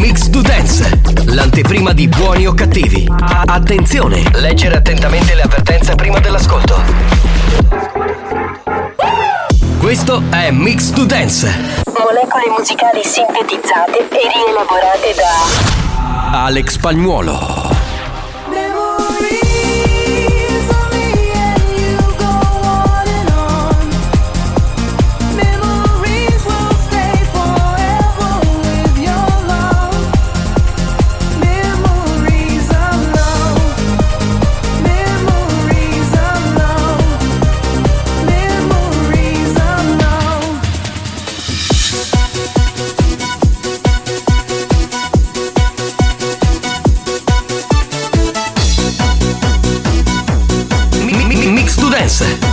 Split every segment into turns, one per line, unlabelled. Mix to Dance, l'anteprima di buoni o cattivi. A- attenzione, leggere attentamente le avvertenze prima dell'ascolto. Questo è Mix to Dance.
Molecole musicali sintetizzate e rielaborate da
Alex Pagnuolo. Mi- mi- Mix to Dance,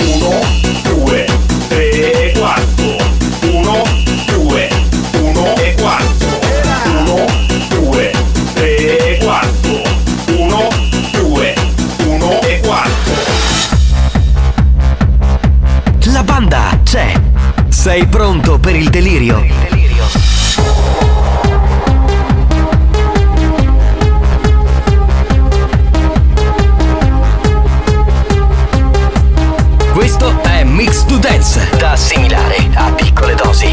Uno, due, tre, quattro. Uno, due, uno e quattro. Uno, due, tre, quattro. Uno, due, uno e quattro.
La banda c'è. Sei pronto per il delirio? Questo è Mix to Dance, da assimilare a piccole dosi.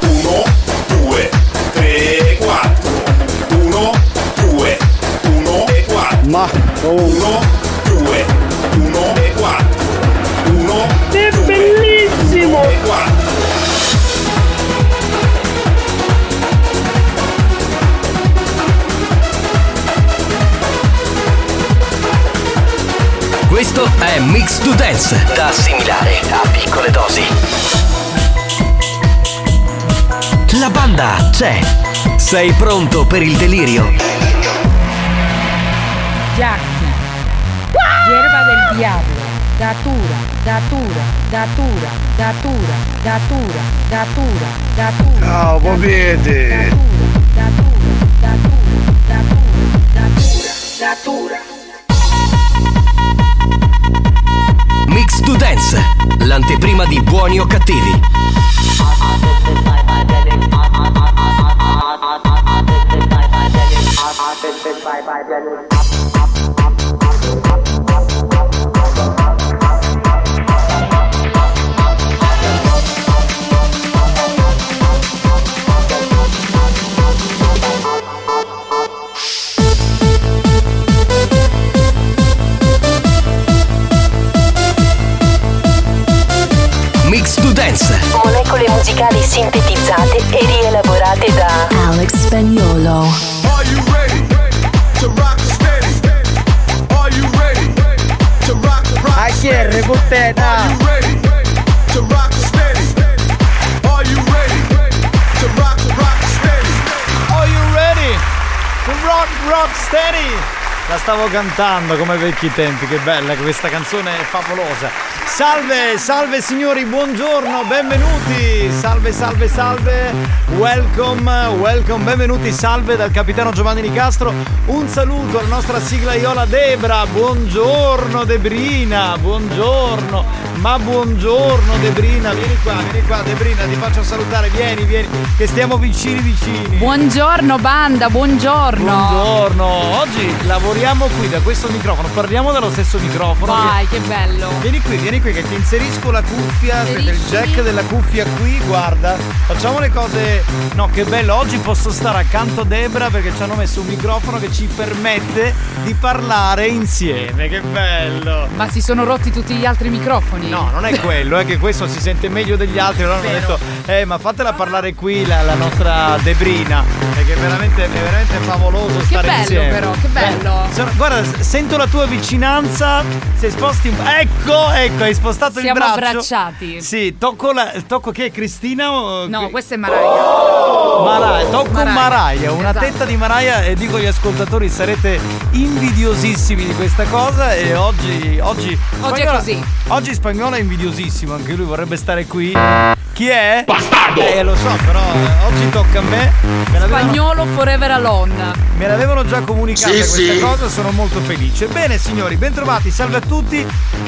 Uno, due, tre, quattro. Uno, due, uno e quattro.
Ma
Uno, due, uno e quattro. Uno,
È
due,
bellissimo!
uno e quattro.
Questo è Mix to Dance, da assimilare a piccole dosi. La banda c'è. Sei pronto per il delirio?
Jackie, hierba del diablo, datura, datura, datura, datura, datura, datura, datura.
Ciao, Popete!
Mix to Dance, l'anteprima di buoni o cattivi. Mix to Dance,
molecole musicali sintetizzate e rielaborate da
Alex Spagnolo.
Are you ready to rock steady? Are you ready to rock rock
Aquí es
steady? Are you
recuteta.
ready to rock steady? Are you ready to rock rock steady?
Are you ready? Rock rock steady! La stavo cantando come ai vecchi tempi, che bella questa canzone è favolosa. Salve, salve signori, buongiorno, benvenuti! Salve, salve, salve! Welcome, welcome, benvenuti, salve dal capitano Giovanni Nicastro. Un saluto alla nostra sigla Iola Debra, buongiorno Debrina, buongiorno, ma buongiorno Debrina, vieni qua, vieni qua Debrina, ti faccio salutare, vieni, vieni, che stiamo vicini vicini.
Buongiorno banda, buongiorno.
Buongiorno, oggi lavoriamo qui da questo microfono, parliamo dallo stesso microfono.
Vai, che bello.
Vieni qui, vieni qui che ti inserisco la cuffia del
Inserisci.
jack della cuffia qui, guarda. Facciamo le cose. No, che bello, oggi posso stare accanto a Debra perché ci hanno messo un microfono che ci permette di parlare insieme. Che bello!
Ma si sono rotti tutti gli altri microfoni?
No, non è quello, è che questo si sente meglio degli altri, allora hanno detto Eh, ma fatela parlare qui la, la nostra Debrina. Perché è veramente, è veramente favoloso stare
bello
insieme.
però, che bello.
Eh, sono- guarda, s- sento la tua vicinanza. Se sposti un Ecco, ecco, hai spostato
Siamo
il braccio.
abbracciati.
Sì, tocco la. Tocco chi è Cristina? o-
No, questa è Maraia.
Maraia, tocco Maraia,
Maraia.
una
Esatto.
tetta di Maraia e dico agli ascoltatori sarete invidiosissimi di questa cosa e oggi oggi
Oggi è
Spagnola-
così.
Oggi spagnolo è invidiosissimo, anche lui vorrebbe stare qui. Chi è? Bastardo! Eh lo so, però eh, oggi tocca a me. Me l'avevano,
Spagnolo forever alone.
me l'avevano già comunicata
Mm. Sì,
questa
sì.
cosa, sono molto felice. Bene signori, bentrovati, salve a tutti.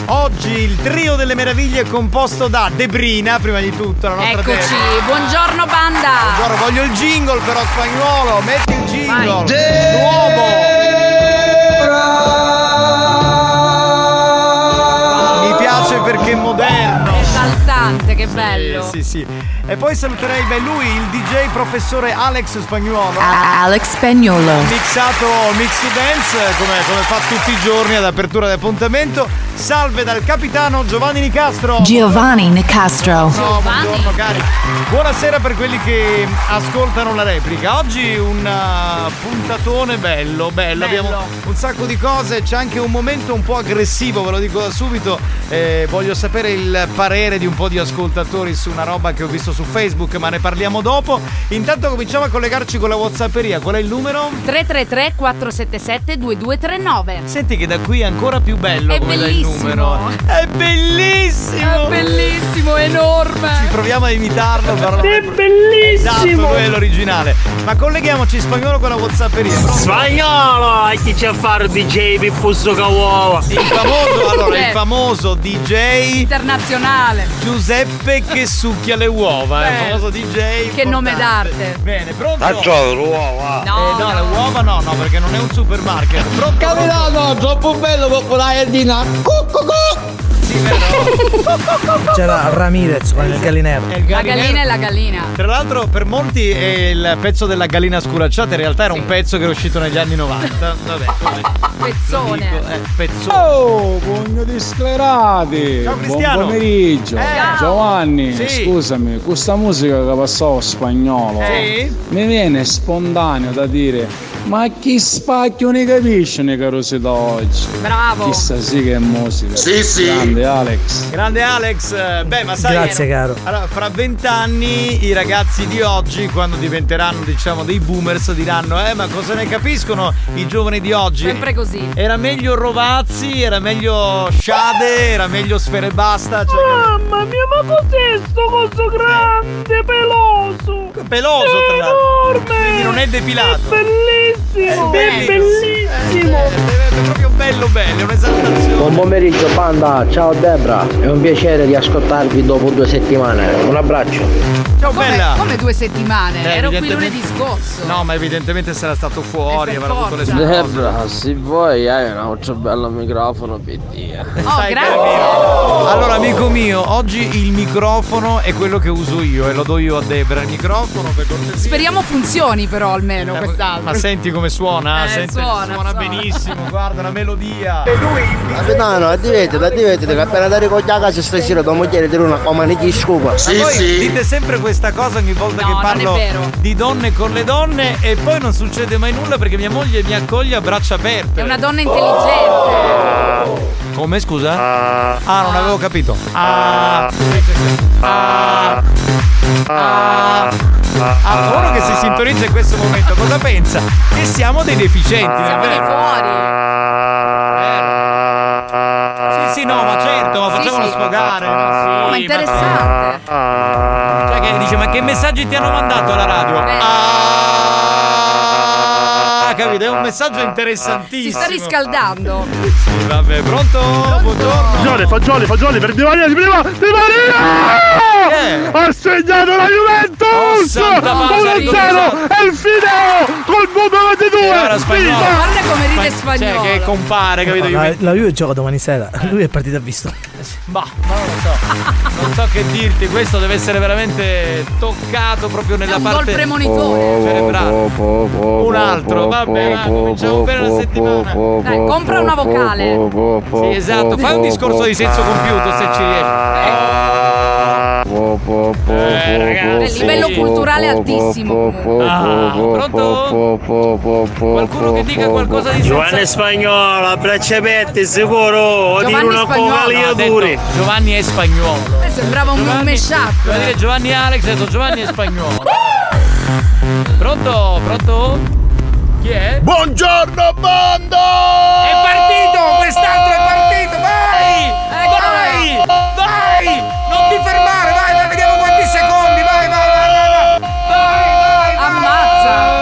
Oggi il trio delle meraviglie è composto da Debrina, prima di tutto, la nostra
Eccoci,
Debra.
buongiorno banda.
Guarda, voglio il jingle però spagnolo, metti il jingle.
Vai.
Nuovo. Mi piace perché è moderno.
Esaltante, che bello.
Sì, sì. E poi saluterei beh, lui, il DJ professore Alex Spagnuolo.
Alex Spagnolo.
Mixato Mix to Dance, come, come fa tutti i giorni ad apertura di appuntamento. Salve dal capitano Giovanni Nicastro.
Giovanni Nicastro.
No, buongiorno cari. Buonasera per quelli che ascoltano la replica. Oggi un eh, puntatone bello, bello, Abbiamo un sacco di cose, c'è anche un momento un po' aggressivo, ve lo dico da subito. Eh, voglio sapere il parere di un po' di ascoltatori su una roba che ho visto su Facebook, ma ne parliamo dopo. Intanto cominciamo a collegarci con la Whatsapperia. Qual è il numero?
333 477 2239.
Senti che da qui è ancora più bello
È
come dai il
bellissimo.
numero. È bellissimo!
È bellissimo, enorme.
Proviamo a imitarlo, però. È bellissimo! Esatto, quello è l'originale. Ma colleghiamoci in spagnolo con la Whatsapperia. Pronto?
Spagnolo, e chi c'è a fare DJ Pippusso Cavolo?
Il famoso, allora, il
Certo.
Eh.
famoso DJ
Internazionale.
Giuseppe che succhia le uova. eh, Il
Bello.
famoso DJ.
Che
importante.
nome d'arte.
Bene, pronto?
l'uova.
Eh, no, le uova no, no, perché non è un supermarket. Pronto?
Capitano, troppo bello popolare di na.
Sì, vero?
C'era Ramirez con il gallinero.
È il
La
gallinero.
gallina è la gallina.
Tra l'altro per molti eh, il pezzo della gallina sculacciata in realtà era un pezzo che era uscito negli anni 90. Vabbè, così. Lo dico,
Pezzone.
eh, pezzone.
Oh, pugno di sclerati!
Ciao,
Buon
Cristiano.
pomeriggio!
Eh.
Giovanni,
Sì.
scusami, questa musica che passava spagnolo
Sì.
mi viene spontaneo da dire: Ma chi spacchio ne capisce ne carosi da oggi?
Bravo.
Chissà sì che è musica!
Sì, sì.
Grande Alex!
Grande Alex, beh ma sai
Grazie, caro.
Allora, fra vent'anni i ragazzi di oggi, quando diventeranno diciamo dei boomers, diranno eh ma cosa ne capiscono i giovani di oggi?
Sempre così.
Era meglio Rovazzi, era meglio Shade, era meglio Sfere Basta, cioè
Mamma mia, ma cos'è sto coso grande, peloso?
Eh. peloso tra l'altro. Quindi non è depilato.
Bellissimo!
eh. È bellissimo!
Eh,
È proprio bello bello, è un'esaltazione.
Buon pomeriggio banda, ciao Debra, è un piacere di ascoltarvi dopo due settimane, un abbraccio.
Ciao
Come,
bella!
come due settimane?
Eh,
Ero qui
evidentemente-
lunedì scorso.
No, ma evidentemente sarà stato fuori,
Eh, per
avrà avuto le
forza.
sue cose.
se vuoi hai un altro bello microfono per dire.
Oh,
Sai, caro
grazie.
mio. Allora, amico mio, oggi il microfono è quello che uso io e lo do io a Debra. Il microfono per cortesia.
Speriamo funzioni però almeno
Eh,
quest'altro.
Ma senti come suona?
Eh,
Senti-
suona, suona.
benissimo, guarda una melodia.
Capitano, divertiti, divertiti, che appena ti arrivo a casa stasera tua moglie ti una comane di scupa.
Ma
Sì,
voi
sì.
dite sempre questa cosa ogni volta
No,
che
non è
parlo
vero.
di donne con le donne e poi non succede mai nulla perché mia moglie mi accoglie a braccia aperte.
È una donna intelligente.
Come scusa? Ah, non avevo capito. Ah. Ah. Ah. Ah, uno che si sintonizza in questo momento cosa pensa? Che siamo dei deficienti,
Siamo dei
davvero?
fuori.
Sì, sì, no, ma certo, ma
Sì,
facciamolo
Ah, sì.
sfogare.
Oh,
Ma
ma
sì,
interessante.
ma- Cioè che dice, ma che messaggi ti hanno mandato alla radio?
Eh.
Ah, capito? È un messaggio
Si
interessantissimo.
sta riscaldando.
Sì, vabbè, pronto? Buongiorno.
Fagioli, fagioli, fagioli per Di Maria, di prima, Di
Eh.
Maria! Ha segnato la
Oh,
Juventus!
santa Maria.
1-0, è il finale! Col punto 22!
Guarda, spagnolo.
Finita!
Guarda come ride
Cioè
spagnolo.
Ah,
che compare, capito? Eh. Io
La Juve gioca domani sera, lui è partito a visto.
Bah, ma non lo so. Non so che dirti, questo deve essere veramente toccato proprio nella
un gol
parte
premonitore.
cerebrale. Un altro, vabbè, va, cominciamo bene la settimana.
Dai, compra una vocale.
oh,
Sì, esatto, fai un discorso di senso compiuto se ci riesci. Eh, ragazzi. Ah,
Livello culturale altissimo.
Qualcuno che dica qualcosa di Giovanni Spagnolo, abbracciapetti sicuro, o dire
Giovanni
una
Spagnolo.
convaliatura.
Giovanni è spagnolo.
Eh, Sembrava un, un mashup.
Devo dire Giovanni e Alex, detto Giovanni è spagnolo. Pronto? Pronto? Chi è?
Buongiorno banda!
È partito, quest'altro
è partito, vai!
Ecco. Vai!
Vai! Non ti fermare, vai, vai, vediamo quanti secondi, vai, vai, vai, vai! Vai, vai, vai!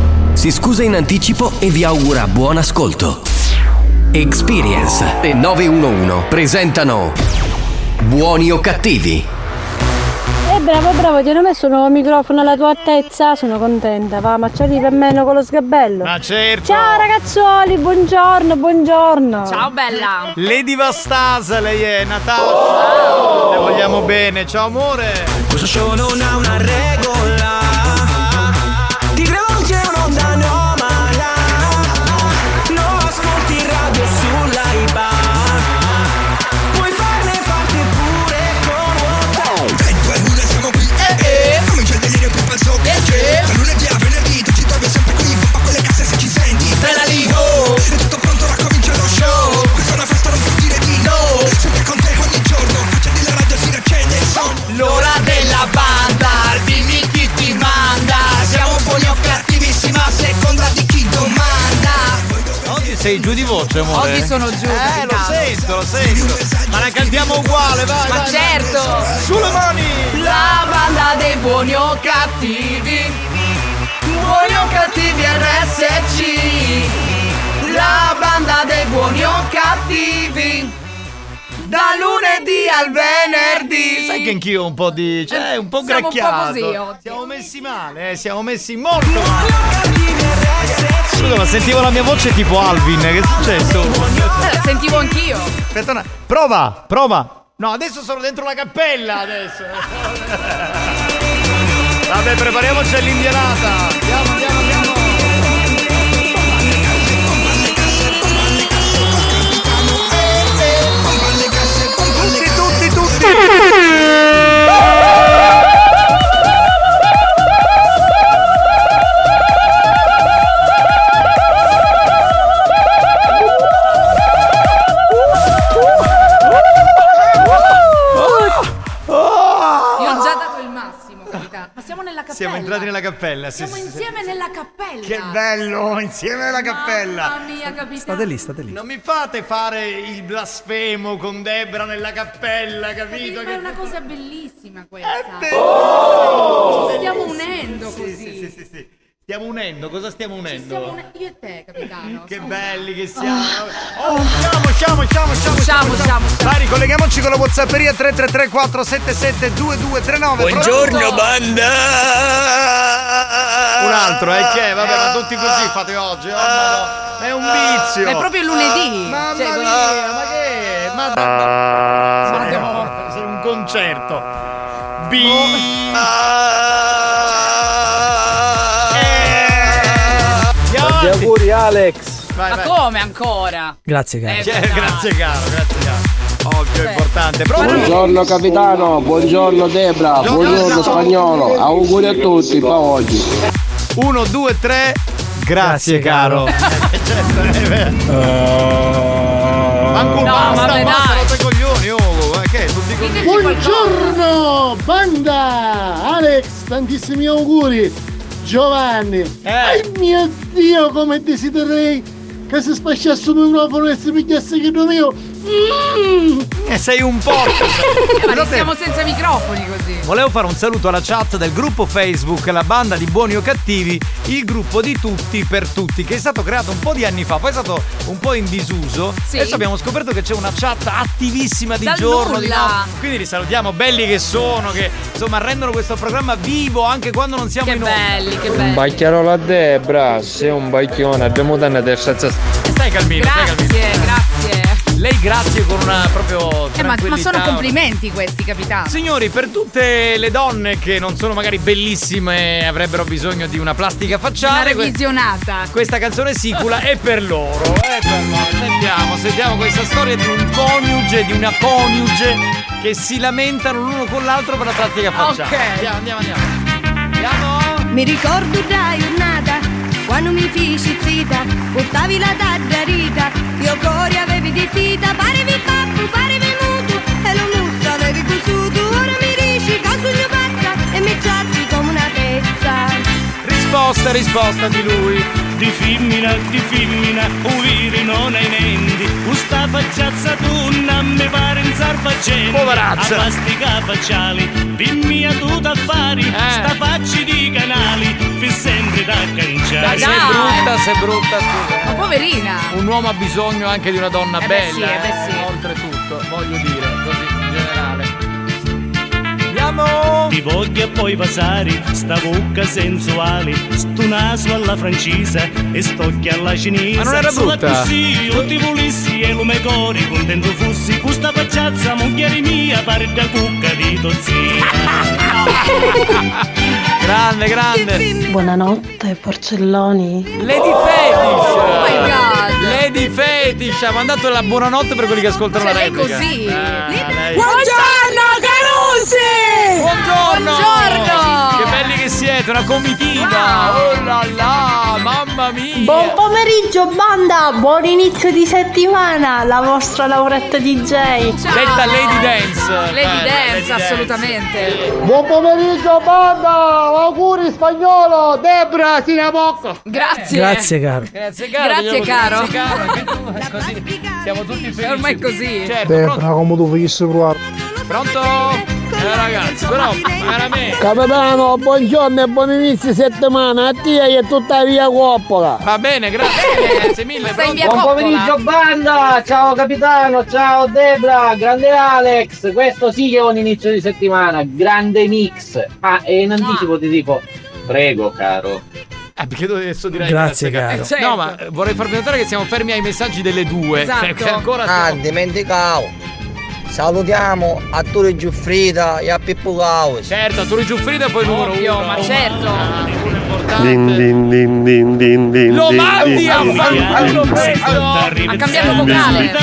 si scusa in anticipo e vi augura buon ascolto. Experience e 911 presentano Buoni o cattivi?
E Eh, bravo, bravo, ti hanno messo un nuovo microfono alla tua altezza, sono contenta, va, ma c'è per meno con lo sgabello.
Ma certo!
Ciao ragazzuoli, buongiorno, buongiorno.
Ciao bella.
Lady Vastas, lei è Natasha. Le vogliamo bene, ciao amore. Questo show non ha una regola.
Ti credo che è un'onda anomala Non ascolti radio sull'AIBA Puoi farne parte pure con WhatsApp Dai, due a luna Ecco, siamo qui, eh eh Comincia il delirio più pazzo che c'è Da lunedì a venerdì tu ci trovi sempre qui Fappa con le casse se ci senti Bella lì, oh È tutto pronto, ora comincia lo show Questa è una festa, non puoi dire di no Sempre con te ogni giorno Accendi la radio, si riaccende il sogno L'ora della banda, dimmi chi ti manda Siamo buoni o cattivissimi a seconda di chi domanda
Oggi sei giù di voce, amore.
Oggi sono giù,
Eh, lo
capitano.
sento, lo sento. Ma la cantiamo uguale, vai.
Ma
vai, vai.
certo.
Sulle mani.
La banda dei buoni o cattivi Buoni o cattivi RSC La banda dei buoni o cattivi Da lunedì al venerdì
Sai che anch'io ho un po' di. cioè, un po' oh.
Siamo un po'
gracchiato.
così oggi.
Siamo messi male, eh, siamo messi molto male. Scusa, ma sentivo la mia voce tipo Alvin, che è successo?
Eh, sentivo anch'io.
Aspetta una- Prova, prova. No, adesso sono dentro la cappella adesso. Vabbè, prepariamoci all'indianata. Andiamo, andiamo, andiamo.
Tutti, tutti, tutti
Io ho già dato il massimo, capitano. Ma siamo nella cappella.
Siamo entrati nella cappella. sì,
Siamo
sì, sì.
insieme nella cappella.
Che bello, insieme alla cappella.
Mamma mia, capitano.
State lì, state lì. Non mi fate fare il blasfemo con Debra nella cappella, capito?
Ma è
Che-
una cosa bellissima questa. Ci stiamo unendo così.
Sì, sì, sì. Stiamo unendo, cosa stiamo unendo?
Stiamo Ah. une- Io e te, capitano.
Che belli che siamo! Oh, usciamo, usciamo, usciamo, usciamo, usciamo, usciamo. Vai, ricolleghiamoci con la Whatsapperia 333 477 2239.
Buongiorno,
banda! Un altro, eh, che? Vabbè, ma tutti così fate oggi. oh, madonna. È un vizio.
È proprio lunedì.
Ah, Mamma
Cioè,
mia, ma che? è? Ma
Ah.
Madonna, sei un concerto. B. Ah.
Tanti auguri Alex.
Ma
vai.
come ancora?
Grazie
Eh,
Cioè,
dai.
grazie caro, grazie caro. Ovvio, è importante. Pronto?
Buongiorno capitano, buongiorno Debra, buongiorno spagnolo, auguri a tutti pa oggi.
1, 2, 3. Grazie, caro. Manco
No,
basta,
vabbè,
basta,
dai.
rotta i coglioni, oh, ma che è? tutti così.
Buongiorno banda! Alex, tantissimi auguri!
Giovanni,
Eh.
ai mio Dio come desidererei che si spacciasse un microfono e si pigliasse che non io. Mm.
E Eh, sei un porco.
Ma restiamo senza microfoni così.
Volevo fare un saluto alla chat del gruppo Facebook La Banda di Buoni o Cattivi, il gruppo di tutti per tutti, che è stato creato un po' di anni fa, poi è stato un po' in disuso.
Sì.
Adesso abbiamo scoperto che c'è una chat attivissima di
Dal
giorno. di
nulla.
notte. Quindi li salutiamo, belli che sono, che insomma rendono questo programma vivo anche quando non siamo in onda.
belli, che belli.
Bacchiarola Debra, sei un bacchione, abbiamo dato una terza
Stai calmino, stai calmino.
Grazie, grazie.
Lei grazie con una proprio
Eh, ma,
tranquillità.
ma sono complimenti questi, capitano.
Signori, per tutte le donne che non sono magari bellissime e avrebbero bisogno di una plastica
Una
facciale, que-
revisionata.
questa canzone sicula è per loro. È per loro. Sentiamo, sentiamo questa storia di un coniuge, di una coniuge che si lamentano l'uno con l'altro per la plastica facciale. Andiamo, andiamo, andiamo.
Mi ricordo da giornata quando mi fici zita, portavi la tardarita, io cuore avevi di sita, parevi pappu, parevi mutu, e lo musso avevi cusuto, ora mi dici che sogno pazza e mi ciacci come una pezza.
Risposta, risposta di lui.
Di femmina, di femmina, uviri non hai menti. Questa facciazza tunna mi pare in sarfacente.
Poverazza.
A plastica facciali, dimmi a tu d'affari.
Eh.
Sta facci di canali, per sempre da canciare.
Dai, sei brutta, sei brutta, scusa.
Ma poverina.
Un uomo ha bisogno anche di una donna
Eh beh
bella.
sì, eh beh sì.
Oltretutto, voglio dire, così in generale. Andiamo!
Ti voglio poi passare sta bocca sensuale, sto naso alla francese e stocchi alla cinese.
Ma non era
Sulla
brutta?
così io ti volissi e lume cori, contento fossi, questa facciazza mogliere mia, pare da cucca di tozzia.
Grande, grande!
Buonanotte, porcelloni.
Lady Fetish!
Oh my God.
Lady Fetish! Ha mandato la buonanotte per quelli che ascoltano
Cioè,
la
lei
replica.
così?
Ah, lei-
Carusi!
Buongiorno!
Buongiorno!
Che belli che siete, una comitiva! Oh la la, mamma mia!
Buon pomeriggio banda, buon inizio di settimana, la vostra lauretta DJ.
Detta Lady Dance!
Lady
Bella,
Dance, assolutamente.
Buon pomeriggio banda, auguri spagnolo, Debra Sinabocco.
Grazie.
Grazie, caro.
Grazie caro.
Grazie,
glielo-
caro.
grazie, Anche tu, è così. Siamo tutti felici.
Ormai è così.
Certo, pronto?
Debra, come tu facessi provare?
Pronto? Eh, ragazzi, però veramente.
Capitano, buongiorno e buon inizio settimana, a te e a tutta via Coppola.
Va bene, grazie, grazie mille.
Stai in via
pronto?
Buon pomeriggio,
banda! Ciao capitano, ciao Debra, grande Alex, questo sì che è un inizio di settimana, grande mix. Ah, e in anticipo ti dico, prego caro.
Ah, perché tu adesso direi
Grazie, caro.
Eh, No, ma eh, vorrei farvi notare che siamo fermi ai messaggi delle due. Cioè, che ancora
Ah,
stiamo-
dimenticavo. Salutiamo a Tore Giuffrida e a Pippo Caos.
Certo, Turi Giuffrida poi numero uno. Ah.
Ma certo.
Din din din din din din.
Lo
din,
mandi
din,
a
din,
fare
din,
lo
din,
preso.
Ha cambiato vocale.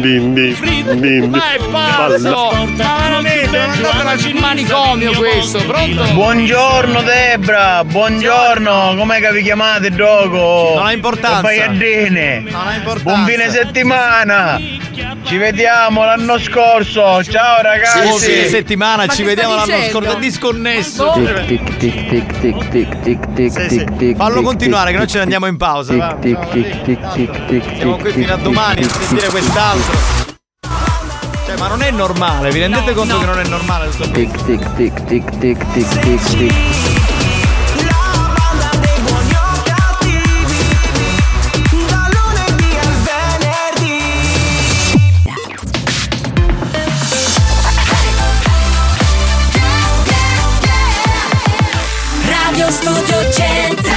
Din din din din.
Ma è pazzo! Ma veramente, è andato al manicomio questo, pronto?
Buongiorno Debra, buongiorno, com'è che vi chiamate Dogo?
Non ha importanza.
Baiardine.
Non ha importanza.
Buon fine settimana. Ci vediamo l'anno
Oh,
scorso. Ciao ragazzi.
Buon fine settimana,
Ma
ci
che
vediamo
stai
l'anno
dicendo?
scorso. È disconnesso.
Tic,
tic tic tic tic tic tic tic tic. Fallo
tic,
continuare
tic,
che noi ce ne andiamo in pausa. va. Siamo qui fino a domani a sentire quest'altro. Cioè, ma non è normale, vi rendete conto che non è normale questo tic tic tic tic tic tic tic tic.
Radio Studio Centrale.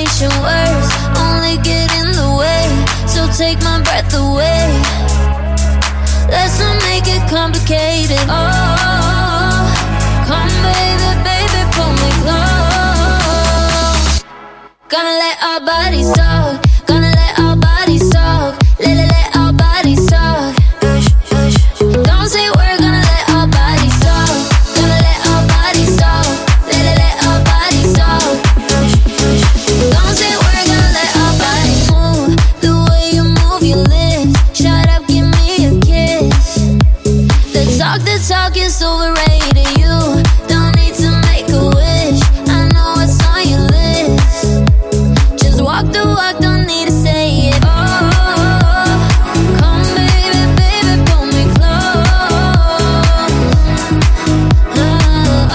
Words only get in the way. So take my breath away. Let's not make it complicated. Oh, come baby, baby, pull me close. our bodies talk. Gonna let our bodies talk. Let, let, let our bodies talk. Hush, hush. Don't say a word, gonna let our bodies talk. Gonna let our bodies talk. Let, let, let our bodies talk. Hush, hush. Don't say a word, gonna let our bodies move. The way you move your lips. Shut up, give me a kiss. The talk, the talk is overrated. You don't need to make a wish. I know what's on your list. Just walk the walk, don't need to say it. Oh, come baby, baby, pull me close. Oh,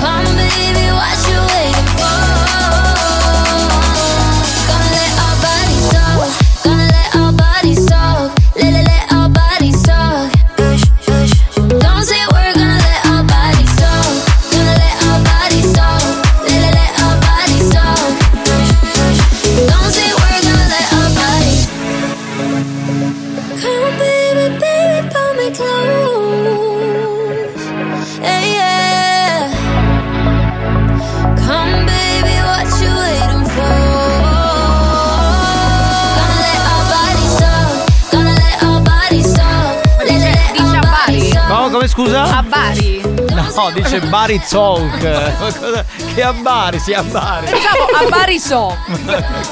come baby, what you waiting for? Gonna let our bodies talk. Gonna let our bodies talk. Let let let our bodies talk. Don't say a word, gonna let our bodies talk. Gonna let our bodies talk. Let let let our bodies talk. Don't say a word, gonna let our bodies. Come baby, baby, pull me close. Hey, yeah. Come baby, what you waiting for? Gonna let our bodies talk. Gonna let our bodies talk. Let let let our bodies talk.
Come, come scusa?
A Bari.
No, dice Bari Talk. Ma cosa- Che a Bari, sì, a Bari.
Pensavo a Bari so.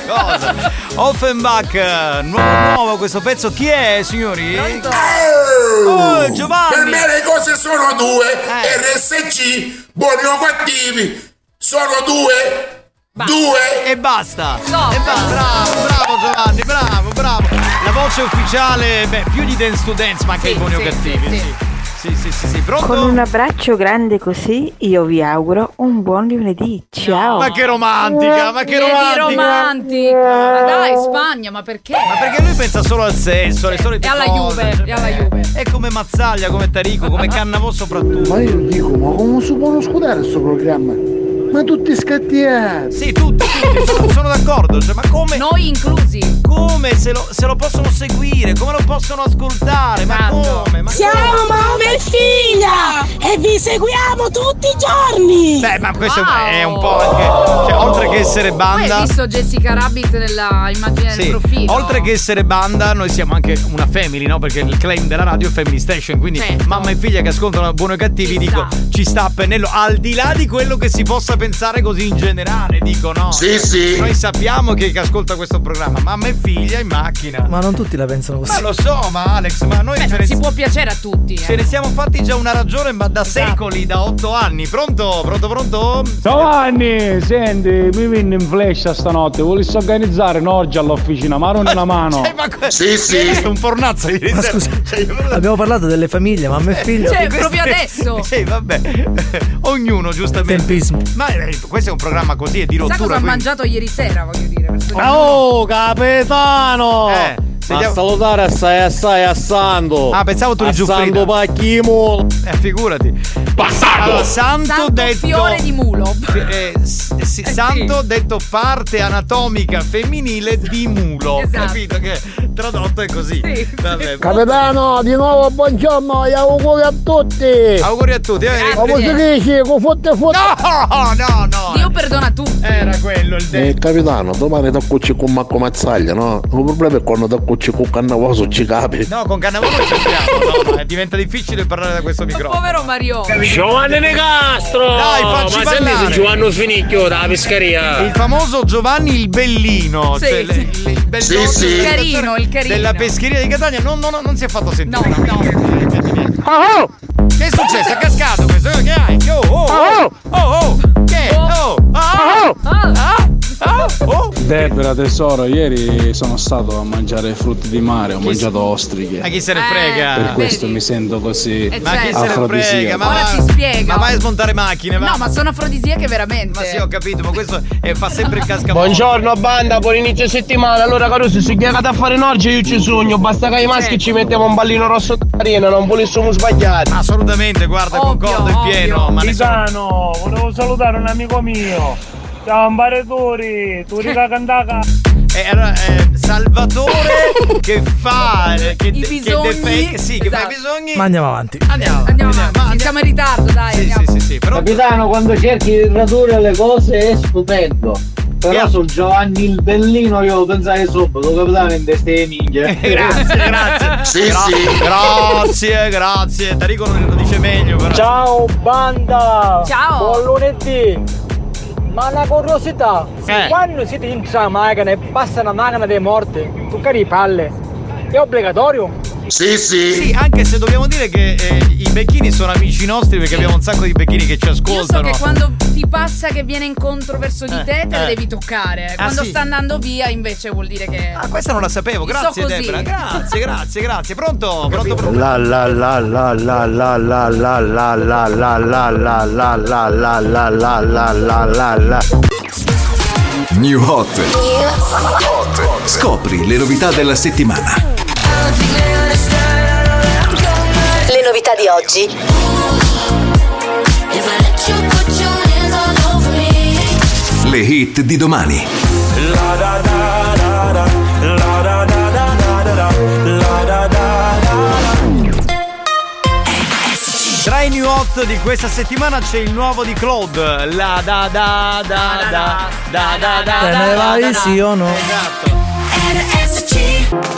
Cosa? Offenbach, eh, nuovo, nuovo questo pezzo. Chi è, signori? Oh, Giovanni. Eh.
Per me le cose sono due. RSC, buoni o cattivi, sono due. Due.
E basta. E basta. Bravo, bravo Giovanni, bravo, bravo. La voce ufficiale, beh, più di Dance to Dance, ma anche i buoni o cattivi. Sì, sì, sì, sì, sì. pronto?
Con un abbraccio grande così io vi auguro un buon lunedì. Ciao.
Ma che romantica, ma che
Vedi,
romantica.
romantica. Ma dai, Spagna, ma perché? Ma
Perché lui pensa solo al sesso, alle solite
E alla
cose. cioè, eh.
Juve, e alla Juve.
È come Mazzaglia, come Tarico, come Cannavò soprattutto.
Ma io dico, ma come si può scudare questo programma? Ma tutti
eh?
scattiati!
Sì, tutti, tutti, sono, sono d'accordo. Cioè, ma come. Noi inclusi. Come se lo, se lo possono seguire? Come lo possono ascoltare? Ma come? Ma
Siamo mamma e figlia e vi seguiamo tutti i giorni.
Beh, ma questo è un po' anche. Cioè, oltre che essere
Poi
banda.
hai visto Jessica Rabbit nella immagine
Sì,
del profilo.
oltre che essere banda, noi siamo anche una family, no? Perché il claim della radio è Family Station. Quindi
Certo. Esatto.
mamma e figlia che ascoltano buono e cattivi, dico ci sta pennello. Al di là di quello che si possa pensare così in generale, dico no. Cioè,
Sì, sì.
Noi sappiamo che chi ascolta questo programma, mamma e figlia in macchina.
Ma non tutti la pensano
Ma
così.
lo so, ma Alex, ma noi
Beh,
ce
non
ne
si può piacere a tutti. eh. Esatto.
Ce ne siamo fatti già una ragione, ma da secoli, da otto anni. Pronto, pronto, pronto?
Giovanni, senti, mi venne in flash stanotte, volessi organizzare un'orgia all'officina, ma non una mano.
Sì, sì.
È un fornazzo di
Ma scusa, abbiamo parlato delle famiglie, mamma e figlio.
Cioè, proprio adesso.
Sì, vabbè. Ognuno, giustamente. Tempismo. Ma eh, questo è un programma così, è di
Sa
rottura.
cosa ha
quindi-
mangiato ieri sera, voglio dire. perché-
Oh, capitano! Eh,
Ma
sentiamo-
salutare assai assai a Sando.
Ah, pensavo tu li giuffrida.
Sando Pacchimo.
Eh, figurati. Bastardo! Allora, santo,
Santo
detto...
fiore di mulo.
Sì, eh, s- sì, santo detto parte anatomica femminile di mulo.
Esatto.
Capito che tradotto è così. Vabbè.
Capitano, di nuovo buongiorno e auguri a tutti!
Auguri a tutti. eh.
Come si dice? Con fotte fotte!
No, no, no.
Dio perdona tutti.
Era quello il
Eh, capitano, domani da cucci con Marco Mazzaglia, no? Il problema è quando da cucci con Cannavoso ci capi.
No, con Cannavolo ci andiamo. No, no, eh, diventa difficile parlare da questo microfono.
Povero Mario.
Giovanni De Castro!
Dai, facci
Ma senti
parlare.
su Giovanni Finicchio dalla
Il
pescheria.
famoso Giovanni il Bellino.
Sì,
cioè,
sì.
il- il- il
Sì,
bellone
sì.
della-
Il
carino, il carino.
Della pescheria di Catania non, non- non si è fatto sentire. No, Che è successo? È cascato questo? Che hai? Che- Oh, oh, oh, oh, oh. Che? Oh, ah,
Oh,
ah, ah, oh.
Debra tesoro, ieri sono stato a mangiare frutti di mare, ho
Chi-
mangiato ostriche.
Ma chi se ne frega?
Per questo mi sento così
Eh, Ma chi certo. se ne
afrodisiaco.
Ma
Ora
va-
si spiega.
Ma vai a smontare macchine, va.
No, ma sono afrodisiache veramente. Ma sì, ho
capito, ma questo fa sempre il cascato.
Buongiorno banda, buon inizio settimana. Allora Caruso, se chiacate a fare un'orgia io ci sogno, basta che ai maschi ci mettiamo un ballino rosso d'arena, non volessimo sbagliare.
Assolutamente, Ah, guarda, concordo in pieno. Ma nessuno-
Pisano, volevo salutare un amico mio. Ciao ambaratori, tu riga candaca.
E allora, eh, Salvatore che fa eh, che,
I
che
bisogni, Esatto.
defe- sì, che fa i bisogni.
Ma andiamo avanti.
Andiamo.
Andiamo avanti, siamo in ritardo, dai, andiamo.
Sì, sì, sì, però
Capitano, quando cerchi di tradurre le cose è stupendo. Però su Giovanni il Bellino io lo pensai subito, capitano, in queste minchie.
grazie, grazie.
Sì,
Gra-
sì.
Grazie, grazie. Tarico lo, lo dice meglio, però.
Ciao banda!
Ciao.
Buon lunedì! Ma una curiosità,
Eh.
quando siete in tra macchina e passa una macchina dei morti, toccare i palle, è obbligatorio?
Sì, sì. anche se dobbiamo dire che eh, i becchini sono amici nostri perché abbiamo un sacco di becchini che ci
Io so
ascoltano.
che quando ti passa che viene incontro verso di
Eh,
te, te le
eh.
devi toccare.
Ah,
quando
sì?
sta andando via, invece, vuol dire che. Ah,
Questa non la sapevo, grazie
so così.
Debra. Grazie, grazie, grazie. Pronto? Pronto, pronto.
La la la la la la la la la la la la la la la la la la la la la la
New Hot. Scopri le novità della settimana.
Le novità di oggi.
Le hit di domani.
Tra i new hot di questa settimana c'è il nuovo di Claude. La da da da da da da da da.
Te ne vai sì o no?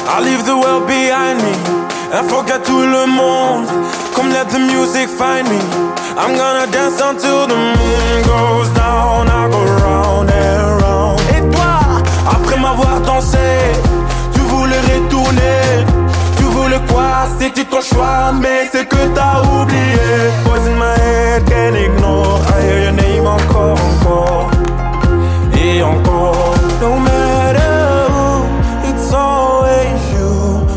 I leave the world behind me I forget tout le monde Come let the music find me I'm gonna dance until the moon goes down I go round and round Et toi, après m'avoir dansé Tu voulais retourner Tu voulais quoi, c'était ton choix Mais c'est que t'as oublié Voice in my head, can't ignore I hear your name encore, encore et encore. No matter who, it's always you.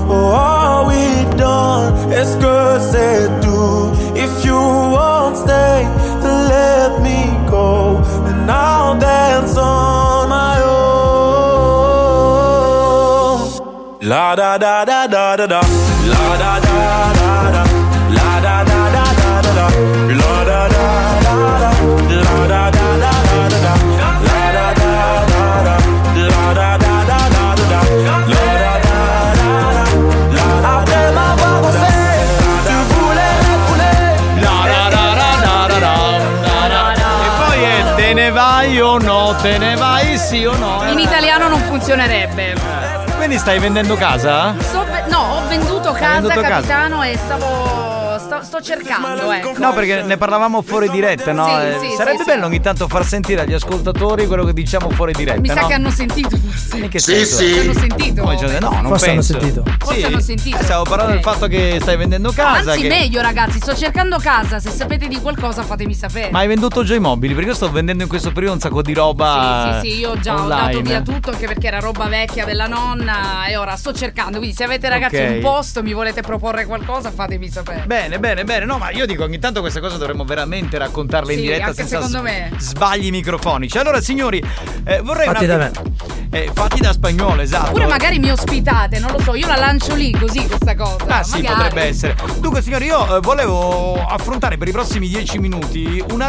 Oh, are we done? Est-ce que c'est tout? If you won't stay, then let me go. And I'll dance on my own. La da da da da da da. La da da da da. La da da da da da da. La da da da da. La da da da da da da. La da da da da. La da da da da da da. La da da da da. Après m'avoir dansé, tu voulais retourner.
La da da da da da da da. E poi è te ne vai o no? Te ne vai sì o no?
In italiano non funzionerebbe.
Quindi stai vendendo casa?
Sto ve- no, ho venduto casa,
venduto casa.
capitano, e stavo. sto- sto cercando, eh.
No, perché ne parlavamo fuori diretta, no?
Sì,
Eh,
sì,
Sarebbe
sì,
bello ogni tanto far sentire agli ascoltatori quello che diciamo fuori diretta.
Mi sa
no?
che hanno sentito forse.
In che senso?
Hanno sentito.
Poi ci hanno- no, non
Forse hanno
penso.
sentito.
Forse hanno sentito.
Eh, stavo parlando del fatto che stai vendendo casa.
Anzi,
che-
meglio, ragazzi, sto cercando casa. Se sapete di qualcosa, fatemi sapere.
Ma hai venduto già i mobili? Perché io sto vendendo in questo periodo un sacco di roba.
Sì, sì, io già ho dato via tutto anche perché era roba vecchia della nonna e ora sto cercando. Quindi se avete ragazzi
Ok.
un posto, mi volete proporre qualcosa, fatemi sapere.
Bene, bene, bene. No, ma io dico ogni tanto queste cose dovremmo veramente raccontarle in
Sì,
diretta
anche
senza
secondo
s-
me.
sbagli microfonici. Allora, signori, eh, vorrei
Fatti
un
da
attimo- Eh, fatti da spagnolo, esatto.
Oppure magari mi ospitate, non lo so, io la lancio lì così questa cosa.
Ah, sì,
magari.
potrebbe essere. Dunque, signori, io eh, volevo affrontare per i prossimi dieci minuti un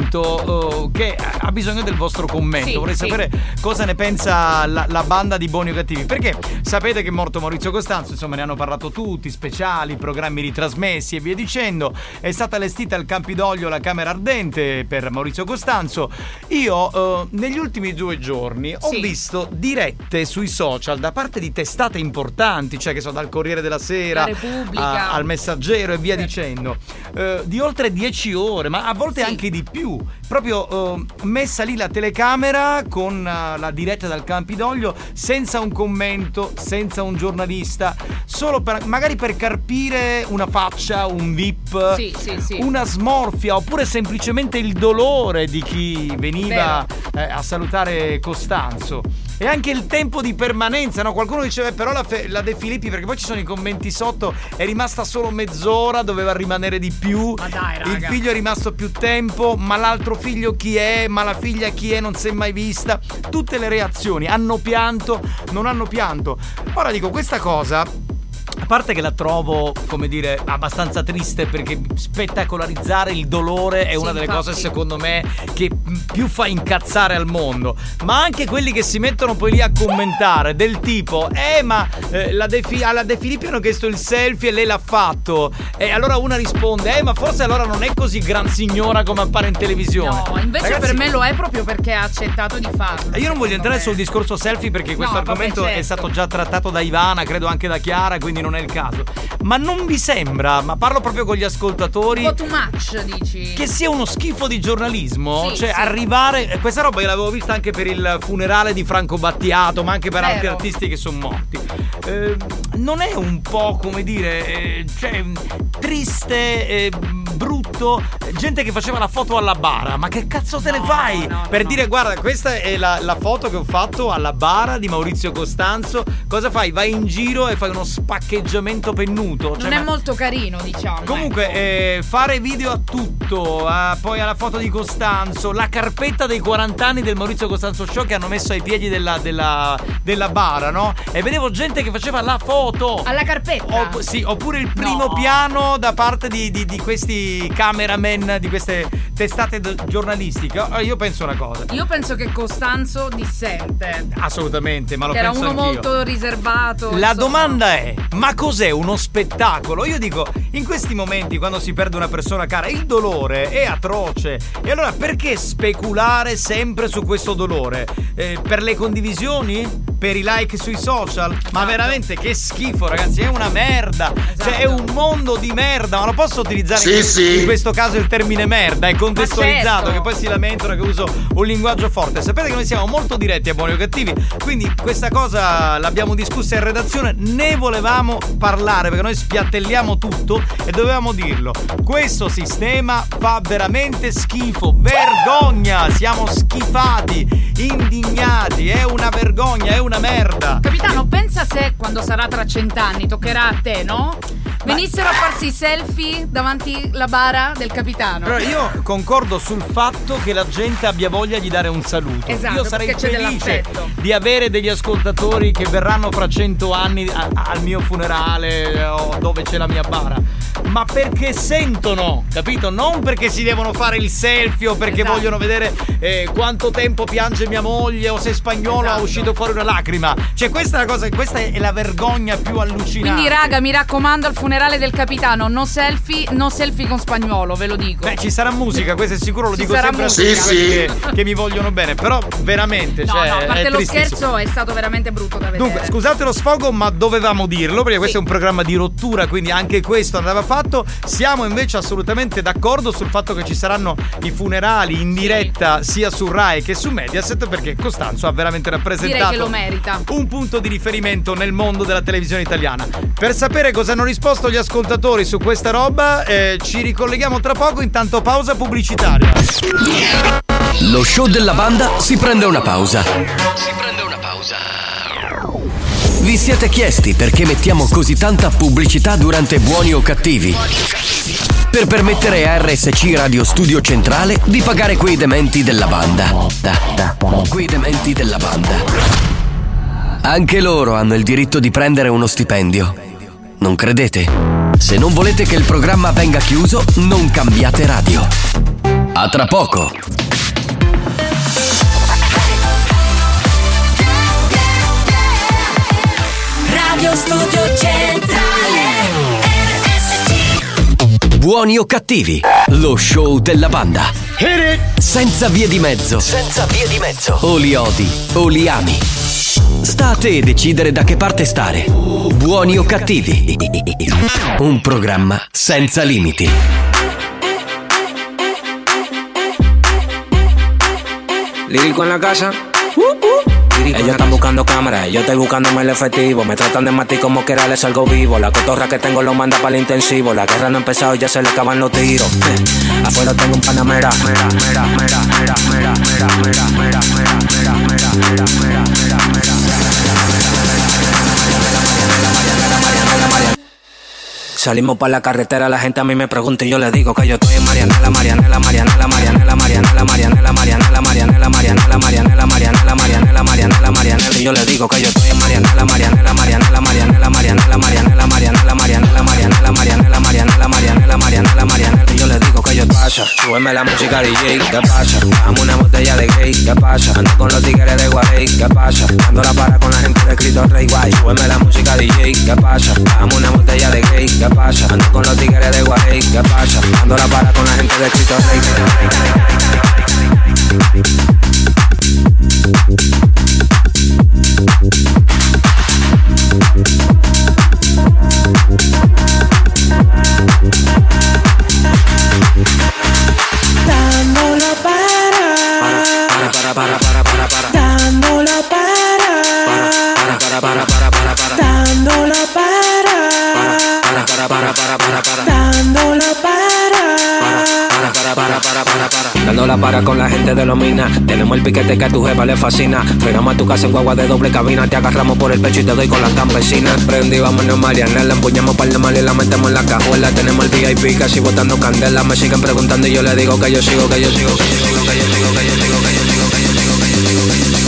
argomento eh, che ha bisogno del vostro commento.
Sì,
Vorrei
sì.
sapere cosa ne pensa la, la banda di buoni o cattivi. Perché sapete che è morto Maurizio Costanzo, insomma, ne hanno parlato tutti, speciali, programmi ritrasmessi e via dicendo. È stata allestita al Campidoglio la Camera Ardente per Maurizio Costanzo. Io eh, negli ultimi due giorni ho
Sì.
visto dirette sui social da parte di testate importanti, cioè che so, dal Corriere della Sera. Sera,
La Repubblica. Certo.
a- al messaggero e via dicendo Eh, di oltre 10 ore ma a volte anche di più proprio eh, messa lì la telecamera con eh, la diretta dal Campidoglio senza un commento senza un giornalista solo per, magari per carpire una faccia un vip
Sì, sì, sì.
una smorfia oppure semplicemente il dolore di chi veniva eh, a salutare Costanzo e anche il tempo di permanenza, no? Qualcuno diceva "Eh, però la, Fe- la De Filippi, perché poi ci sono i commenti sotto, è rimasta solo mezz'ora, doveva rimanere di più. Ma dai,
raga.
Il figlio è rimasto più tempo, ma l'altro figlio chi è? Ma la figlia chi è? Non si è mai vista. Tutte le reazioni, hanno pianto, non hanno pianto. Ora dico questa cosa a parte che la trovo, come dire, abbastanza triste perché spettacolarizzare il dolore è
Sì,
una delle
infatti.
cose, secondo me, che più fa incazzare al mondo. Ma anche quelli che si mettono poi lì a commentare, del tipo, eh, ma eh, la De Fi- alla De Filippi hanno chiesto il selfie e lei l'ha fatto. E allora una risponde, eh, ma forse allora non è così gran signora come appare in televisione.
No, invece
Ragazzi,
per me lo è proprio perché ha accettato di farlo.
e Io non voglio entrare sul discorso selfie perché questo
No, vabbè,
argomento è
certo.
stato già trattato da Ivana, credo anche da Chiara, quindi non è il caso. Ma non vi sembra, ma parlo proprio con gli ascoltatori,
Un po' too much, dici.
che sia uno schifo di giornalismo?
Sì,
cioè,
sì.
arrivare. eh, Questa roba io l'avevo vista anche per il funerale di Franco Battiato, ma anche per altri
Vero.
artisti che sono morti. Eh, non è un po' come dire. eh, cioè, triste. eh, brutto gente che faceva la foto alla bara ma che cazzo te ne fai per dire guarda questa è la, la foto che ho fatto alla bara di Maurizio Costanzo cosa fai vai in giro e fai uno spaccheggiamento pennuto Cioè,
non è
ma-
molto carino, diciamo.
Comunque, eh, fare video a tutto, a- poi alla foto di Costanzo, la carpetta dei 40 anni del Maurizio Costanzo Show che hanno messo ai piedi della, della, della bara, no? E vedevo gente che faceva la foto.
Alla carpetta.
Opp- sì, oppure il primo piano da parte di, di- di questi cameraman, di queste testate do- giornalistiche. Oh, Io penso una cosa.
Io penso che Costanzo dissente.
Assolutamente, ma lo
che era
penso
uno
anch'io.
molto riservato.
La
Esatto, insomma.
domanda è: ma cos'è uno spettacolo? Io dico, in questi momenti, quando si perde una persona cara, il dolore è atroce. E allora perché speculare sempre su questo dolore? Eh, per le condivisioni? Per i like sui social? Ma veramente che schifo, ragazzi, è una merda. Cioè, è un mondo di merda. Ma lo posso utilizzare
Sì,
in,
sì.
in questo caso il termine merda? È contestualizzato,
certo.
che poi si lamentano che uso un linguaggio forte. Sapete che noi siamo molto diretti a buoni o cattivi, quindi questa cosa l'abbiamo discussa in redazione, ne volevamo parlare perché noi spiattelliamo tutto e dovevamo dirlo. Questo sistema fa veramente schifo, vergogna, siamo schifati, indignati, è una vergogna, è una merda.
Capitano, pensa se quando sarà tra cent'anni toccherà a te, no? Venissero a farsi i selfie davanti la bara del capitano.
Però io concordo sul fatto che la gente abbia voglia di dare un saluto.
Esatto,
io sarei
perché c'è
felice
dell'affetto.
di avere degli ascoltatori che verranno fra cento anni a- al mio funerale eh, o dove c'è la mia bara. Ma perché sentono, capito? Non perché si devono fare il selfie o perché
Esatto.
vogliono vedere eh, quanto tempo piange mia moglie o se spagnolo
Esatto.
ha uscito fuori una lacrima. Cioè, questa è la cosa, questa è la vergogna più allucinante.
Quindi raga, mi raccomando al funerale del capitano, no selfie, no selfie con spagnolo, ve lo dico.
Beh, ci sarà musica, questo è sicuro, lo
Ci
dico
sarà
sempre a tutti
musica. Sì,
quelli Che, che mi vogliono bene, però veramente,
No,
cioè,
no, a parte
è
lo
tristissimo.
scherzo è stato veramente brutto da vedere.
Dunque, scusate lo sfogo, ma dovevamo dirlo perché questo è un programma di rottura, quindi anche questo andava fatto. Siamo invece assolutamente d'accordo sul fatto che ci saranno i funerali in diretta sia su Rai che su Mediaset perché Costanzo ha veramente
Direi
rappresentato
che lo merita.
un punto di riferimento nel mondo della televisione italiana. Per sapere cosa hanno risposto gli ascoltatori su questa roba, eh, ci ricolleghiamo tra poco, intanto pausa pubblicitaria.
Lo show della banda si prende una pausa.
Si prende una pausa.
Vi siete chiesti perché mettiamo così tanta pubblicità durante buoni o cattivi? Per permettere a RSC Radio Studio Centrale di pagare quei dementi della banda. Da, da, Quei dementi della banda. Anche loro hanno il diritto di prendere uno stipendio. Non credete? Se non volete che il programma venga chiuso, non cambiate radio. A tra poco.
Radio Studio Centrale.
Buoni o cattivi, lo show della banda. Senza vie di mezzo.
Senza vie di mezzo.
O li odi o li ami. Sta a te decidere da che parte stare. Buoni o cattivi. Un programma senza limiti.
Lírico en la casa. Ellos están buscando cámaras, yo estoy buscándome el efectivo. Me tratan de matar y como quiera, les salgo vivo. La cotorra que tengo lo manda para el intensivo. La guerra no ha empezado y ya se le acaban los tiros. Eh, Afuera tengo un panamera. Salimos para la carretera, la gente a mí me pregunta y yo le digo que yo estoy en Marianela, Marianela, Marianela, Marianela, Marianela, Marianela, Marianela, Marianela, Marianela, Marianela, Marianela, Marianela, Marianela, Marianela, y yo le digo que yo estoy en Marianela, Marianela, Marianela, Marianela, Marianela, Marianela, Marianela, Súbeme la música DJ, ¿qué pasa? Dame una botella de gay, ¿qué pasa? Ando con los tigres de Guay, ¿qué pasa? Ando la para con la gente de escrito Rey Guay. Súbeme la música DJ, ¿qué pasa? Dame una botella de gay, ¿qué pasa? Ando con los tigres de Guay, ¿qué pasa? Ando la para con la gente de escrito Rey
Dándolo para,
Para, para, para, para, para, para.
dándolo para,
Para, para, para, para, para, para.
dándolo para,
Para, para, para, para, para, para.
dándolo para.
para, para, para, para, para, para. Dando la para con la gente de los minas. Tenemos el piquete que a tu jefa le fascina. Frenamos a tu casa en guagua de doble cabina. Te agarramos por el pecho y te doy con la campesina. Prendí, vámonos, Mariana. La empuñamos par de mal y la metemos en la cajuela. Tenemos el VIP casi botando candela. Me siguen preguntando y yo le digo que yo sigo, que yo sigo, que yo sigo, que yo sigo, que yo sigo, que yo sigo, que yo sigo, que yo sigo, que yo sigo.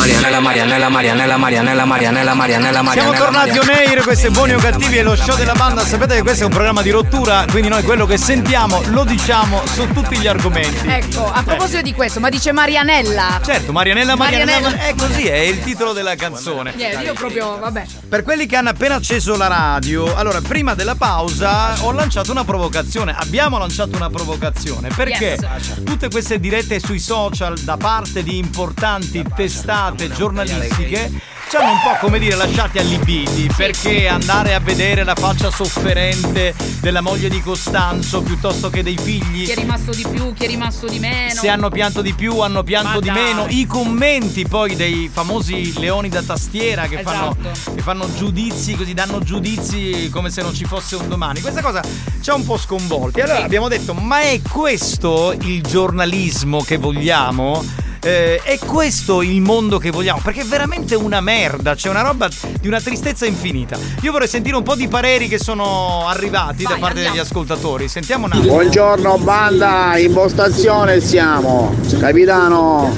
Marianela, Marianela, Marianela, Marianela, Marianela, Marianela, Marianela.
Siamo tornati on air, questo è Buoni o Cattivi e lo show della banda. Sapete che questo è un programma di rottura, quindi noi quello che sentiamo lo diciamo su tutti gli argomenti.
Ecco, a proposito di questo, ma dice Marianella.
Certo, Marianella, Marianella,
Marianella.
Mar- è così, è il titolo della canzone.
Niente, io proprio, vabbè.
Per quelli che hanno appena acceso la radio, allora prima della pausa ho lanciato una provocazione. Abbiamo lanciato una provocazione perché tutte queste dirette sui social da parte di importanti testate giornalistiche ci hanno un po' come dire lasciati allibiti perché andare a vedere la faccia sofferente della moglie di Costanzo piuttosto che dei figli
Chi è rimasto di più, chi è rimasto di meno.
se hanno pianto di più, hanno pianto di meno. I commenti poi dei famosi leoni da tastiera che, fanno, che fanno giudizi così, danno giudizi come se non ci fosse un domani. Questa cosa ci ha un po' sconvolti. Allora abbiamo detto, ma è questo il giornalismo che vogliamo? Eh, è questo il mondo che vogliamo? Perché è veramente una merda, c'è una roba di una tristezza infinita. Io vorrei sentire un po' di pareri che sono arrivati da parte degli ascoltatori. Sentiamo un attimo.
Buongiorno banda, impostazione siamo. Capitano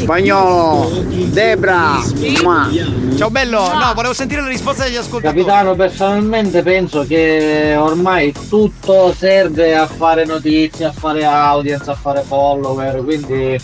Spagnolo, Debra. mua.
Ciao bello, no, volevo sentire la risposta degli ascoltatori.
Capitano, personalmente penso che ormai tutto serve a fare notizie, a fare audience, a fare follower, quindi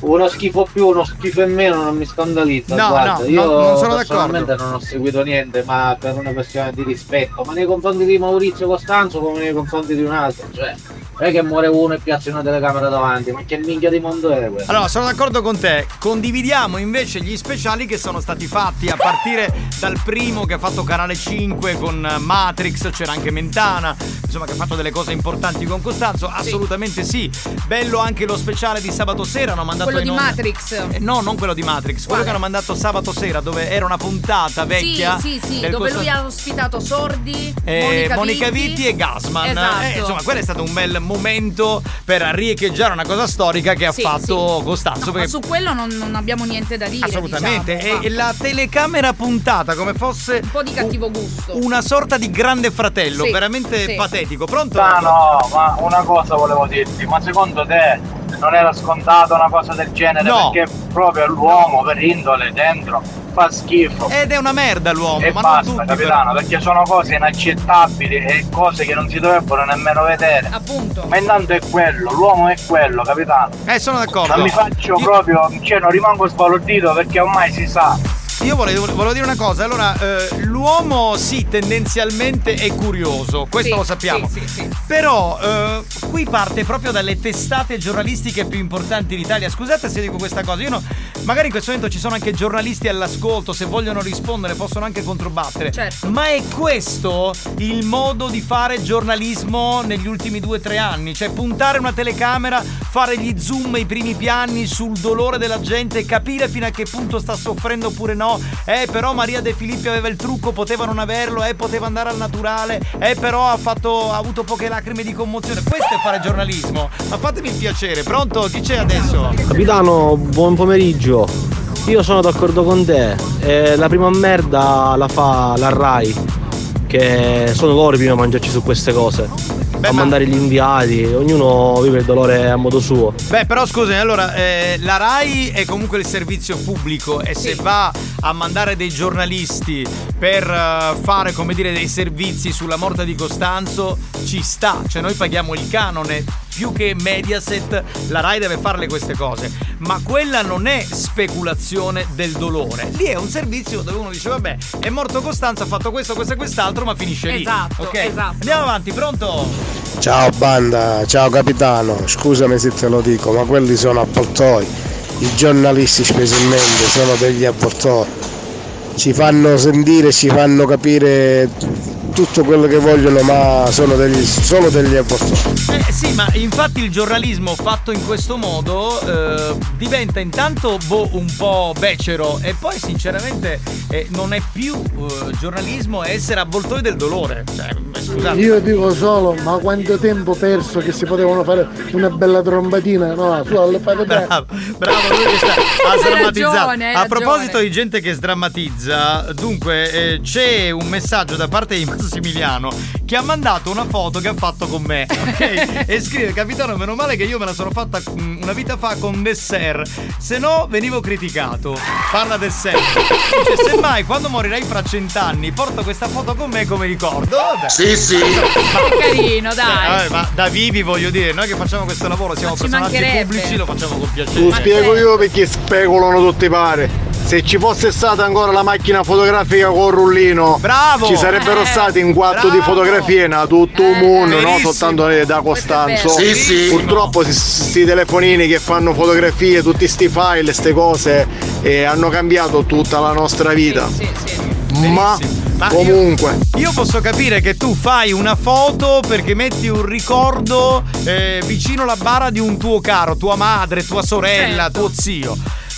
uno schifo più, uno schifo in meno non mi scandalizza.
No,
guarda.
no,
Io
no, non sono d'accordo.
personalmente non ho seguito niente, ma per una questione di rispetto, ma nei confronti di Maurizio Costanzo come nei confronti di un altro, cioè non è che muore uno e piazza una telecamera davanti, ma che minchia di mondo è questo?
Allora, sono d'accordo con te. Condividiamo invece gli speciali che sono stati fatti a partire dal primo che ha fatto Canale 5 con eh, Matrix, c'era anche Mentana, insomma che ha fatto delle cose importanti con Costanzo. Assolutamente sì. Bello anche lo speciale di sabato sera, hanno mandato
Quello
in
di
onda-
Matrix.
Eh, No, non quello di Matrix, quello che hanno mandato sabato sera dove era una puntata vecchia.
sì, sì, sì,
del
dove
Costan-
lui ha ospitato Sordi,
eh,
Monica,
Monica Vitti e Gasman.
Esatto.
Eh, insomma, quello è stato un bel momento per riecheggiare una cosa storica che ha
Sì,
fatto
sì.
Costanzo.
No, ma
perché-
su quello non, non abbiamo niente da dire.
Assolutamente,
diciamo,
e- e la telecamera puntata come fosse
Un po' di cattivo gusto.
una sorta di grande fratello,
Sì,
veramente
sì.
patetico. Pronto?
No, no, ma una cosa volevo dirti, ma secondo te non era scontato una cosa del genere?
No.
Perché proprio l'uomo per indole dentro fa schifo.
Ed è una merda l'uomo,
e
ma non
basta,
tutti.
capitano,
però.
perché sono cose inaccettabili e cose che non si dovrebbero nemmeno vedere.
Appunto.
Ma intanto è quello, l'uomo è quello, capitano.
Eh, sono d'accordo.
Non mi faccio proprio, cioè non rimango sbalordito perché ormai si sa.
Io volevo, volevo dire una cosa, allora eh, l'uomo sì tendenzialmente è curioso, questo
Sì,
lo sappiamo,
sì, sì, sì.
però eh, qui parte proprio dalle testate giornalistiche più importanti d'Italia, scusate se dico questa cosa, io no, magari in questo momento ci sono anche giornalisti all'ascolto, se vogliono rispondere possono anche controbattere,
Certo.
ma è questo il modo di fare giornalismo negli ultimi due o tre anni, cioè puntare una telecamera, fare gli zoom ai primi piani sul dolore della gente, capire fino a che punto sta soffrendo oppure no. Eh, però Maria De Filippi aveva il trucco, poteva non averlo, eh, poteva andare al naturale, eh, però ha, fatto, ha avuto poche lacrime di commozione. Questo è fare giornalismo. Ma fatemi il piacere, pronto? Chi c'è adesso?
Capitano, buon pomeriggio. Io sono d'accordo con te. Eh, la prima merda la fa la Rai, che sono loro i primi a mangiarci su queste cose. a mandare gli inviati, ognuno vive il dolore a modo suo.
Beh, però scusami, allora, eh, la RAI è comunque il servizio pubblico e se va a mandare dei giornalisti per eh, fare, come dire, dei servizi sulla morte di Costanzo, ci sta. Cioè, noi paghiamo il canone più che Mediaset la RAI deve farle queste cose. Ma quella non è speculazione del dolore. Lì è un servizio dove uno dice, vabbè, è morto Costanzo, ha fatto questo, questo e quest'altro, ma finisce lì.
Esatto,
Ok?
esatto.
Andiamo avanti, pronto?
Ciao banda, ciao capitano, scusami se te lo dico, ma quelli sono avvoltoi. I giornalisti specialmente sono degli avvoltoi. Ci fanno sentire, ci fanno capire tutto quello che vogliono, ma sono degli, solo degli avvoltoi.
Eh sì, ma infatti il giornalismo fatto in questo modo eh, diventa intanto boh, un po' becero e poi sinceramente eh, non è più eh, giornalismo, è essere avvoltoi del dolore. Cioè, eh, scusate.
Io dico solo, ma quanto tempo perso che si potevano fare una bella trombatina, no? Tu alle fate bene.
Bravo, bravo, lui che sta ha
Hai
sdrammatizzato.
ragione, hai
A
ragione.
proposito di gente che sdrammatizza, dunque eh, c'è un messaggio da parte di Massimiliano che ha mandato una foto che ha fatto con me. ok? e scrive: Capitano, meno male che io me la sono fatta mm, una vita fa con Dessert, se no venivo criticato. Parla Dessert. Dice: Semmai quando morirai fra cent'anni, porto questa foto con me come ricordo. Vabbè.
Sì, sì.
Che carino,
Cioè,
dai.
vabbè, ma da vivi voglio dire, noi che facciamo questo lavoro, siamo
ci
personaggi
mancherebbe.
pubblici, lo facciamo con piacere.
Lo spiego io perché speculano tutti i pare. Se ci fosse stata ancora la macchina fotografica col rullino,
Bravo!
ci
Eh,
sarebbero stati un quarto di fotografie da tutto il mondo, non soltanto eh, da Costanzo.
Sì, sì.
Purtroppo questi telefonini che fanno fotografie, tutti sti file, queste cose, eh, hanno cambiato tutta la nostra vita. Ma, comunque.
Io posso capire che tu fai una foto perché metti un ricordo eh, vicino alla bara di un tuo caro, tua madre, tua sorella,
Certo.
tuo zio.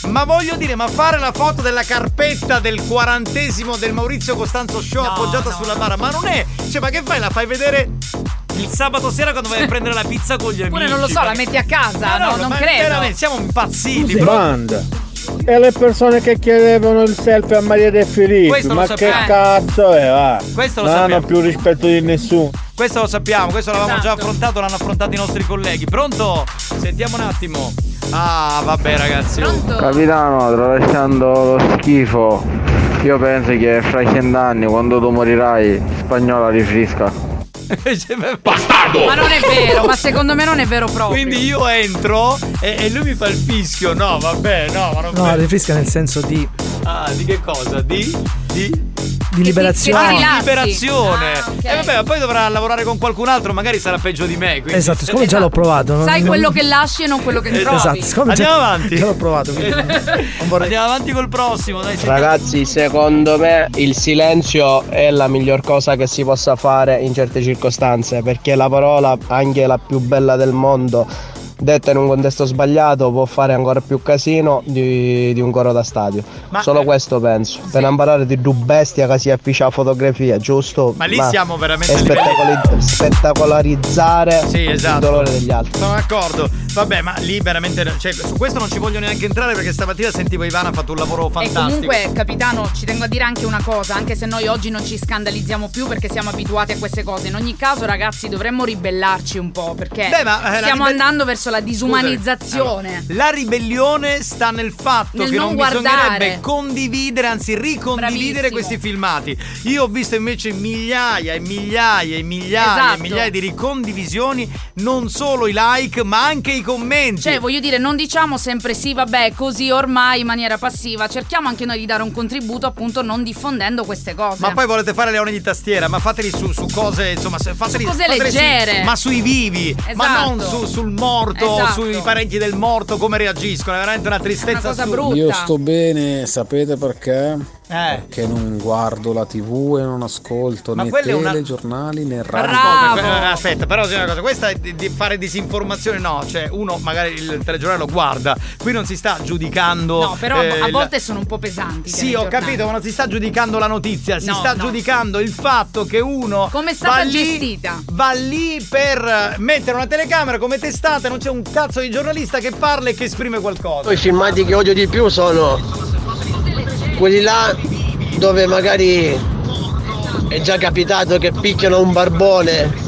Ma voglio dire, ma fare la foto della carpetta del quarantesimo del Maurizio Costanzo Show appoggiata sulla bara, ma non è. Cioè, ma che fai? La fai vedere il sabato sera quando vai a prendere la pizza con gli amici?
Oppure non lo so,
Ma
la
che-
metti a casa,
Ma
no, non
ma
credo.
veramente, siamo impazziti, però-
Banda. E le persone che chiedevano il selfie a Maria De Filippi,
Questo lo
ma che
sappiamo.
cazzo è? Va?
Questo lo
non hanno
sappiamo.
più rispetto di nessuno.
Questo lo sappiamo, questo l'avevamo
Esatto.
già affrontato, l'hanno affrontato i nostri colleghi. Pronto? Sentiamo un attimo. Ah, vabbè ragazzi.
Capitano, tralasciando lo schifo, io penso che fra cent'anni, quando tu morirai, spagnola rifrisca.
Cioè, Bastardo!
Ma non è vero, ma secondo me non è vero proprio.
Quindi io entro e, e lui mi fa il fischio. No, vabbè, no, ma non
No, rifresca nel senso di,
Ah, di che cosa? Di? Di?
di liberazione.
Ah, di liberazione.
Ah,
E vabbè, ma poi dovrà lavorare con qualcun altro, magari sarà peggio di me. Quindi...
Esatto, siccome già l'ho provato. non-
Sai
non-
quello che lasci e non quello che
Eh,
trovi.
Esatto, siccome già-
Andiamo avanti.
già l'ho provato. quindi-
Andiamo avanti col prossimo, dai.
Ragazzi, secondo me il silenzio è la miglior cosa che si possa fare in certe circostanze, perché la parola, anche la più bella del mondo, detta in un contesto sbagliato, può fare ancora più casino di, di un coro da stadio.
eh,
Solo questo penso. Per non parlare di due bestia che si afficia a fotografia, giusto?
Ma lì siamo veramente
e spettacoli- spettacolarizzare il dolore degli altri.
esatto. Sono d'accordo. Vabbè, ma lì veramente. Cioè, su questo non ci voglio neanche entrare perché stamattina sentivo Ivana ha fatto un lavoro
E
fantastico.
comunque, capitano, ci tengo a dire anche una cosa, anche se noi oggi non ci scandalizziamo più perché siamo abituati a queste cose. In ogni caso, ragazzi, dovremmo ribellarci un po' perché
Beh, ma, eh, la
stiamo
ribell-
andando verso la disumanizzazione.
La ribellione sta nel fatto
Nel
che
non
non,
guardare.
bisognerebbe condividere, anzi ricondividere questi filmati. Io ho visto invece migliaia e migliaia e migliaia
Esatto.
e migliaia di ricondivisioni, non solo i like, ma anche i commenti.
Cioè, voglio dire, non diciamo sempre sì, vabbè, così ormai in maniera passiva. Cerchiamo anche noi di dare un contributo, appunto, non diffondendo queste cose.
Ma poi volete fare leoni di tastiera, ma fateli su, su cose, insomma, se- fateli,
Su cose
fateli sui-
leggere.
ma sui vivi, ma
Esatto.
non su- sul morto,
Esatto.
sui parenti del morto, come reagiscono. È veramente una tristezza assurda.
Io sto bene, sapete perché?
Eh.
Perché non guardo la tv e non ascolto
Ma
né
quella è una-
telegiornali né radio.
Ascolta, que- Aspetta, però c'è una cosa, questa è di, di fare disinformazione, no, cioè uno magari il telegiornale lo guarda, qui non si sta giudicando.
No, però
eh,
a
la-
volte sono un po' pesanti.
Sì, ho capito, ma non si sta giudicando la notizia, si
No,
sta
no.
giudicando il fatto che uno
Come è stata
va lì-
gestita.
va lì per eh, mettere una telecamera come testata, non c'è un cazzo di giornalista che parla e che esprime qualcosa.
I filmati che odio di più sono quelli là dove magari è già capitato che picchiano un barbone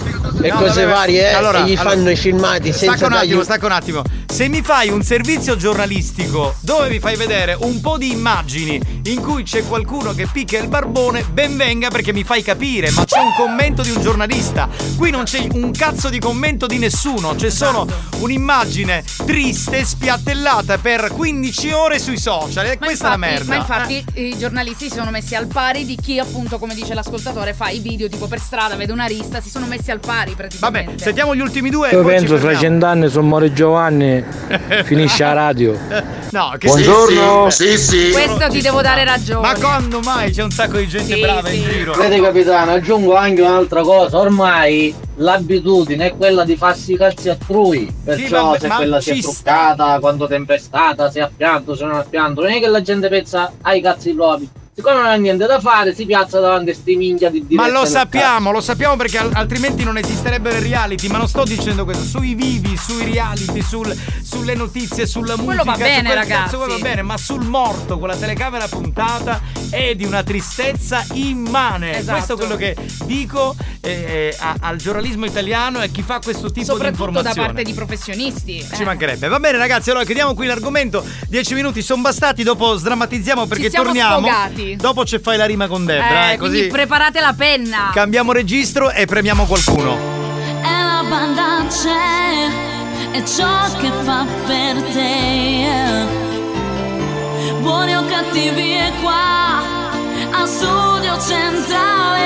e
No,
cose
vabbè.
varie eh,
Allora,
e gli
allora,
fanno i filmati senza
Stacca un
dargli
attimo, stacca un attimo. se mi fai un servizio giornalistico dove mi fai vedere un po' di immagini in cui c'è qualcuno che picchia il barbone, ben venga perché mi fai capire, ma c'è un commento di un giornalista. Qui non c'è un cazzo di commento di nessuno, c'è solo
Esatto.
un'immagine triste, spiattellata per 15 ore sui social. E questa è la merda.
Ma infatti i giornalisti si sono messi al pari di chi appunto, come dice l'ascoltatore, fa i video tipo per strada, vede una rista, si sono messi al pari praticamente. Vabbè,
sentiamo gli ultimi due.
Io
poi ci
penso fra
fermiamo.
cent'anni se muore Giovanni finisce la radio.
Eh, No, che
Buongiorno.
Sì, sì.
Questo ti devo dare ragione.
Ma quando mai c'è un sacco di gente brava in giro?
Vedi capitano, aggiungo anche un'altra cosa, ormai l'abitudine è quella di farsi i cazzi altrui, perciò
vabbè,
se
ma
quella si è
ci
truccata, quando tempestata, se ha pianto, se non ha pianto, non è che la gente pensa ai cazzi propri, siccome non ha niente da fare si piazza davanti a sti minchia di dirette
Ma lo
del
sappiamo, lo sappiamo perché al- altrimenti non esisterebbero i reality, ma non sto dicendo questo, sui vivi, sui reality, sul- sulle notizie, sulla
Quello
musica,
va bene,
su quel
ragazzi.
cazzo, quello va bene, ma sul morto con la telecamera puntata è di una tristezza immane.
Esatto.
Questo è quello che dico eh, eh, a- al giornalismo italiano e a chi fa questo tipo di
Soprattutto da
informazione.
parte di professionisti.
Ci
eh.
mancherebbe. Va bene, ragazzi. Allora chiudiamo qui l'argomento. Dieci minuti sono bastati. Dopo sdrammatizziamo perché
Ci siamo
torniamo.
sfogati.
Dopo c'è fai la rima con Debra.
Eh,
eh,
quindi
così
preparate la penna.
cambiamo registro e premiamo qualcuno.
E la banda c'è, è ciò che fa per te. eh. Buoni o cattivi è qua, a studio eh. centrale.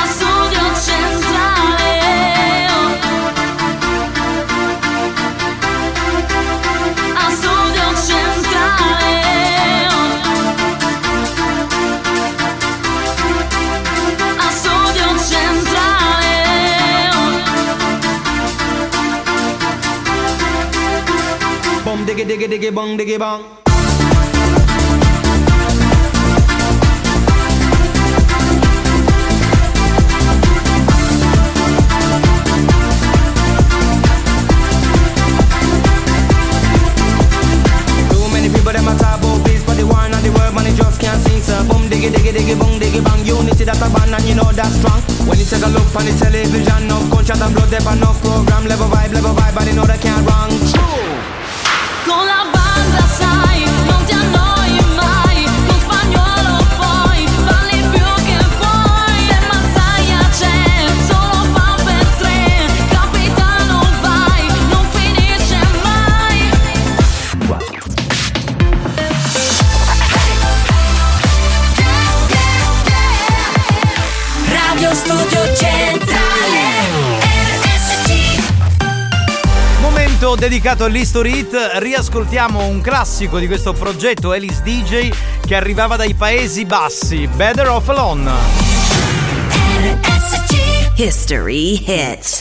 A studio centrale. A studio centrale. A studio centrale.
Bom diggy diggy diggy bong diggy bong. Too many people them a talk about this, oh, but they want and the word man they just can't sing. So boom diggy diggy diggy boom diggy bang. Unity that a band and you know that's strong. When you take a look on the television, no gunshot and blood, they no program. Level vibe, level vibe, but they know they can't wrong. True.
Con la banda sai, non ti annoi mai, con spagnolo poi, parli più che vuoi, se mazzaia c'è, solo fa per tre, capitano vai, non finisce mai.
Radio Studio Centrale RSC
Momento dedicato all'History Hit. Riascoltiamo un classico di questo progetto Alice DJ che arrivava dai Paesi Bassi. Better Off Alone.
History hits.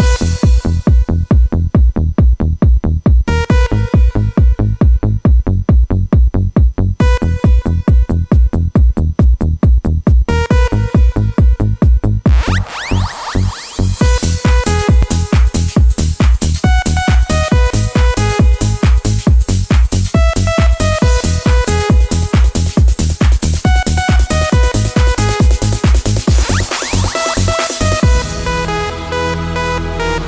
History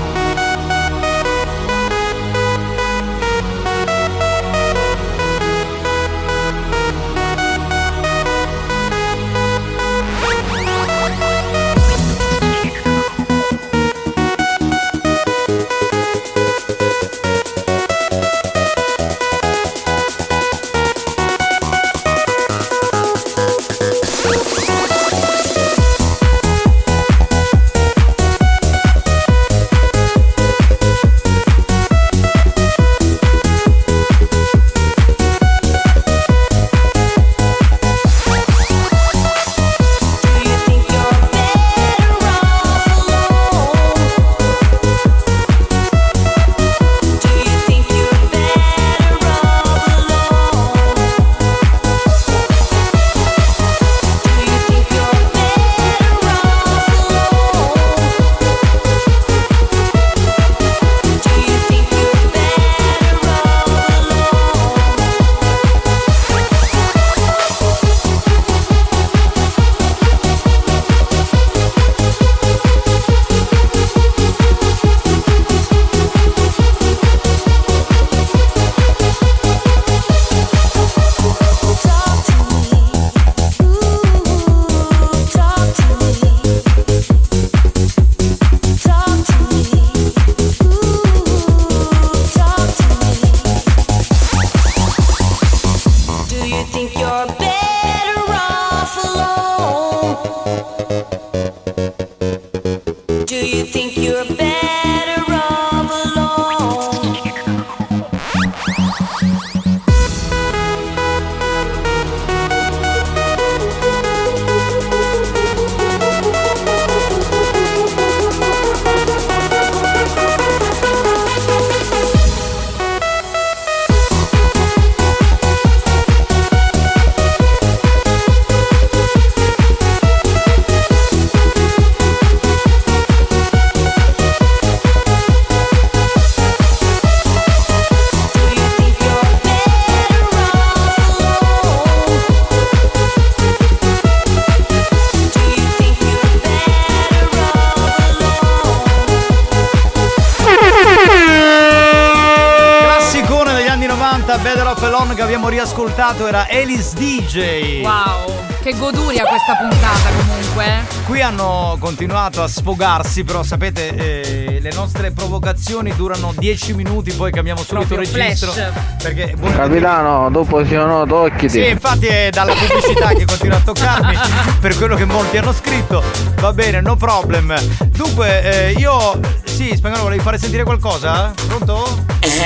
da Battle of Elon che abbiamo riascoltato era Alice DJ.
Wow, che goduria questa puntata comunque.
Qui hanno continuato a sfogarsi, però sapete, eh, le nostre provocazioni durano 10 minuti, poi cambiamo subito
Proprio
registro.
flash.
Perché vuole-
Capitano, dopo sì o no, tocchiti.
Sì, infatti è dalla pubblicità che continua a toccarmi per quello che molti hanno scritto. Va bene, no problem. Dunque, eh, io. Sì, spagnolo, volevi fare sentire qualcosa? Pronto?
Eh.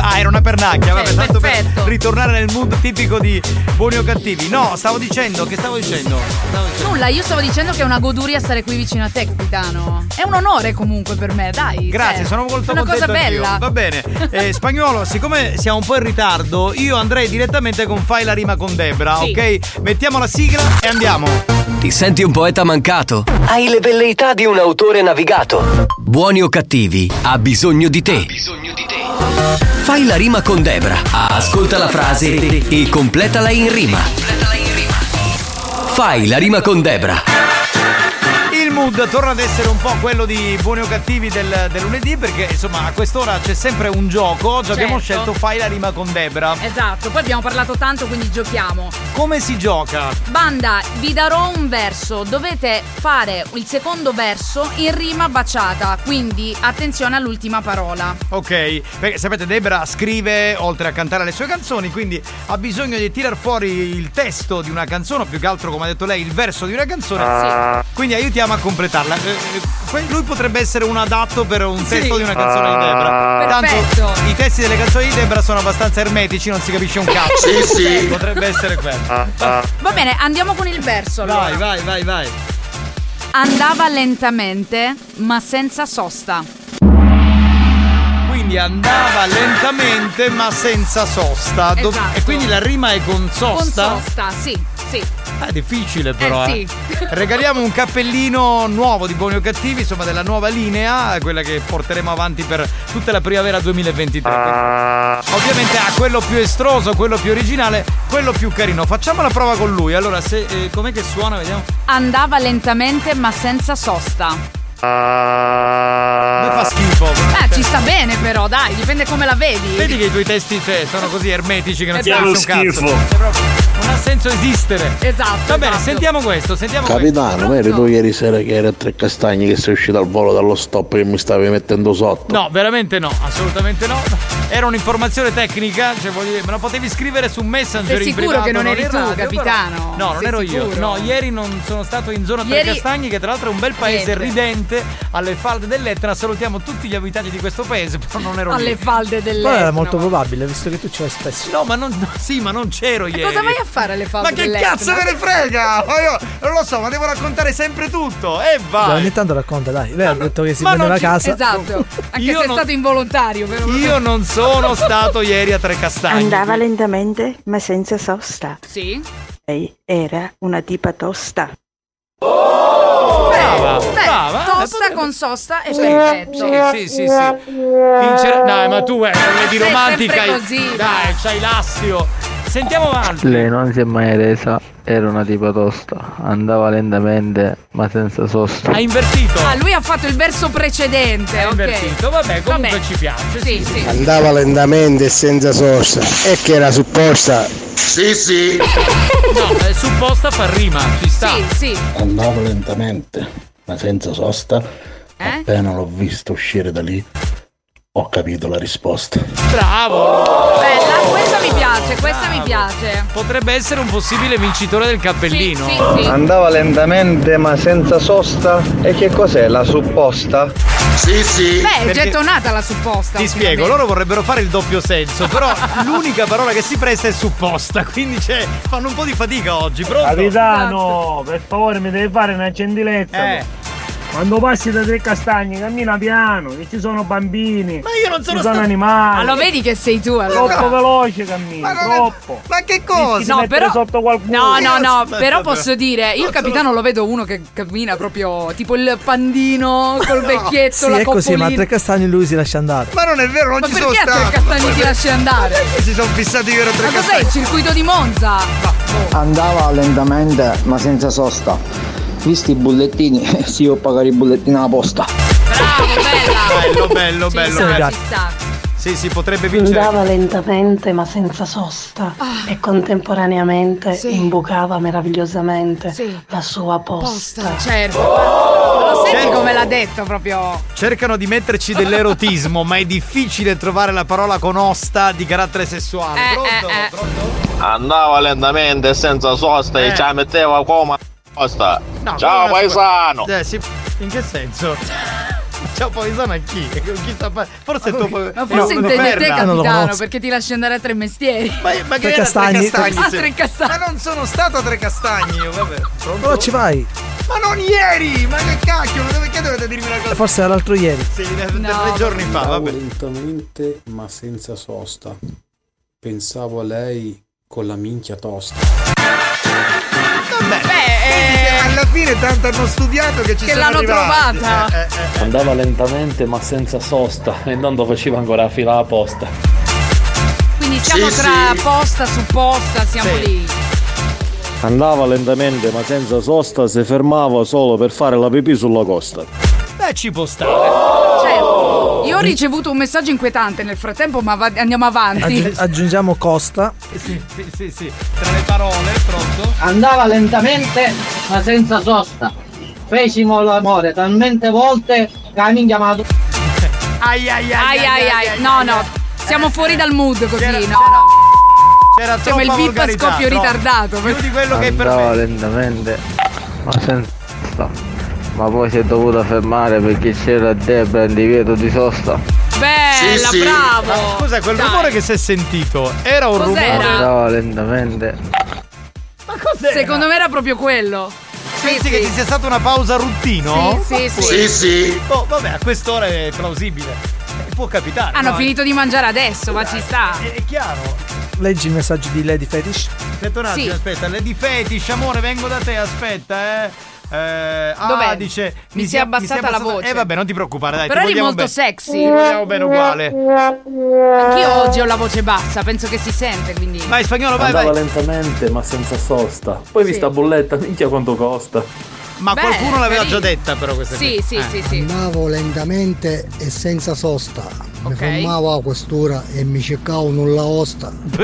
Ah, era una pernacchia, vabbè, tanto per ritornare nel mood tipico di buoni o cattivi. No, stavo dicendo, che stavo dicendo? Stavo dicendo.
Nulla, io stavo dicendo che è una goduria stare qui vicino a te, capitano. È un onore comunque per me, dai.
Grazie,
cioè,
sono molto
è una
contento
cosa
anch'io.
bella.
Va bene. Eh, spagnolo, siccome siamo un po' in ritardo, io andrei direttamente con Fai la rima con Debra,
Sì.
ok? Mettiamo la sigla e andiamo.
Ti senti un poeta mancato? Hai le velleità di un autore navigato. Buoni o cattivi, ha bisogno di te. Fai la rima con Debra. Ascolta la frase e completala in rima. Fai la rima con Debra.
Il mood torna ad essere un po' quello di buoni o cattivi del, del lunedì perché insomma a quest'ora c'è sempre un gioco. Oggi abbiamo
Certo.
scelto Fai la rima con Debra.
Esatto, poi abbiamo parlato tanto, quindi giochiamo.
Come si gioca?
Banda, vi darò un verso, dovete fare il secondo verso in rima baciata, quindi attenzione all'ultima parola.
Ok, perché sapete Debra scrive oltre a cantare le sue canzoni, quindi ha bisogno di tirar fuori il testo di una canzone, o più che altro come ha detto lei il verso di una
Ah.
canzone. Quindi aiutiamo a completarla. Eh, eh, que- Lui potrebbe essere un adatto per un testo di una canzone di
Ah.
Debra.
Perfetto.
Tanto i testi delle canzoni di Debra sono abbastanza ermetici, non si capisce un cazzo.
Sì, sì. Ah,
Potrebbe essere quello.
Va bene, andiamo con il verso. allora.
Vai, vai, vai, vai.
Andava lentamente, ma senza sosta.
Quindi andava lentamente ma senza sosta. Dov-
Esatto.
E quindi la rima è con sosta.
Con sosta, sì, sì.
Ah, È difficile però.
Eh, sì.
Regaliamo un cappellino nuovo di Buoni o Cattivi, insomma della nuova linea, quella che porteremo avanti per tutta la primavera 2023. Ovviamente a quello più estroso, quello più originale, quello più carino. Facciamo la prova con lui. Allora, se eh, com'è che suona, vediamo.
Andava lentamente, ma senza sosta.
Mi fa schifo.
Eh, ci sta bene però, dai, dipende come la vedi.
Vedi che i tuoi testi cioè, sono così ermetici che non si
Esatto.
capisce un cazzo.
Schifo.
Cioè, proprio Non ha senso esistere.
Esatto.
Va bene, sentiamo questo, sentiamo
Capitano, veri tu ieri sera che eri a tre castagni che sei uscito al volo dallo stop che mi stavi mettendo
Esatto.
sotto?
No, veramente no, assolutamente no. Era un'informazione tecnica, cioè voglio dire, me la potevi scrivere su Messenger
Sei
in
sicuro
privato,
che non eri
in
tu,
radio, però-
capitano?
No, non
Sei
ero io.
sicuro?
No, ieri non sono stato in zona
Ieri-
Tre Castagni, che tra l'altro è un bel paese
Niente.
ridente, alle falde dell'Etna. Salutiamo tutti gli abitanti di questo paese, però non ero
Alle
lì.
falde
Però era
dell'Etna.
molto probabile, visto che tu ci vai spesso.
No, ma non, no, sì, ma non c'ero ieri.
Cosa vai a fare alle falde
Ma che
dell'Etna?
cazzo me ne frega? Ma io non lo so, ma devo raccontare sempre tutto. E
Dai,
vai.
ogni tanto racconta, dai. Lei ha detto che si
ma non
prendeva a
ci-
casa.
Esatto, anche
Io
se
non-
è stato involontario però.
Io non sono stato ieri a Tre Castagni.
Andava lentamente ma senza sosta.
Sì.
Lei era una tipa tosta.
Brava,
Eh, Beh,
brava. eh,
tosta con sosta e
Sì,
perfetto.
sì, sì, sì, sì. Vincerà- Dai, ma tu eh, con le di
Sei
romantica.
sempre così.
Dai, c'hai l'assio. Sentiamo avanti.
Lei non si è mai resa, era una tipa tosta, andava lentamente ma senza sosta.
Ha invertito.
Ah, lui ha fatto il verso precedente, ok.
Vabbè, comunque ci piace.
Sì, sì.
Andava lentamente e senza sosta. E che era supposta.
Sì, sì. No, è supposta fa rima, ci sta.
Sì, sì.
Andavo lentamente, ma senza sosta.
Eh?
Appena l'ho visto uscire da lì, ho capito la risposta.
Bravo.
Bella, questa mi piace, questa mi piace.
Potrebbe essere un possibile vincitore del cappellino.
Andava lentamente ma senza sosta. E che cos'è la supposta?
Sì, sì.
Beh, è gettonata la supposta.
Ti spiego, loro vorrebbero fare il doppio senso, però l'unica parola che si presta è supposta, quindi cioè, fanno un po' di fatica oggi, pronto?
Capitano, per favore mi devi fare una gentilezza.
Esatto. Eh.
Quando passi da tre castagni cammina piano, che ci sono bambini.
Ma io non
ci sono animali.
Ma Ah, lo vedi che sei tu allora?
Troppo veloce cammini, troppo.
Ma che
Rischi di
No,
mettere
però,
sotto qualcuno.
no, no, no,
Aspetta,
però
però.
posso dire, io il capitano lo vedo uno che cammina proprio tipo il pandino col vecchietto,
Sì,
la
è così, ma a
coppolina.
tre castagni lui si lascia andare.
Ma non è vero, non
Ma
ci sono
perché a tre
stato.
castagni ti lasci andare?
Si sono fissati io a tre
Ma cos'è il circuito di Monza?
Andava lentamente ma senza sosta. Visti i bullettini, sì, io pagare i bullettini alla posta.
Bello, bello, bello.
sta,
bello.
ci sta.
Sì, si potrebbe vincere.
Andava lentamente ma senza sosta
Ah.
e contemporaneamente imbucava meravigliosamente la sua posta.
Certo. Lo senti
Certo.
come l'ha detto proprio.
Cercano di metterci dell'erotismo, ma è difficile trovare la parola con osta di carattere sessuale.
Eh,
Pronto?
Andava lentamente senza sosta e ci metteva come sosta.
Eh. No,
Ciao
come una scu-
paesano!
Eh, sì. In che senso? Ciao paesano a chi? Chi sta fa- Forse è tuo
Ma Ah, forse intende te
Perna.
capitano perché ti lasci andare a tre mestieri. Ma,
ma che Tre era tre castagni. castagni,
Ah,
sì.
tre castagni.
Ma non sono stato a tre castagni io, vabbè. Pronto?
Però ci vai.
Ma non ieri! Ma che cacchio, perché dovete dirmi una cosa?
Forse era l'altro ieri.
Sì, da- da tre giorni fa,
Andavo
vabbè.
lentamente ma senza sosta. Pensavo a lei con la minchia tosta.
alla fine tanto hanno studiato ci
Eh, Che
sono
l'hanno
arrivati. Eh,
trovata.
Andava lentamente ma senza sosta e non lo faceva ancora a fila apposta.
Quindi siamo
Sì,
tra
sì.
posta su posta, siamo lì.
Andava lentamente ma senza sosta, si fermava solo per fare la pipì sulla costa.
Beh, Eh, ci può stare.
Certo. Io ho ricevuto un messaggio inquietante nel frattempo, ma va- andiamo avanti.
Aggi- aggiungiamo Costa.
Sì, sì, sì, sì. Tra le parole, pronto?
Andava lentamente ma senza sosta. Fecimo l'amore talmente volte che mi chiamato.
Ai ai ai.
Ai ai ai. No, no. Siamo fuori dal mood così, no?
C'era
Siamo il
troppa
VIP a
volgarità,
scoppio
troppo.
ritardato.
Più di quello
Andava lentamente ma senza sosta. Ma poi si è dovuta fermare perché c'era Debra in divieto di sosta.
Bella, bravo.
Ma Ah, scusa, quel rumore che si è sentito era un
Cos'era?
rumore.
Andava lentamente
Ma cos'è? Secondo me era proprio quello.
Pensi che ci sia stata una pausa ruttino?
Sì, sì,
Oppure-
sì. Sì, sì.
Oh, vabbè, a quest'ora è plausibile. Eh, Può capitare.
Hanno
no?
finito di mangiare adesso, ma ci sta.
È chiaro.
Leggi il messaggio di Lady Fetish.
Aspetta un attimo,
Sì.
aspetta, Lady Fetish, amore, vengo da te, aspetta, eh. Eh,
Dov'è?
Ah, dice,
Mi si è abbassata la voce.
Eh vabbè, non ti preoccupare, dai.
Però
ti
eri
vogliamo
molto
bene.
sexy.
Ti vogliamo bene uguale.
Anch'io oggi ho la voce bassa, penso che si sente quindi.
Vai spagnolo, vai,
Andava
vai.
lentamente ma senza sosta. Poi
Sì.
vi sta bolletta, minchia quanto costa.
Ma
Beh,
qualcuno
Eh,
l'aveva
carino.
già detta però questa
Sì,
qui.
sì,
Eh.
sì, sì.
Andavo lentamente e senza sosta. Mi
Ok.
fermavo a quest'ora e mi cercavo nulla osta.
eh,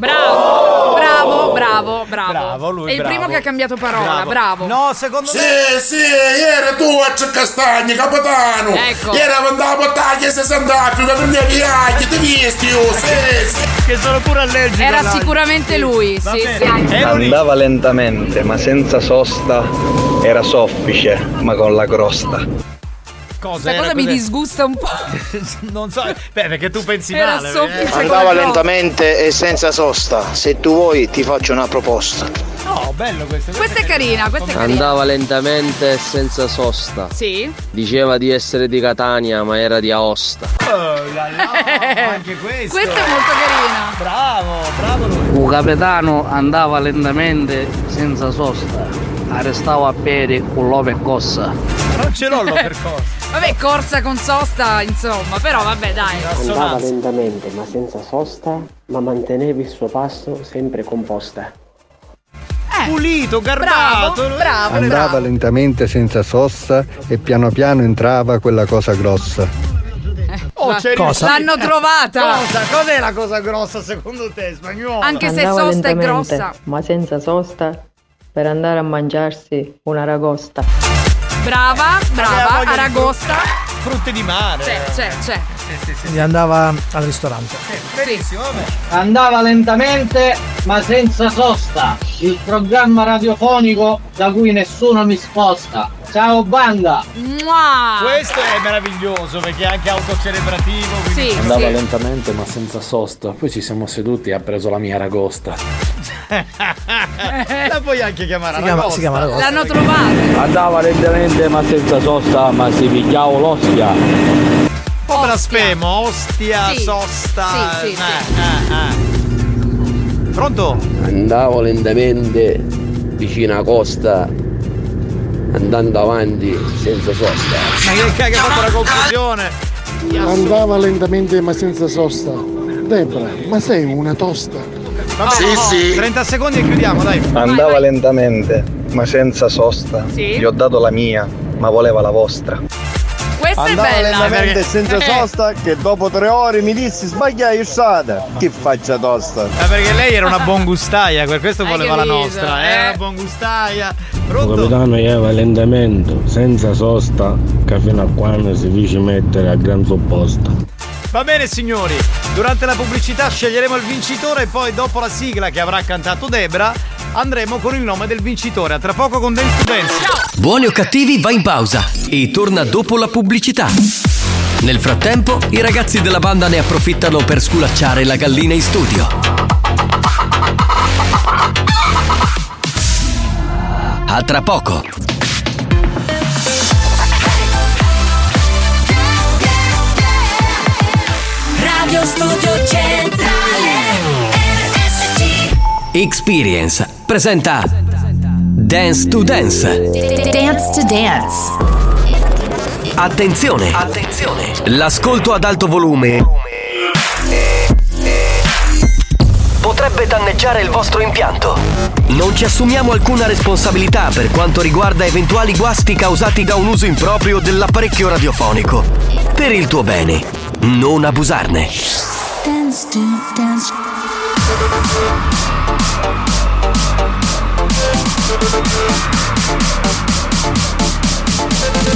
Oh!
Bravo, bravo, bravo, bravo.
Bravo, lui
È il
bravo.
primo che ha cambiato parola,
Bravo.
bravo.
No, secondo
Sì, sì, ieri tu a Castagni, capitano!
Ecco.
Ieri andavo a tagliare 60 Africa, prendevi gli aghi, ti visti io, sì, sì!
Che sono pure allergico!
Era sicuramente lui, sì, sì.
Eh,
Andava lentamente ma senza sosta, era soffice ma con la crosta.
Questa cosa mi disgusta un po'.
non so, beh, perché tu pensi
Era
male.
soffice
eh.
Andava lentamente e senza sosta. Se tu vuoi ti faccio una proposta.
No, bello questo.
Questa è carina, questa è carina.
Andava lentamente e senza sosta.
Sì.
Diceva di essere di Catania, ma era di Aosta.
Oh, la la, anche questo.
Questa Eh. è molto carina.
Bravo, bravo lui.
Un capitano andava lentamente senza sosta. Arrestava a piedi con l'ope e cossa.
Non ce l'ho
Eh.
percorso.
Vabbè, corsa con sosta, insomma, però vabbè, dai.
Andava lentamente ma senza sosta, ma manteneva il suo passo sempre composta.
Eh,
Eh.
Pulito, garbato. Bravo, bravo.
Andava lentamente senza sosta e piano piano entrava quella cosa grossa.
Oh, c'è
Cosa?
L'hanno trovata.
Cosa? Cos'è la cosa grossa secondo te, spagnolo?
Anche se
Andava
sosta è
lentamente,
grossa.
Ma senza sosta per andare a mangiarsi una ragosta.
Brava,
Aveva
brava,
voglia di
aragosta.
fru- Frutti di mare.
C'è, c'è, c'è.
Sì, sì,
Quindi andava al ristorante.
Benissimo, vabbè.
Andava lentamente ma senza sosta. Il programma radiofonico da cui nessuno mi sposta. Ciao banda!
Ah.
Ah.
Questo è meraviglioso perché è anche autocelebrativo. Quindi...
Andava
sì.
lentamente ma senza sosta. Poi ci siamo seduti e ha preso la mia ragosta.
Eh, La puoi anche chiamare
Si chiama- si chiama Aragosta.
L'hanno trovata.
Andava lentamente ma senza sosta, ma si pigliava l'ostia.
po' blasfemo, ostia,
Sì,
sosta.
sì, sì,
eh, eh, eh. Pronto?
Andavo lentamente vicino alla costa, andando avanti senza sosta.
Ma che cacchio ha fatto la confusione?
Andava lentamente ma senza sosta. Debra, ma sei una tosta.
Vabbè,
Sì,
oh,
sì.
30 secondi e chiudiamo, dai.
Andava lentamente ma senza sosta.
Sì.
Gli ho dato la mia, ma voleva la vostra.
Questa questa
Andavo
è bella.
lentamente
perché-
senza
eh,
sosta che dopo tre ore mi dissi sbagliai uscita. Che faccia tosta.
Ah, perché lei era una buon gustaia, per questo
Hai
voleva la
capito,
nostra.
eh?
Era buon gustaia.
Capitano Ieva lentamente, senza sosta, che fino a quando si dice mettere a gran sopposta.
Va bene signori, durante la pubblicità sceglieremo il vincitore e poi dopo la sigla che avrà cantato Debra andremo con il nome del vincitore. A tra poco con Dance to Dance.
Buoni o cattivi va in pausa e torna dopo la pubblicità. Nel frattempo, i ragazzi della banda ne approfittano per sculacciare la gallina in studio. A tra poco.
Radio Studio Centrale RSC
Experience presenta Dance to Dance.
Dance to Dance
Attenzione!
Attenzione
L'ascolto ad alto volume potrebbe danneggiare il vostro impianto. Non ci assumiamo alcuna responsabilità per quanto riguarda eventuali guasti causati da un uso improprio dell'apparecchio radiofonico. Per il tuo bene, non abusarne.
Dance to Dance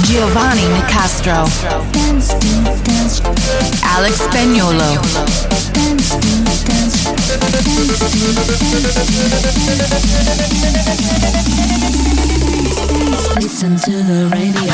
Giovanni Nicastro. Alex Spagnolo.
Listen to the radio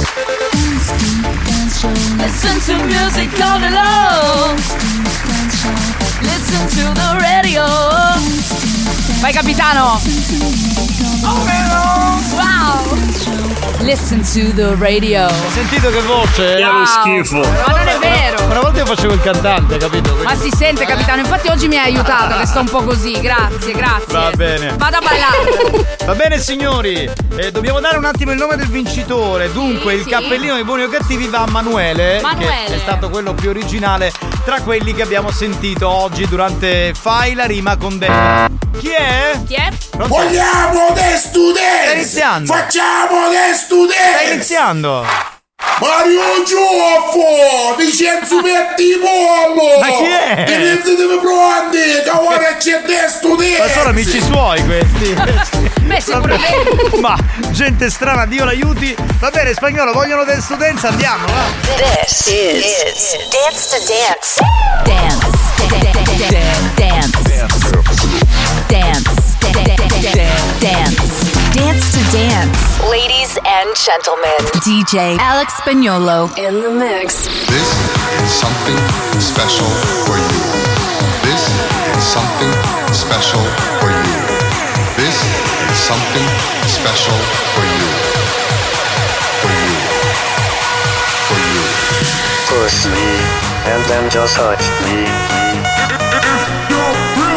Listen to music all day long Listen to the radio
Vai capitano!
Wow Listen to the radio
Sentito che voce? Era
Wow.
lo schifo.
Ma non è vero.
Una volta io facevo il cantante, capito?
Ma si sente capitano, infatti oggi mi hai aiutato che sto un po' così, grazie, grazie.
Va bene.
Vado a ballare.
Va bene signori, Eh, dobbiamo dare un attimo il nome del vincitore. Dunque, il
sì.
cappellino dei buoni o cattivi va a Manuele, che
Manuele.
è stato quello più originale tra quelli che abbiamo sentito oggi durante Fai la rima con Debra. Chi è?
Chi è?
Vogliamo The Students!
Sta iniziando!
Facciamo The Students!
Sta iniziando!
Mario Gioffo! Vincenzo Metti Pollo!
Ma chi è?
Tenetevi pronti! Che ora c'è The Students!
Ma sono amici suoi questi!
Beh, sicuramente.
Ma gente strana, Dio l'aiuti! Va bene, spagnolo, vogliono del studenza, andiamo! Va.
This is, Dance to Dance. Dance. Dance. Dance. Dance. Dance. Dance to Dance. Ladies and gentlemen. DJ Alex Spagnolo in the mix.
This is something special for you. This is something special for you. This is something special for you. For you. For you. Push me and then just touch me.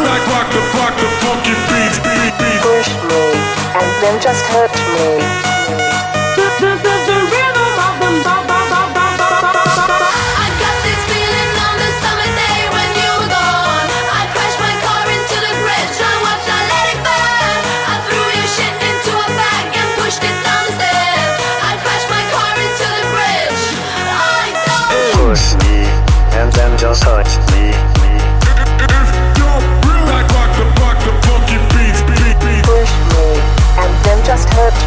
Like rock the rock the funky beats beat beat. Push me and then just hurt me.
I got this feeling on the summer day when you were gone. I crashed my car into the bridge. I watched, I let it burn. I threw your shit into a bag and pushed it down the stairs. I crashed my car into the bridge. I don't.
Push me and then just touch me.
Like rock the rock the funky beats beat beat. Push me and then just hurt me.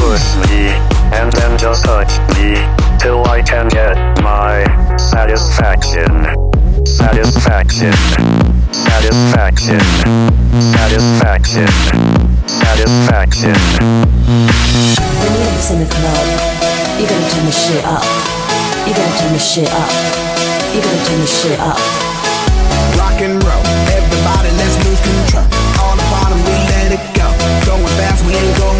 Push me and then just touch me till I can get my satisfaction. Satisfaction. Satisfaction. Satisfaction. Satisfaction.
When you lose in the club, you gotta turn the shit up. You gotta turn the shit up. You gotta turn the shit up.
Rock and roll, everybody, let's lose control. On the bottom, we let it go. Going fast, we ain't going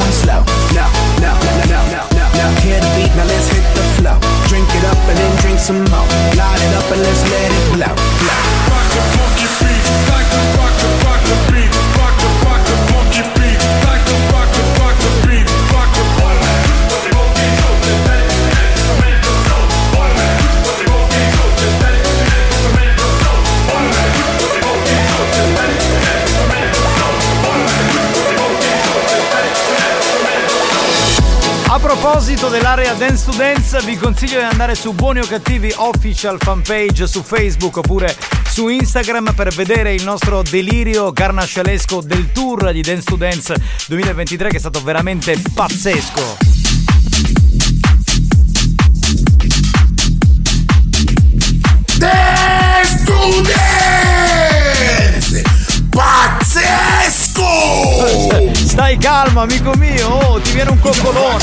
proposito dell'area Dance to Dance vi consiglio di andare su Buoni o Cattivi Official fanpage su Facebook oppure su Instagram per vedere il nostro delirio carnascialesco del tour di Dance to Dance 2023 che è stato veramente pazzesco.
Dance to dance! Pazzesco!
Stai calmo amico mio, oh, ti viene un coccolone.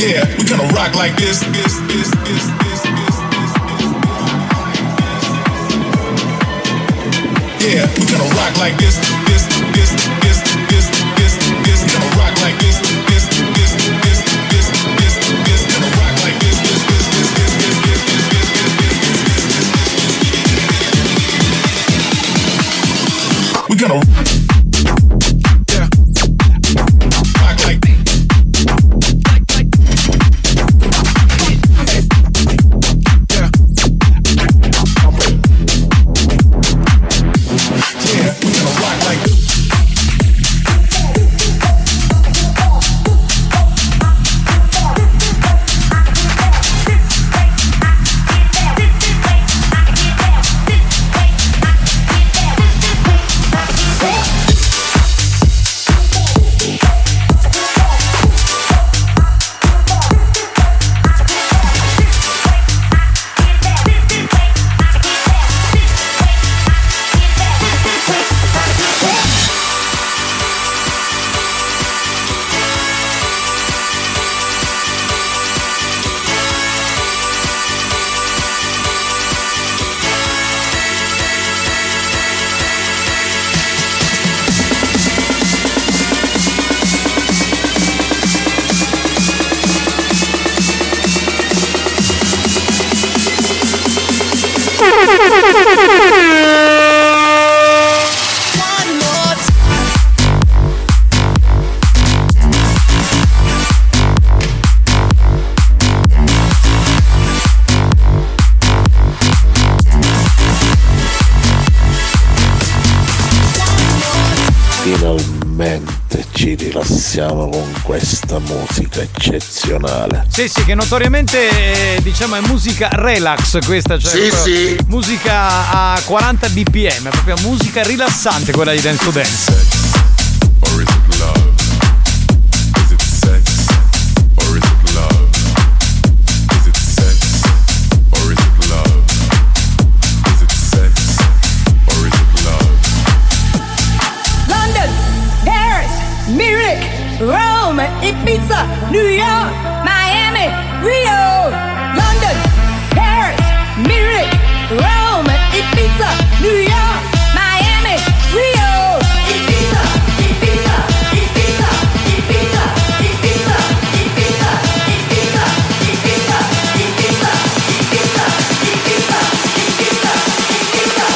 Yeah, we gonna rock like this, this, this, this, this, this. Yeah, we gonna rock like this, this, this, this, this, this, this. We gonna rock like this, this, this, this, this, this, this. Gonna rock like this, this, this, this, this, this, this, this, this, this, this, this. We gonna
Finalmente ci rilassiamo con questa musica eccezionale.
Sì, sì, che notoriamente eh, diciamo è musica relax questa, cioè
Sì,
proprio
sì.
musica a 40 bpm, è proprio musica rilassante quella di Dance to Dance.
London, Paris, Munich, Rome, Ibiza, New York, Miami, Rio. London, Paris, Munich, Rome, Ibiza, New York, Miami, Rio. Ibiza, Ibiza, Ibiza, Ibiza, Ibiza, Ibiza, Ibiza, Ibiza, Ibiza, Ibiza, Ibiza, Ibiza, Ibiza, Ibiza.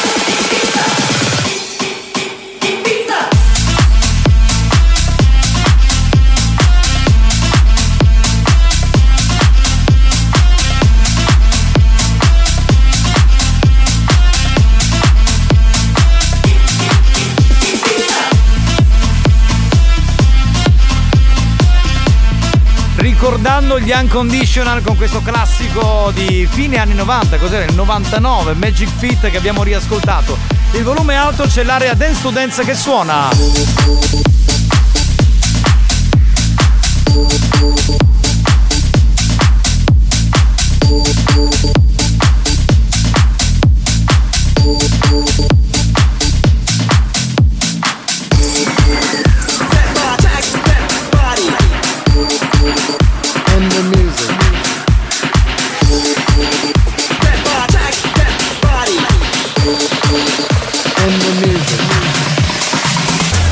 Pizza!
Ricordando gli Unconditional con questo classico di fine anni 90, cos'era? Il 99, Magic Fit che abbiamo riascoltato. Il volume alto c'è l'area Dance to Dance che suona.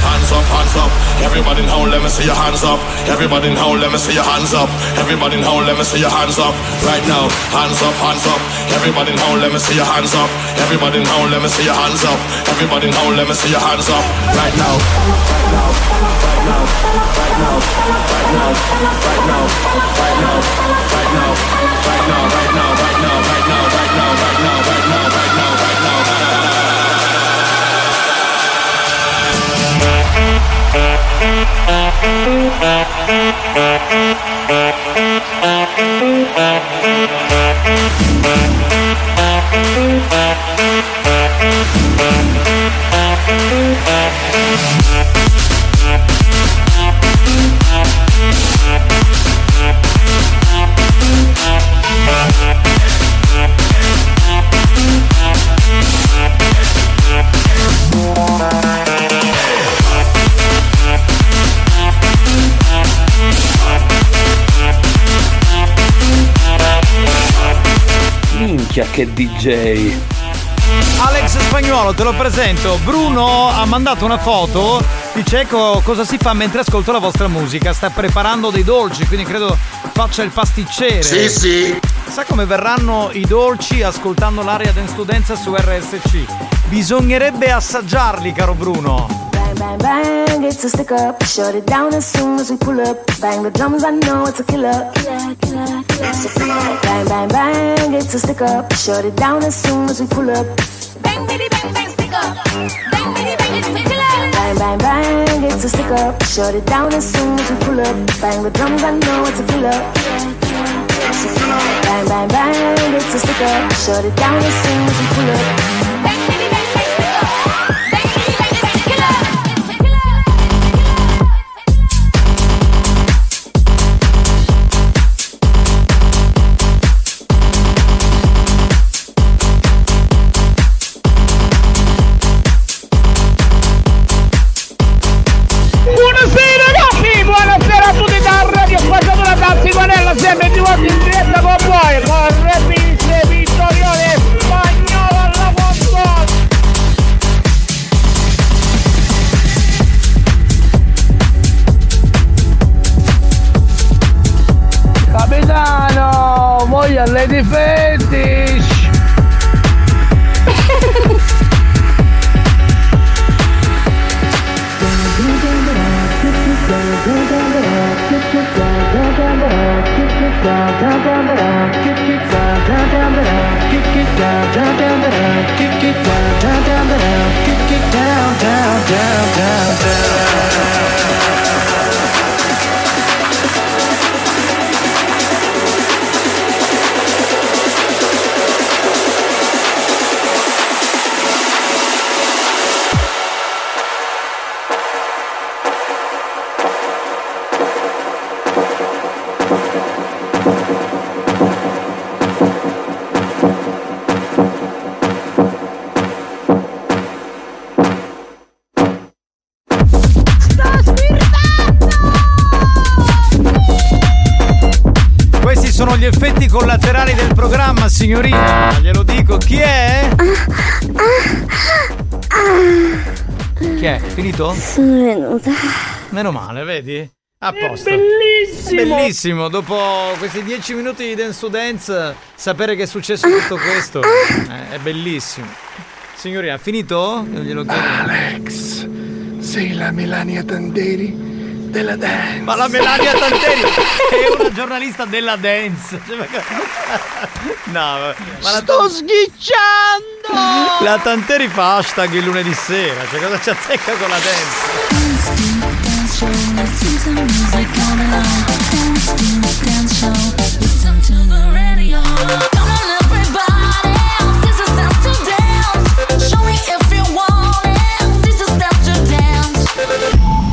Hands up, hands up. Everybody now, let me see your hands up. Everybody now, let me see your hands up. Everybody now, let me see your hands up. Right now, hands up, hands up. Everybody now, let me see your hands up. Everybody now, let me see your hands up. Everybody now, let me see your hands up. Right now.
Minchia che DJ!
Alex Spagnuolo, te lo presento. Bruno ha mandato una foto. Dice ecco cosa si fa mentre ascolto la vostra musica. Sta preparando dei dolci, quindi credo faccia il pasticcere.
Sì, sì.
Sa come verranno i dolci ascoltando l'area dance studenza su RSC? Bisognerebbe assaggiarli, caro Bruno.
Bang, bang, bang, it's a stick up. Shut it down as soon as we pull up. Bang the drums, I know it's a killer. It's a killer. Bang, bang, bang, it's a stick up. Shut it down as soon as we pull up. Bang, bitty, bang, bang, stick up. Bang, bitty, bang, it's a killer. Bang, bang, bang, it's a stick up. Shut it down as soon as we pull up. Bang the drums, I know it's a killer. It's a killer. Bang, bang, bang, it's a stick up. Shut it down as soon as we pull up. Bang, bitty, bang, bang, stick up. Bang, bitty, bang, it's a killer.
Buonasera ragazzi, buonasera a tutti da Radio Spazzatura da Pivanella, sempre di volta in diretta con voi, con Repinse Vittorione Spagnolo alla console. Capitano, voglio Lady Fetish.
Questi sono gli effetti collaterali del programma, signorina. Glielo dico, chi è? Chi è? Finito?
Sono venuta.
Meno male, vedi? A posto.
bellissimo!
Bellissimo, dopo questi dieci minuti di dance to dance, sapere che è successo tutto questo eh, è bellissimo. Signorina, finito? Io glielo chiedo.
Alex, sei la Melania Tanderi della dance.
Ma la Melania Tanteri è una giornalista della dance. Cioè, ma- No, ma ma la,
Sto sghicciando!
la Tanteri fa hashtag il lunedì sera. Cioè, cosa ci azzecca con la dance?
Dance show, listen to music all along. Dance to the dance show, listen to the radio. Come on, everybody, this is dance to dance. Show me if you want it. This is dance to dance.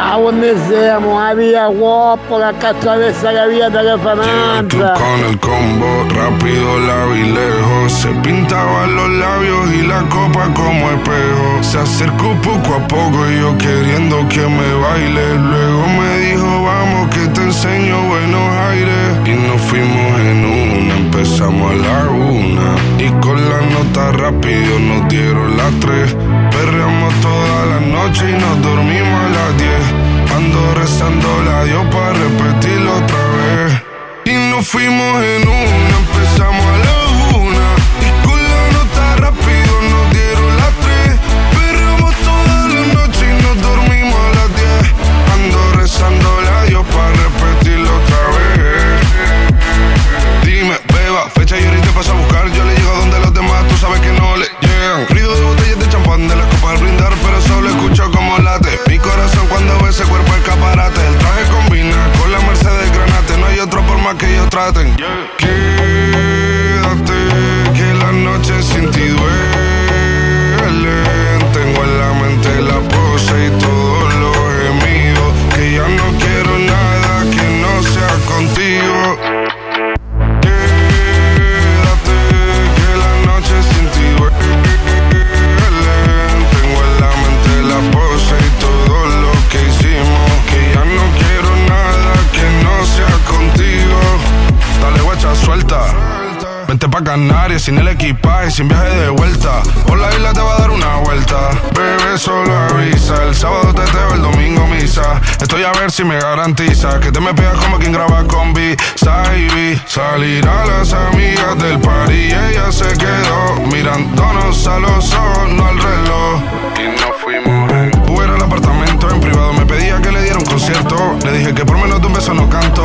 Ah,
onde siamo, a via Guoppo, la attraversa la via della
Tú
Fananza.
con el combo, rápido la vi lejos. Se pintaba los labios y la copa como espejo. Se acercó poco a poco y yo queriendo que me baile. Luego me dijo, vamos que te enseño buenos aires. Y nos fuimos en una, empezamos a la una. Y con la nota rápido nos dieron las tres. Perreamos toda la noche y nos dormimos a las diez. Ando rezando la Dios para repetirlo otra vez. Y nos fuimos en una, empezamos a la una. Y con la nota rápido nos dieron las tres. Perramos toda la noche y nos dormimos a las diez. Ando rezando la Dios para repetirlo otra vez. Dime, beba, fecha y hora y te paso a buscar. Yo le llego donde los demás, tú sabes que no le llegan. Ruido de botellas de champán de las copas al brindar, pero solo escucho como late. Mi corazón cuando ve ese cuerpo escaparate. El traje combina con la Mercedes Granate. No hay otra forma que ellos traten. Quédate, que la noche sin ti duelen. Tengo en la mente la pose y todos los gemidos. Que ya no quiero nada que no sea contigo. Que la noche sin ti duele. Tengo en la mente la pose y todo lo que hicimos. Que ya no quiero nada que no sea contigo. Dale guacha, suelta. Vente pa' Canarias sin el equipaje, sin viaje de vuelta. Por la isla te va a dar una vuelta. Bebé, solo avisa. El sábado te teo, el domingo misa. Estoy a ver si me garantiza que te me pegas como quien graba con B. Saibi. Salir a las amigas del par y ella se quedó mirándonos a los ojos, no al reloj. Y nos fuimos en Uber al apartamento en privado. Me pedía que le diera un concierto. Le dije que por menos de un beso no canto.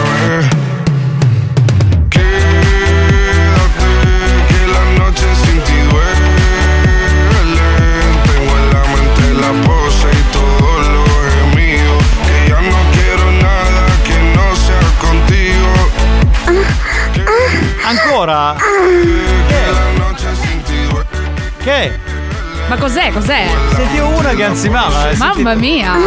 vez. Quédate, que la noche sin ti duele. Tengo en la mente la pose y todo lo gemido. Que ya no quiero nada que no sea contigo.
Ancora? Che?
Ma cos'è? Cos'è?
Sentivo una che ansimava. eh,
Mamma mia!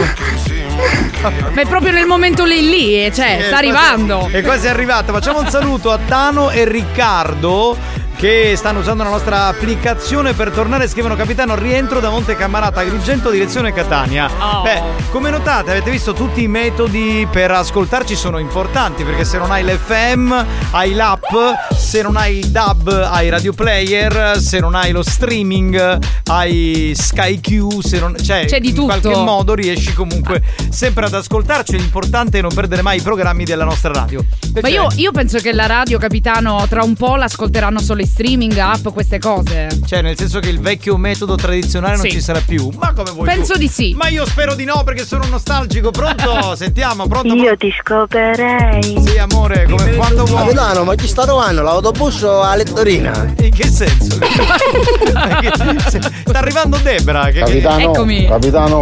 Ma è proprio nel momento lì lì, eh, cioè,
Eh,
sta
quasi-
arrivando.
È quasi arrivata. Facciamo un saluto a Tano e Riccardo che stanno usando la nostra applicazione per tornare. Scrivono capitano rientro da Monte Cammarata, Agrigento, direzione Catania.
Oh.
Beh, come notate, avete visto tutti i metodi per ascoltarci sono importanti perché se non hai l'FM, hai l'app, se non hai il DAB, hai Radio Player, se non hai lo streaming, hai Sky Q, se non cioè
C'è di
in qualche
tutto.
modo riesci comunque sempre ad ascoltarci. L'importante è non perdere mai i programmi della nostra radio.
Ma io, io penso che la radio, capitano, tra un po' l'ascolteranno solo in streaming, app, queste cose.
Cioè, nel senso che il vecchio metodo tradizionale non
Sì.
ci sarà più. Ma come vuoi?
Penso
tu?
di sì.
Ma io spero di no perché sono nostalgico. Pronto? Sentiamo, pronto?
Io ti scoperei.
Sì, amore, come quando vuoi.
Milano, ma chi sta trovando l'autobus a Lettorina?
In che senso? Sta arrivando Debra. Che,
Capitano,
Che...
capitano,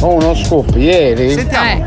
Oh,
ho
uno scoop. Ieri
Eh. Sentiamo.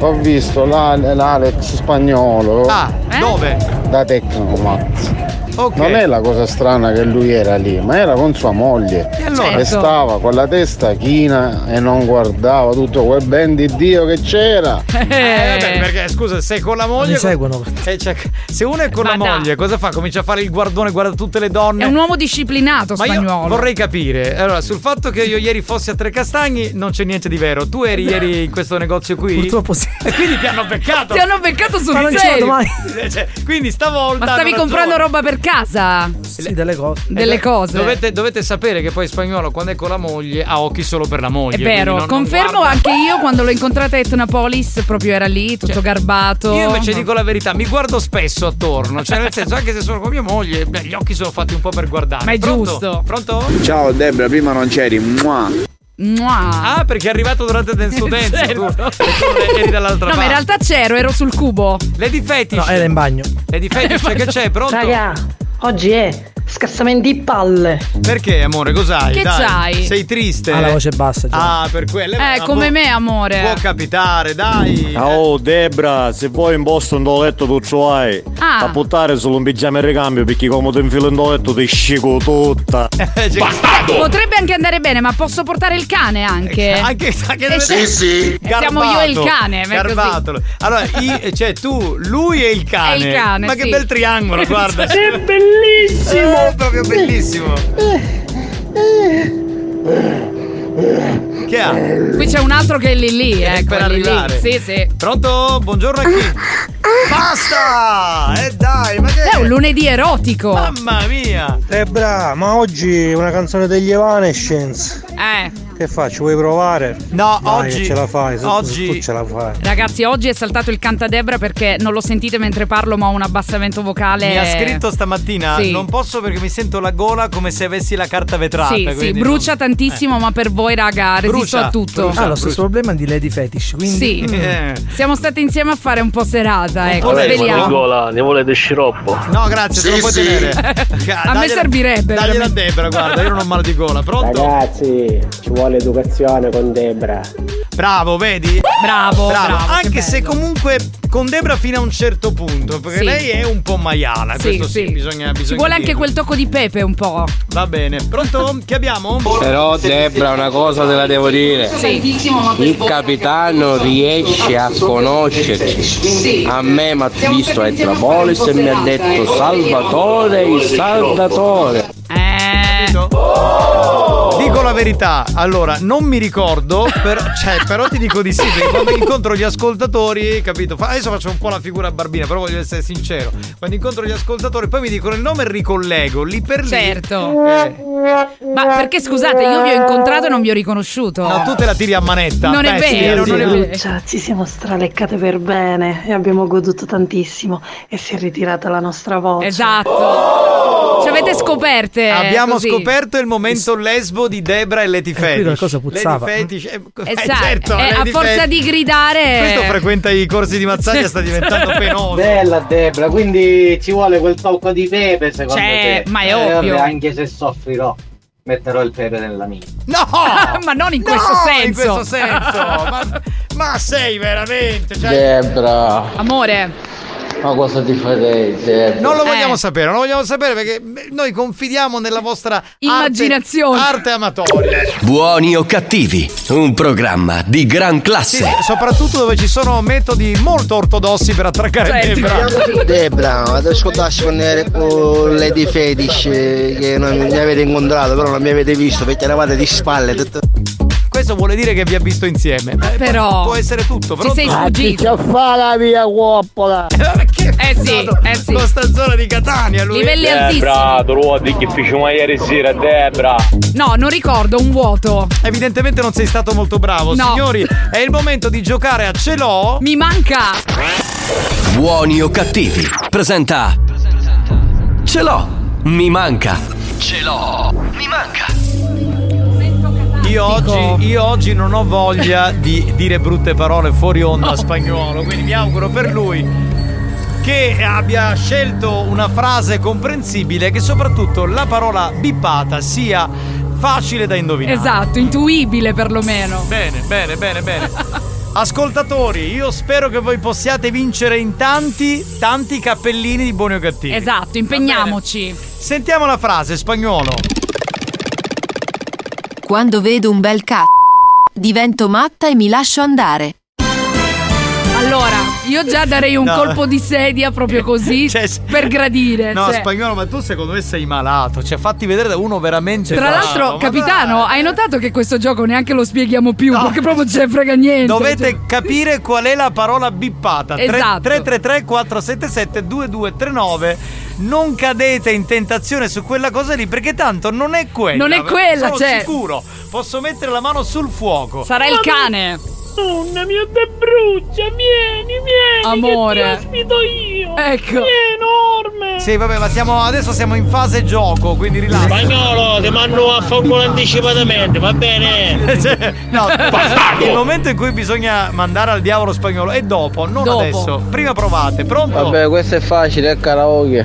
ho visto la- l'Alex spagnolo
Ah, dove?
da Tecnomax.
Ok.
Non è la cosa strana che lui era lì, ma era con sua moglie.
E allora? Certo.
stava con la testa china e non guardava tutto quel ben di Dio che c'era.
Eh, vabbè, perché scusa, se con la moglie.
Mi seguono.
Eh, cioè, se uno è con la
Ma dai. Eh,
moglie, cosa fa? Comincia a fare il guardone, guarda tutte le donne.
È un uomo disciplinato
Ma io
spagnolo.
vorrei capire, allora, sul fatto che io ieri fossi a Tre Castagni non c'è niente di vero. Tu
Eh,
eri ieri in questo negozio qui?
Purtroppo sì.
E quindi ti hanno beccato.
Ti hanno beccato sul
Ma non ci
serio.
vado mai.
Eh, cioè, quindi stavolta.
Ma stavi
hanno
comprando
ragione.
roba per casa?
Sì, delle cose.
Delle
Eh,
cose.
Dovete, dovete sapere che poi spagnolo quando è con la moglie ha occhi solo per la moglie.
È
quindi
vero,
non- non
confermo
guarda-
anche io quando l'ho incontrata a Etnapolis, proprio era lì, tutto garbato.
Cioè, Io invece dico la verità, mi guardo spesso attorno, cioè nel senso anche se sono con mia moglie, beh, gli occhi sono fatti un po' per guardare.
Ma è
Pronto?
giusto.
Pronto?
Ciao Debra, prima non c'eri. Mua.
Mua.
Ah, perché è arrivato durante Dance to Dance tu, e tu eri dall'altra
Certo. No, ma in
parte.
realtà c'ero, ero sul cubo.
Lady Fetish.
No, era in bagno.
Lady Fetish che c'è, pronto?
Raga, oggi è
Scassamente in palle.
Perché, amore, cos'hai?
Che
Dai,
c'hai?
Sei triste?
Ah, la voce bassa.
Ah, per quello.
Eh,
ma
come
può-
me, amore.
Può capitare, dai.
Oh Debra, se vuoi in posto un letto tu ce l'hai.
Ah.
A buttare solo un pigiama in ricambio perché come ti infilo in letto ti scico tutta.
Eh, cioè,
Bastardo!
Potrebbe anche andare bene, ma posso portare il cane anche.
Anche,
Eh,
Sì,
sì. Siamo io e il cane, ma è così.
Garbatolo. Allora, i- cioè tu, lui e il cane.
E il cane,
Ma che
sì.
bel triangolo, guarda.
È
Eh,
bellissimo. È proprio bellissimo. Che ha?
Qui c'è un altro che è lì lì, ecco.
Eh, per
è lì lì.
arrivare.
Sì, sì. Ah,
Pronto? Buongiorno a chi? Basta! Eh dai, ma che
è? un lunedì erotico.
Mamma mia!
Debra, ma oggi una canzone degli Evanescence.
Eh.
Che faccio? Vuoi provare?
No,
Dai, che
oggi-
ce la fai, se- se
oggi-
tu ce la fai.
Ragazzi, oggi è saltato il cantadebra perché non lo sentite mentre parlo, ma ho un abbassamento vocale.
Mi ha scritto stamattina,
Sì.
non posso perché mi sento la gola come se avessi la carta vetrata.
Sì, sì,
quindi Eh.
brucia tantissimo, ma per voi, raga, resisto
Brucia,
a tutto.
brucia, Eh.
ah, lo stesso problema di Lady Fetish, quindi...
Sì. Siamo state insieme a fare un po' serata, ecco,
Vabbè,
svegliamo.
Nicola, ne volete sciroppo?
No, grazie, te lo puoi tenere.
a me servirebbe.
Dagli da
veramente.
Debra, guarda, io non ho male di gola. Pronto?
Ragazzi, ci vuole educazione con Debra.
Bravo, vedi?
Bravo, bravo, che
Anche se comunque con Debra fino a un certo punto, perché
Sì.
lei è un po' maiala,
Sì,
questo sì,
sì.
bisogna,
Ci
bisogna
vuole anche
dirlo.
quel tocco di pepe un po'.
Va bene, pronto? Che abbiamo?
Però Debra una cosa te la devo dire. Il capitano riesce a conoscerci. A me mi ha visto a Etrapolis e mi ha detto Salvatore il Salvatore.
Eh. Dico la verità, allora non mi ricordo, per- cioè, però ti dico di sì, perché quando incontro gli ascoltatori, capito? Fa- Adesso faccio un po' la figura barbina, però voglio essere sincero. Quando incontro gli ascoltatori, poi mi dicono il nome e ricollego lì per lì.
Certo.
Eh,
Ma perché scusate, io vi ho incontrato e non vi ho riconosciuto.
no, tu te la tiri a manetta.
Non è
bestia,
vero,
sì.
non è vero.
Cioè, ci siamo straleccate per bene e abbiamo goduto tantissimo e si è ritirata la nostra voce.
Esatto. Ci avete scoperte. eh,
Abbiamo
Cioè, così.
scoperto il momento lesbo di Debra e Leti Fetish.
Eh, qui qualcosa puzzava.
Lady Fetish, eh,
Eh,
eh,
sai,
certo,
eh, a
Lady
forza
Fetish.
di gridare.
Questo frequenta i corsi di mazzaglia, sta diventando penoso.
Bella Debra, quindi ci vuole quel tocco di pepe secondo
Cioè,
te.
ma è
Eh,
ovvio.
vabbè, anche se soffrirò, metterò il pepe nella mia.
No!
ma non in
No,
questo senso.
in questo senso. ma, ma sei veramente. Cioè,
Debra,
Amore, Eh.
ma cosa ti farei Debra?
Non lo vogliamo sapere, non lo vogliamo sapere perché beh, noi confidiamo nella vostra
Immaginazione.
Arte, arte amatoria.
Buoni o cattivi, un programma di gran
Sì,
classe.
soprattutto dove ci sono metodi molto ortodossi per attraccare
Certo.
Debra.
Debra, vado a scontarsi con eh, con Lady Fetish eh, che non mi avete incontrato, però non mi avete visto perché eravate di spalle. tutto-
Questo vuole dire che vi ha visto insieme. Eh,
Però-
può essere tutto, però
Ah, chi ce la fa la via guoppola?
eh sì, eh sì.
Questa Esatto. zona di Catania, lui.
Livelli altissimi.
Debra, tu lo guardi che facciamo ieri sera, Debra.
No, non ricordo, un vuoto.
Evidentemente non sei stato molto bravo,
No.
signori. È il momento di giocare a ce l'ho.
Mi manca.
Buoni o cattivi, presenta. Ce l'ho, mi manca. Ce l'ho, mi manca.
Io oggi, io oggi non ho voglia di dire brutte parole fuori onda a spagnolo, quindi mi auguro per lui che abbia scelto una frase comprensibile e che soprattutto la parola bippata sia facile da indovinare.
Esatto, intuibile perlomeno.
Bene, bene, bene, bene. Ascoltatori, io spero che voi possiate vincere in tanti, tanti cappellini di buoni o cattivi.
Esatto, impegniamoci.
Sentiamo la frase, spagnolo.
Quando vedo un bel c***o, divento matta e mi lascio andare.
Allora, io già darei un
No. Cioè,
colpo di sedia proprio così per gradire.
No,
cioè.
spagnolo, ma tu secondo me sei malato. Cioè, fatti vedere da uno veramente.
Tra
malato.
l'altro,
Ma
capitano, hai notato che questo gioco neanche lo spieghiamo più, perché proprio ce ne frega niente.
Dovete
Cioè,
capire qual è la parola bippata. Tre-
Esatto.
333 477 2239. Non cadete in tentazione su quella cosa lì, perché tanto non è quella.
Non è quella,
Sono
cioè.
sicuro. Posso mettere la mano sul fuoco.
Sarà il cane.
Nonna mia da brucia, vieni, vieni.
Amore.
Che ti ospito io.
Ecco.
È enorme.
Sì, vabbè, ma siamo, adesso siamo in fase gioco, quindi rilassi.
Spagnolo, ti mando a fanculo anticipatamente, va bene?
Cioè, no,
Bastardo!
il momento in cui bisogna mandare al diavolo spagnolo è dopo, non
Dopo.
Oh.
adesso. Prima provate, pronto?
Vabbè, questo è facile, è karaoke.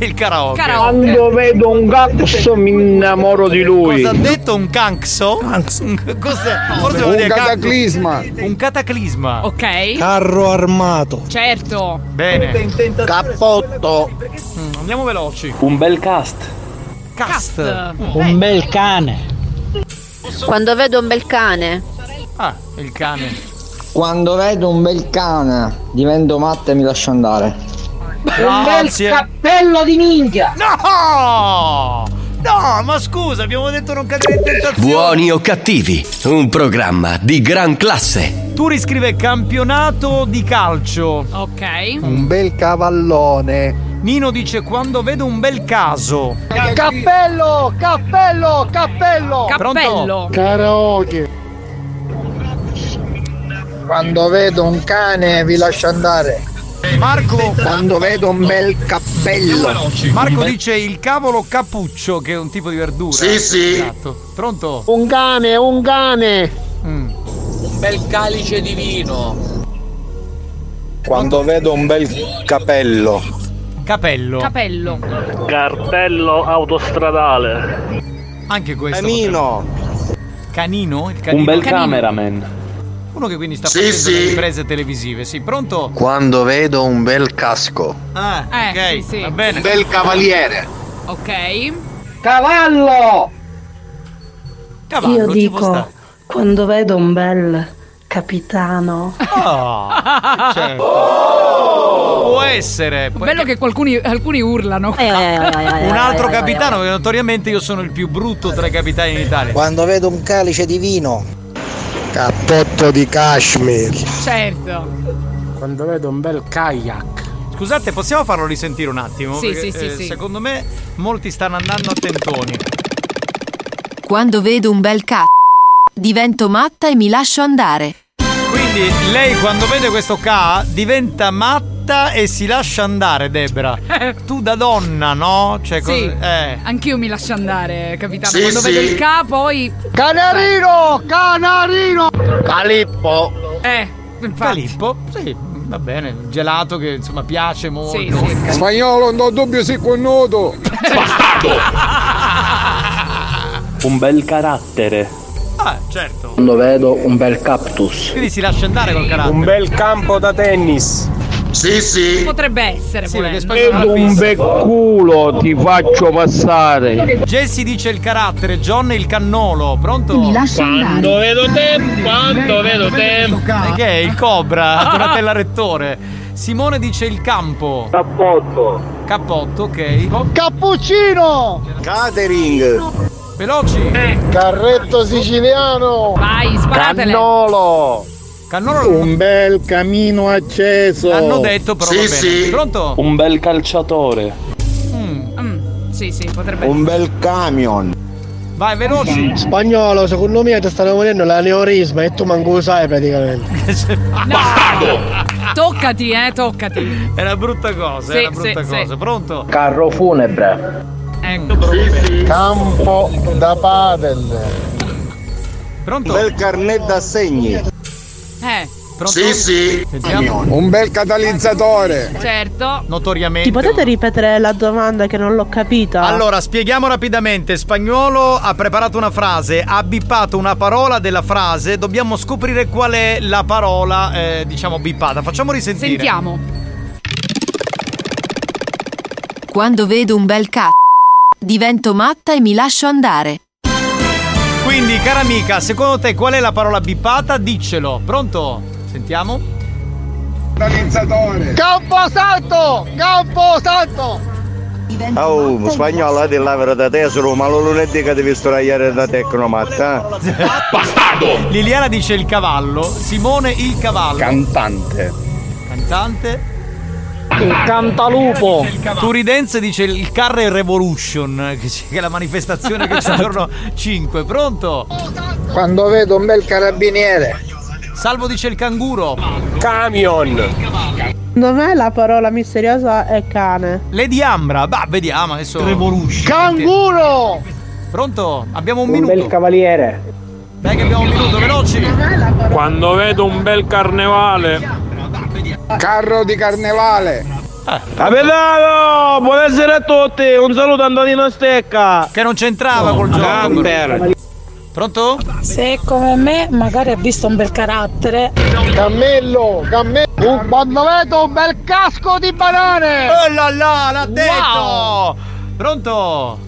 il karaoke.
Quando vedo un cazzo mi innamoro di lui.
Cosa ha detto un canxo? Cos'è? Forse vuol
Un
dire cactus.
cataclisma.
Un cataclisma.
Ok.
Carro armato.
Certo.
Bene.
Cappotto.
Mm, Andiamo veloci.
Un bel cast.
Cast.
Un bel cane.
Quando vedo un bel cane.
Ah, il cane.
Quando vedo un bel cane, divento matta e mi lascio andare.
No,
un bel
sì.
cappello di ninja.
No! No, ma scusa, abbiamo detto non cadere in tentazione.
Buoni o cattivi, un programma di gran classe.
Tu riscrive campionato di calcio.
Ok.
Un bel cavallone.
Nino dice quando vedo un bel caso.
Cappello, cappello, cappello.
Cappello. Pronto?
Karaoke. Quando vedo un cane vi lascio andare.
Marco.
Quando vedo un bel cappello.
Marco dice il cavolo cappuccio, che è un tipo di verdura. Sì, sì. Esatto. Pronto?
Un cane, un cane.
Mm.
Un bel calice di vino.
Quando vedo un bel capello.
Capello.
Capello.
Cartello autostradale.
Anche questo.
Canino.
potrebbe- Canino? Il canino? Canino. Uno che quindi sta facendo le riprese televisive. Sì, pronto?
Quando vedo un bel casco.
Ah,
Eh,
ok.
sì, sì.
Va bene.
Un bel cavaliere.
Ok.
Cavallo!
Io dico, quando vedo un bel capitano...
Ah, certo. Può essere. Può-
Bello che qualcuni, alcuni urlano.
Un altro capitano, che notoriamente io sono il più brutto tra i capitani in Italia.
Quando vedo un calice di vino. Cappotto di cashmere.
Certo.
Quando vedo un bel kayak.
Scusate, possiamo farlo risentire un attimo?
Sì,
Perché,
sì, sì,
eh,
sì.
Secondo me molti stanno andando a tentoni.
Quando vedo un bel cazzo, divento matta e mi lascio andare.
Quindi lei quando vede questo K diventa matta e si lascia andare, Debra. Tu da donna, no? Cioè, cos-
Sì.
eh.
Anch'io mi lascio andare, capitano.
Sì,
Quando
sì.
vedo il K poi.
Canarino! Canarino! Calippo!
Eh,
Calippo, sì, va bene. Gelato che insomma piace molto.
Sì,
Spagnolo, non ho dubbio se con nudo.
Un bel carattere.
Ah, certo.
Quando vedo un bel cactus.
Quindi si lascia andare col carattere.
Un bel campo da tennis.
Sì, sì.
Potrebbe essere, volendo.
Vedo un bel culo, ti faccio passare.
Jesse dice il carattere, John il cannolo, pronto?
Mi lascia Quando andare. vedo te, quando vedo te.
E Che è il cobra, Donatella Rettore. Simone dice il campo. Cappotto. Cappotto, ok.
Cappuccino!
Catering. Veloci.
Carretto siciliano!
Vai, sparatele.
Cannolo!
Cannolo
Un bel camino acceso!
Eh,
Hanno detto però va bene. Pronto?
Un bel calciatore.
Mm, sì, sì, potrebbe
Un
essere.
bel camion.
Vai, veloci.
Spagnolo, secondo me ti stanno morendo l'aneurisma e tu manco lo sai praticamente.
Toccati, eh, toccati.
È una brutta cosa,
Sì,
è una brutta
sì,
cosa.
sì.
Pronto?
Carro funebre.
Ecco.
Campo da padel.
Pronto?
Bel carnet d'assegni.
Eh,
Pronto? Sì, sì. Sentiamo.
Un bel catalizzatore.
certo.
Notoriamente.
ripetere la domanda che non l'ho capita?
Allora, spieghiamo rapidamente. Spagnolo ha preparato una frase, ha bippato una parola della frase. Dobbiamo scoprire qual è la parola, eh, diciamo, bippata. Facciamo risentire.
Sentiamo.
Quando vedo un bel cazzo, divento matta e mi lascio andare.
Quindi, cara amica, secondo te qual è la parola bippata? Diccelo. Pronto? Sentiamo. Organizzatore.
Camposanto! Camposanto!
Oh, spagnolo, di lavoro da tesoro, ma lo lunedì che devi sdraiare da tecnomatta.
Bastardo! Liliana dice il cavallo, Simone il cavallo.
Cantante.
Cantante.
Il cantalupo.
Turidense dice il Carre Revolution, che c'è- che è la manifestazione che c'è il giorno 5. Pronto?
Quando vedo un bel carabiniere.
Salvo dice il canguro. Camion.
Secondo me la parola misteriosa è cane.
Lady Ambra, bah, vediamo adesso. Revolution.
Canguro!
Pronto? Abbiamo un,
Un
minuto.
bel cavaliere.
Dai che abbiamo un minuto, veloci.
Quando vedo un bel carnevale. Carro di carnevale.
Ah, Eh.
Capitano, buonasera a tutti, un saluto a Antonino Stecca.
Che non c'entrava col gioco. Eh,
Gamber.
Pronto?
Se come me magari ha visto un bel carattere.
Cammello, cammello, un bandoletto, un bel casco di banane!
Oh là là, l'ha detto! Pronto?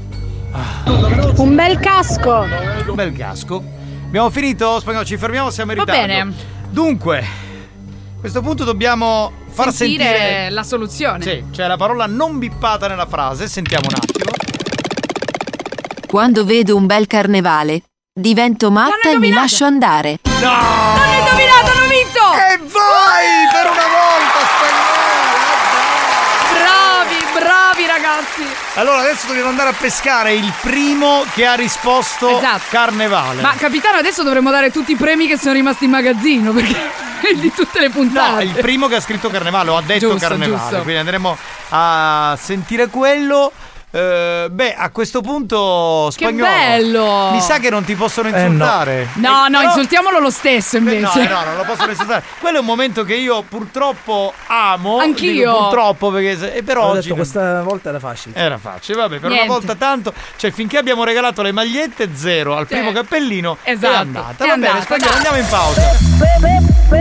Un bel casco!
Un bel casco. Abbiamo finito? Spagnolo, ci fermiamo, siamo in
Va
ritardo.
bene.
Dunque, a questo punto dobbiamo far
Sentire
sentire,
la soluzione.
Sì, c'è la parola non bippata nella frase, sentiamo un attimo.
Quando vedo un bel carnevale, divento matta e mi lascio andare.
No!
L'hanno indovinato, hanno vinto!
E vai per una volta, eh,
Bravi, bravi ragazzi!
Allora, adesso dobbiamo andare a pescare il primo che ha risposto carnevale.
Esatto. Ma capitano, adesso dovremmo dare tutti i premi che sono rimasti in magazzino perché è di tutte le puntate.
No, il primo che ha scritto carnevale, o ha detto
Giusto,
carnevale.
giusto.
Quindi andremo a sentire quello. Eh, beh, a questo punto spagnolo.
bello!
Mi sa che non ti possono
Eh, no.
insultare.
No, no,
Però-
insultiamolo lo stesso
No,
invece.
eh, no, non lo possono insultare. Quello è un momento che io purtroppo amo.
Anch'io.
Dico purtroppo, perché. se- eh, però
Ho
oggi.
detto, questa volta era facile.
Era facile, vabbè, per
Niente.
una volta tanto, cioè finché abbiamo regalato le magliette zero al primo cappellino
Esatto.
è andata.
È
Va
andata,
bene, spagnolo,
dai.
andiamo in pausa.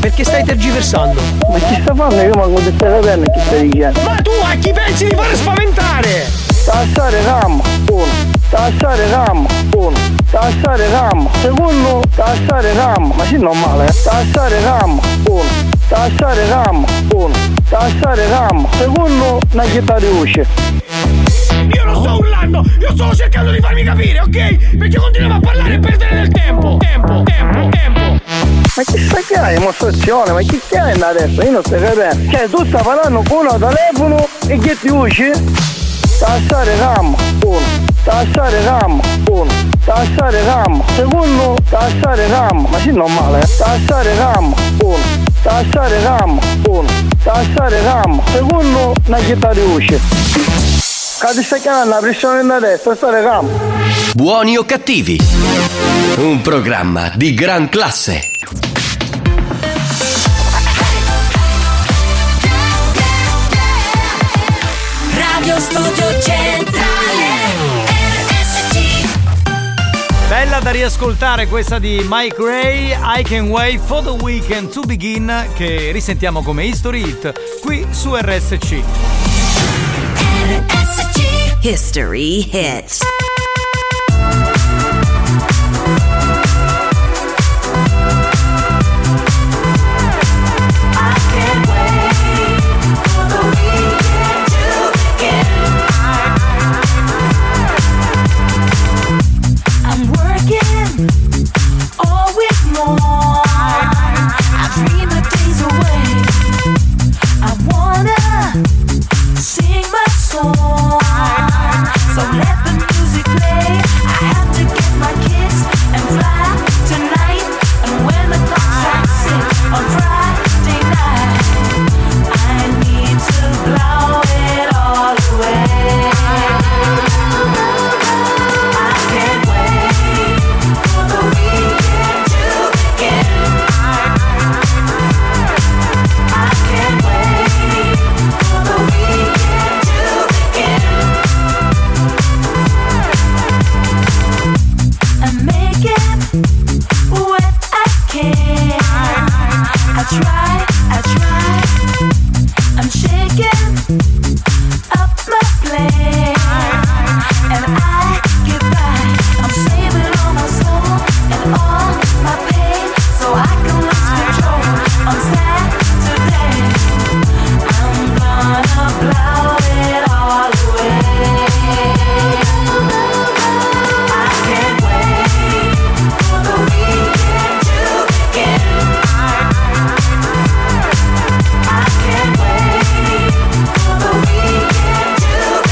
Perché stai tergiversando? Ma chi sta facendo? Io manco di stare bene chi stai dicendo. Ma tu a chi pensi di fare spaventare? Tassare RAM, uno. Tassare RAM, uno. Tassare RAM, secondo. Tassare RAM, ma sì normale. eh. Tassare RAM, uno. Tassare RAM, uno. Tassare RAM, secondo. Una città di usce.
Io non sto urlando, io sto cercando di farmi capire, ok? Perché continuiamo a parlare e perdere del tempo. Tempo, tempo, tempo.
Ma che stai che hai dimostrazione? Ma chi che hai adesso? Io non sto capendo. Cioè tu stai parlando con un telefono e che ti usci? Tassare RAM, uno, tassare RAM, uno, tassare RAM, secondo, tassare RAM, ma sì normale, eh? Tassare RAM, uno, tassare RAM, uno, tassare RAM, secondo, una città di usci. Cadi stai chiamando la pressione da destra, tassare RAM.
Buoni o cattivi? Un programma di gran classe.
Radio Studio Centrale RSC
Bella da riascoltare questa di Mike Ray, I Can Wait for the Weekend to Begin, che risentiamo come History Hit qui su RSC.
History hits.
I'm working all week long I dream the days away I wanna sing my song So let the music play I have to get my kids and fly tonight And when the clock strikes six on Friday night I need to blow it all away I can't wait for the weekend to begin. I can't wait for the weekend to begin. And make it what I can. I try, I try. I'm shaking up my plan, and I get by. I'm saving all my soul and all my pain, so I can lose control on Saturday. I'm gonna blow it all away. I can't wait for the weekend to begin. I can't wait for the weekend to begin.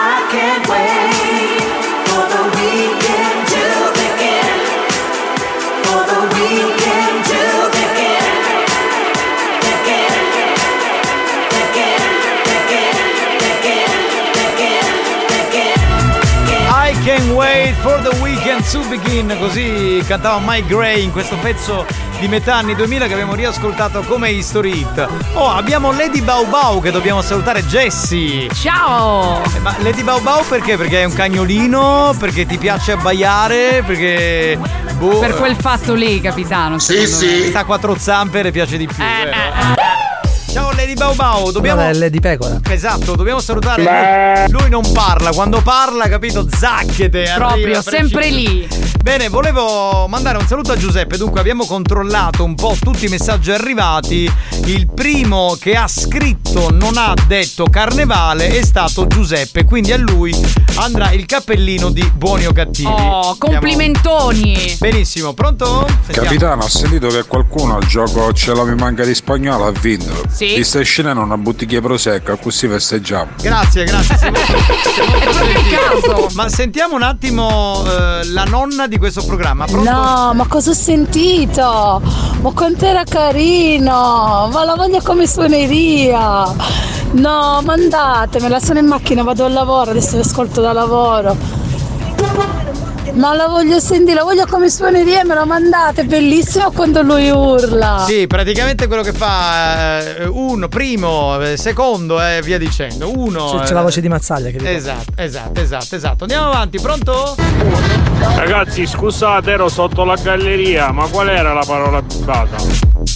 I can't wait for the weekend.
Can't wait for the weekend to begin. Così cantava Mike Gray in questo pezzo di metà anni 2000 che abbiamo riascoltato come History Hit. Oh, abbiamo Lady Bau Bau che dobbiamo salutare, Jessie. Eh,
Ciao!
Ma Lady Bau Bau perché? Perché è un cagnolino? Perché ti piace abbaiare? Perché. Boh.
Per quel fatto lì, capitano. secondo me.
Sta a quattro zampe le piace di più. eh. Ciao Lady Bau Bau, dobbiamo.
Vabbè, Lady Pecora.
Esatto, dobbiamo salutare. Lui, lui non parla, quando parla, capito, zacchete. arriva,
Proprio,
preciso.
sempre lì.
Bene, volevo mandare un saluto a Giuseppe. Dunque, abbiamo controllato un po' tutti i messaggi arrivati. Il primo che ha scritto non ha detto carnevale è stato Giuseppe. Quindi a lui andrà il cappellino di buoni o cattivi.
Oh, complimentoni.
Benissimo, pronto?
Capitano, ho sentito che qualcuno al gioco Ce la mi manca di spagnolo ha vinto.
Sì.
Ti stai scenando una bottiglia prosecco, così festeggiamo.
Grazie, grazie. sei molto- sei molto gentile. Ma sentiamo un attimo eh, la nonna di questo programma. Pronto?
No, ma cosa ho sentito? Ma quanto era carino! Ma la voglio come suoneria! No, mandatemela, sono in macchina, vado al lavoro, adesso vi ascolto da lavoro. Ma la voglio sentire, la voglio come suoneria, me la mandate, è bellissima quando lui urla.
Sì, praticamente quello che fa eh, uno, primo, eh, secondo e via dicendo. Uno.
C'è,
eh,
c'è la voce di Mazzaglia che
Esatto, esatto, esatto, esatto. Andiamo avanti, pronto?
Ragazzi, scusate, ero sotto la galleria, ma qual era la parola buttata?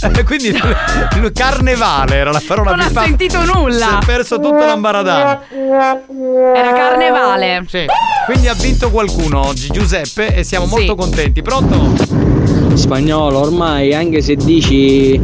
Eh, Quindi il carnevale era la parola
Non ha
più fa-
sentito
nulla.
Si è perso tutto l'ambaradano.
Eh, Era carnevale.
Sì. Quindi ha vinto qualcuno oggi, Giuseppe, e siamo
Sì.
molto contenti. Pronto? Eh.
Spagnolo, ormai anche se dici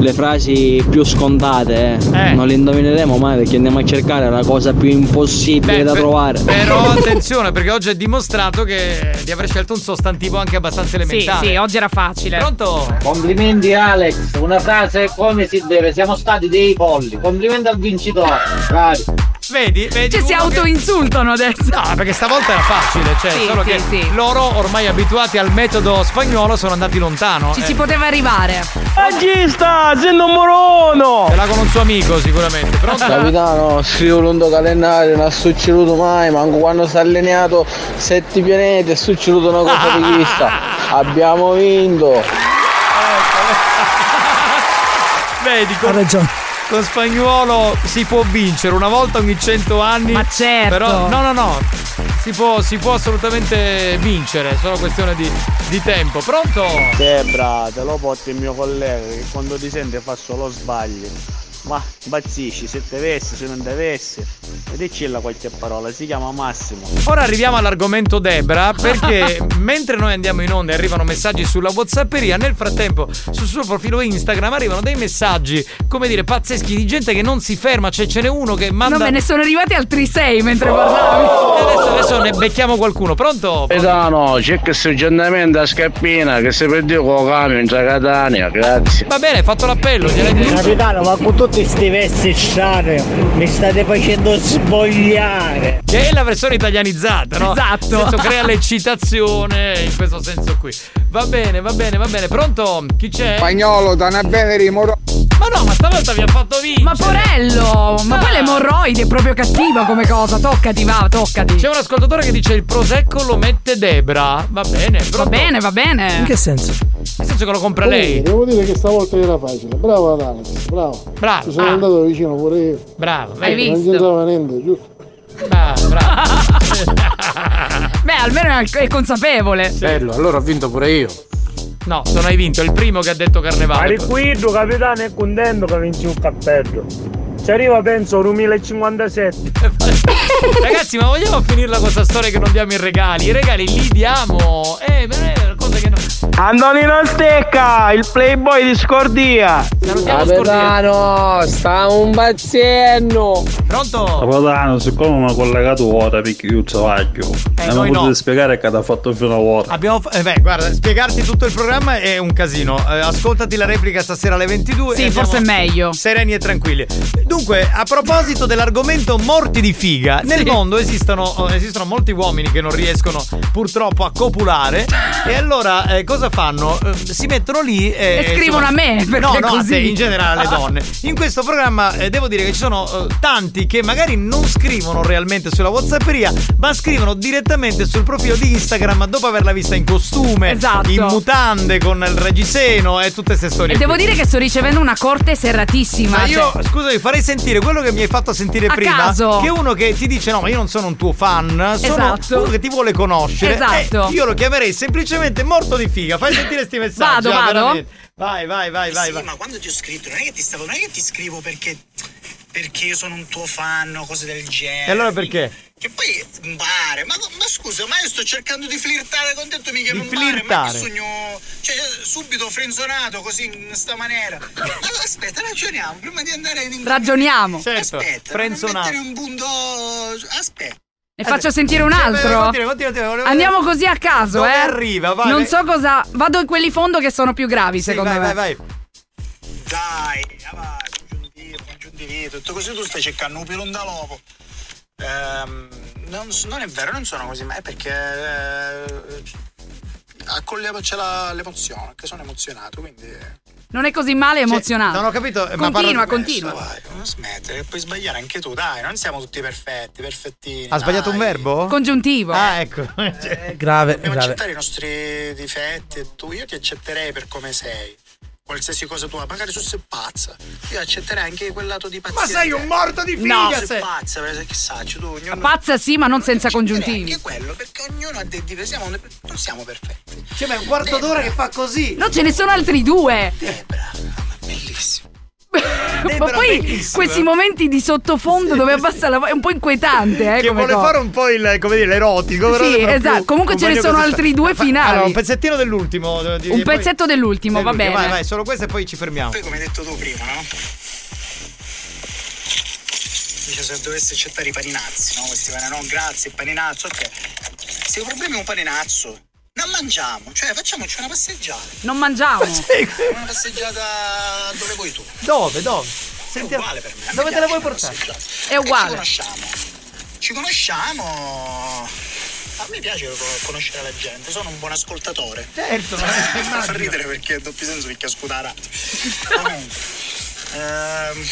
le frasi più scontate, eh, non le indovineremo mai perché andiamo a cercare la cosa più impossibile da trovare.
Però attenzione, perché oggi è dimostrato che di aver scelto un sostantivo anche abbastanza
Sì,
elementare.
sì,
oggi era facile.
Pronto?
Complimenti Alex, una frase come si deve, siamo stati dei polli.
Complimenti al vincitore, bravi.
Vedi, vedi.
Ci Cioè, si
uno che-
autoinsultano adesso.
No, perché stavolta era facile, cioè,
Sì,
solo
sì,
che
sì.
loro ormai abituati al metodo spagnolo sono andati lontano.
Ci
eh.
si poteva arrivare.
Regista, sendo morono!
Ce l'ha con un suo amico sicuramente, pronto?
Capitano, scrivo l'undo calendario, non è succeduto mai, manco quando si è allineato sette pianeti è succeduto una cosa di chissà. Abbiamo vinto.
Vedi,
Eh,
con, con spagnolo si può vincere una volta ogni 100 anni. Ma certo. Però, no, no, no. Si può, si può assolutamente vincere, è solo questione di, di tempo. Pronto?
Debra, te lo porti il mio collega che quando ti sente fa solo sbagli. Ma bazzisci, se dovesse, se non dovesse. E dicilla qualche parola, si chiama Massimo.
Ora arriviamo all'argomento Debra perché mentre noi andiamo in onda e arrivano messaggi sulla Whatsapperia, nel frattempo sul suo profilo Instagram arrivano dei messaggi, come dire, pazzeschi di gente che non si ferma, cioè ce n'è uno che manda...
No, me ne sono arrivati altri sei mentre
E
parlavi.
adesso, adesso ne becchiamo qualcuno, pronto?
Capitano, c'è questo aggiornamento a scappina che si perdeva con camion tra Catania, grazie.
Va bene, hai fatto l'appello, gliel'hai detto.
Capitano, ma con tutti questi vesti strani mi state facendo svogliare.
Che è la versione italianizzata, no?
Esatto.
Nel senso, crea l'eccitazione in questo senso qui. Va bene, va bene, va bene. Pronto? Chi c'è?
Spagnolo, da una beveri, moro.
Ma no, ma stavolta vi ha fatto vincere.
Ma Porello, ma
Ah.
poi l'emorroide è proprio cattiva come cosa. Toccati, va, toccati.
C'è un ascoltatore che dice il prosecco lo mette Debra. Va bene,
Va
pronto?
bene, va bene.
In che
senso?
Nel senso che lo compra lei.
Devo dire che stavolta era facile. Bravo ad Alex, bravo.
Bravo,
Ci sono
ah.
andato vicino pure io.
Bravo,
Hai
vedi?
visto?
Non c'entrava niente, giusto?
Bravo, bravo.
Beh, almeno è è consapevole.
Uh, Bello, allora ho vinto pure io.
No, non hai vinto, è il primo che ha detto carnevale.
Arriquillo, capitano, è contento che vinci un cappello. Ci arriva penso 1057.
Ragazzi, ma vogliamo finirla con questa storia che non diamo i regali? I regali li diamo. Eh, beh, è una cosa che non.
Antonino Stecca, il playboy di Scordia.
Capitano, sta un bazzienno.
Pronto?
Capitano, siccome mi ha collegato vuota perché io travaglio,
Eh,
non
noi
mi potete
no.
spiegare che ti ha fatto fino a vuota.
Abbiamo. fa- eh, beh, guarda, spiegarti tutto il programma è un casino. Eh, ascoltati la replica stasera alle 22.
Sì, forse è meglio.
Sereni e tranquilli. Dunque, a proposito dell'argomento morti di figa, nel mondo oh, esistono, esistono molti uomini che non riescono purtroppo a copulare. e allora, eh, cosa fanno? Eh, Si mettono lì e.
E scrivono
insomma-
a me, perché
No, no,
così.
a te in generale, le donne. In questo programma eh, devo dire che ci sono eh, tanti che magari non scrivono realmente sulla Whatsapperia, ma scrivono direttamente sul profilo di Instagram dopo averla vista in costume,
Esatto.
in mutande, con il reggiseno e tutte queste storie.
E devo
qui.
dire che sto ricevendo una corte serratissima.
Ma io,
cioè-
scusami, farei sentire quello che mi hai fatto sentire
A
prima.
caso.
Che uno che ti dice: No, ma io non sono un tuo fan, sono
Esatto.
uno che ti vuole conoscere.
Esatto.
Eh, io lo chiamerei semplicemente morto di figa. Fai sentire questi messaggi.
Vado,
ah,
vado.
veramente. Vai, vai, vai, vai.
Eh Sì,
vai.
ma quando ti ho scritto, non è che ti stavo, non è che ti scrivo perché, perché io sono un tuo fan o cose del genere.
E allora perché?
Che poi un bare, ma, ma scusa, ma io sto cercando di flirtare con te, tu mi chiami
Di
un bare, ma che
flirtare.
sogno. Cioè, subito frenzonato così in sta maniera. Ma allora, aspetta, ragioniamo prima di andare in
Ragioniamo. Certo,
Aspetta,
frenzonato.
non mettere un punto. Aspetta.
Ne faccio sentire un altro.
Cioè, Continua, continua, continua, volevo-
Andiamo così a caso,
Dove
eh.
arriva? Vai,
non
vai.
so cosa. Vado in quelli fondo che sono più gravi, secondo
vai,
me.
vai,
Dai, avanti, aggiuntivo, aggiuntivo, tutto così tu stai cercando un pilon da lobo. Ehm, non, s- non è vero, non sono così, ma è perché eh, accogliamo- c'è la- l'emozione, che sono emozionato, quindi... eh.
Non è così male emozionato.
non ho capito,
eh, ma
Continua,
parla-
continua.
Vai, non smettere, puoi sbagliare anche tu, dai, non siamo tutti perfetti, perfettini.
Ha sbagliato un verbo?
Congiuntivo.
Ah, ecco.
Eh,
Cioè,
Grave,
Dobbiamo
grave.
accettare i nostri difetti e tu, io ti accetterei per come sei. Qualsiasi cosa tua, magari tu sei pazza. Io accetterei anche quel lato di pazzia.
Ma sei un morto di
No,
figa,
sei
sei.
pazza, per esempio, chissà, cioè, tu ognuno...
Pazza sì, ma non senza
accetterei
congiuntivi.
Anche quello, perché ognuno ha dei difetti, siamo- non siamo perfetti.
Cioè, ma è un quarto d'ora che fa così.
No, ce ne sono altri due.
Bellissimo.
ma poi questi momenti di sottofondo dove abbassa la voce è un po' inquietante, eh,
che
come
vuole
cosa.
fare un po' il come dire l'erotico. però
Sì,
proprio
esatto. Comunque ce ne
compagnia
sono
così-
altri due
Fa-
finali.
Allora, un pezzettino dell'ultimo. di-
Un
di- poi-
pezzetto dell'ultimo, va
dell'ultimo.
bene.
Vai, vai, solo questo e poi ci fermiamo.
Poi come hai detto tu prima, no? Dice se dovessi accettare i paninazzi, no? Questi paninazzi, no, grazie, il paninazzo, ok. Se il problema è un paninazzo, non mangiamo, cioè facciamoci una passeggiata.
Non mangiamo.
Una passeggiata dove vuoi tu.
Dove, dove?
È uguale per me.
Dove te la vuoi portare?
È uguale.
Ci conosciamo. Ci conosciamo. A me piace co- conoscere la gente, sono un buon ascoltatore.
Certo, ma
mi fa ridere perché è doppio senso perché ascolta la radio. Comunque, ehm,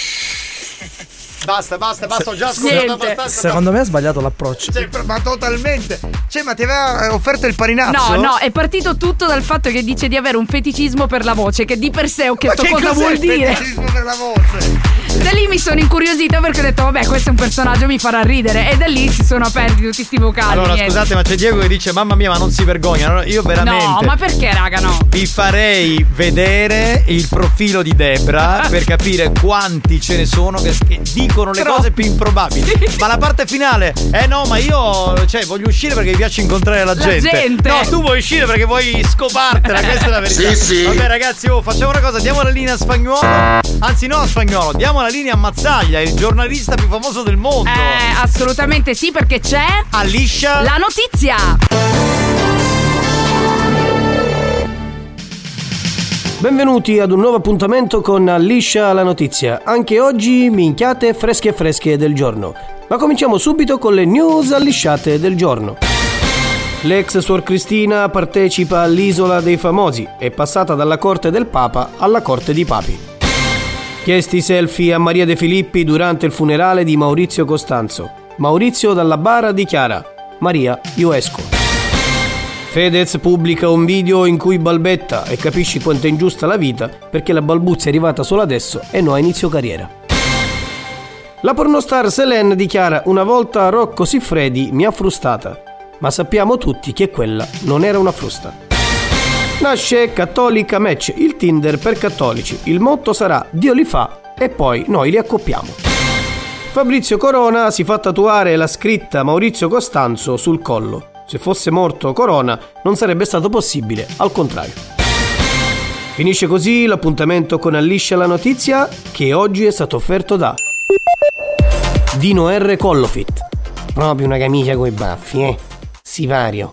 Basta, basta, basta. Ho già
Se-
ascoltato
Niente.
abbastanza.
Secondo me ha sbagliato l'approccio.
Cioè, pro- ma totalmente. Cioè, ma ti aveva eh, offerto il parinazzo?
No, no, è partito tutto dal fatto che dice di avere un feticismo per la voce, che di per sé ho chiesto
che
cosa
cos'è
vuol
il
dire.
feticismo per la voce?
Da lì mi sono incuriosita perché ho detto, vabbè, questo è un personaggio, mi farà ridere. E da lì si sono aperti tutti sti vocali.
Allora,
niente.
scusate, ma c'è Diego che dice: Mamma mia, ma non si vergogna. Allora, io veramente.
No, ma perché, raga, no?
Vi farei vedere il profilo di Debra per capire quanti ce ne sono che che dicono le cose più improbabili. Ma la parte finale, eh no, ma io cioè, voglio uscire perché mi piace incontrare la,
La
gente.
gente.
No, tu vuoi uscire perché vuoi scopartela, questa è la verità.
Sì, sì.
Vabbè, ragazzi, oh, facciamo una cosa: diamo la linea a Spagnuolo. Anzi, no, a Spagnuolo, diamo la linea a Mazzaglia, il giornalista più famoso del mondo.
Eh, assolutamente sì, perché c'è.
Aliscia.
La notizia.
Benvenuti ad un nuovo appuntamento con Liscia la notizia. Anche oggi minchiate fresche fresche del giorno. Ma cominciamo subito con le news allisciate del giorno. L'ex suor Cristina partecipa all'isola dei famosi, è passata dalla corte del Papa alla corte di Papi. Chiesti selfie a Maria De Filippi durante il funerale di Maurizio Costanzo. Maurizio dalla bara dichiara: Maria, io esco. Fedez pubblica un video in cui balbetta e capisci quanto è ingiusta la vita perché la balbuzia è arrivata solo adesso e non a inizio carriera. La pornostar Selene dichiara una volta Rocco Siffredi mi ha frustata, ma sappiamo tutti che quella non era una frusta. Nasce Cattolica Match, il Tinder per cattolici. Il motto sarà Dio li fa e poi noi li accoppiamo. Fabrizio Corona si fa tatuare la scritta Maurizio Costanzo sul collo. Se fosse morto Corona non sarebbe stato possibile, al contrario. Finisce così l'appuntamento con Alliscia la notizia che oggi è stato offerto da Dino R. Collofit. Proprio una camicia coi baffi, eh. Sipario.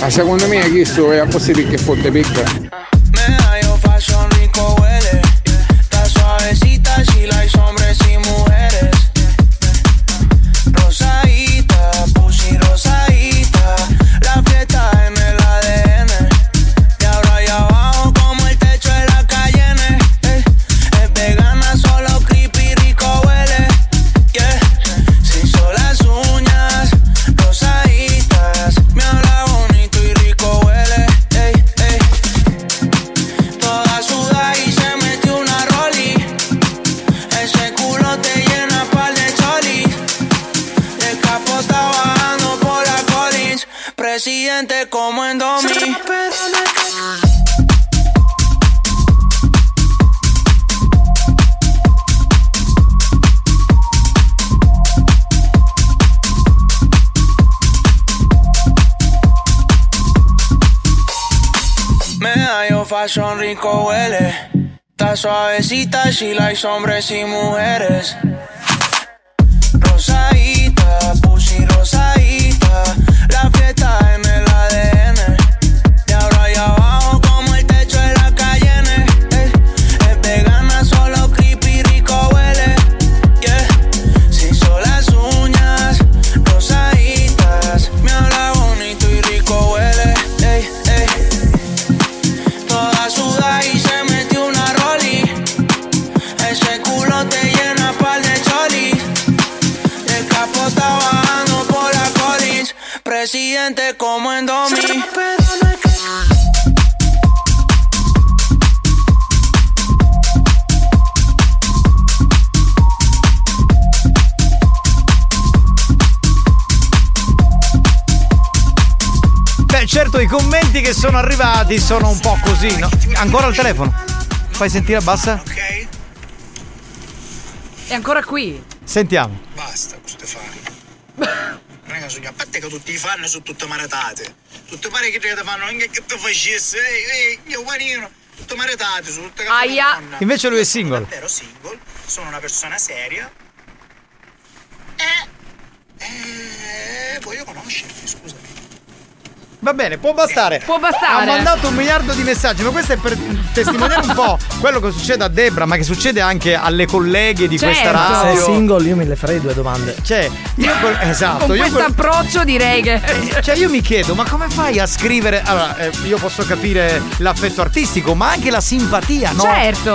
Ma secondo me questo è possibile che fonte piccola.
Medallo fashion rico huele. Está suavecita si la hay hombres y mujeres. Rosadita, pussy rosadita. La fiesta en el ADN. De ahora y abajo como el techo de la Cayenne. Ey, Es vegana, solo creepy rico huele. Yeah. Se hizo las uñas rosaditas. Me habla bonito y rico huele. Ey, ey. Toda sudada y se metió una roli. Ese culo te llena pal de choli. El capo está bajando por la Collins. Presidente como en Domi. Medallo fashion rico huele. Está suavecita, she likes hombres y mujeres. Rosadita, pussy rosadita. La fiesta en el ADN. De ahora y abajo como el techo de la Cayenne. Ey, Es vegana, solo creepy rico huele. Yeah. Se hizo las uñas rosaditas. Me habla bonito y rico huele. Ey, ey. Toda sudada y se metió una roli. Ese culo te llena pal de choli. El capo está bajando por la Collins. Presidente como en Domi.
Beh, certo, i commenti che sono arrivati sono un po' così, no? Ancora al telefono. Fai sentire, bassa?
È ancora qui.
Sentiamo.
Basta con ste fan. Raga, sono- a parte che tutti i fan sono tutte maratate. Tutte pare che te fanno anche che tu facessi, ehi, ehi, mio guarino. Tutte maratate, sono tutte cazzate di
Aia.
donna.
Invece lui è single.
Ero single, sono una persona seria. E. E voglio conoscerti, scusami.
Va bene, può bastare.
Può bastare.
Ha mandato un miliardo di messaggi, ma questo è per testimoniare un po' quello che succede a Debra, ma che succede anche alle colleghe di
Certo.
questa
Ma Se è
radio.
single io me le farei due domande.
Cioè, io col- esatto,
Con
io
questo
approccio direi che.
Cioè, io mi chiedo, ma come fai a scrivere? Allora, eh, io posso capire l'affetto artistico, ma anche la simpatia, no?
Certo,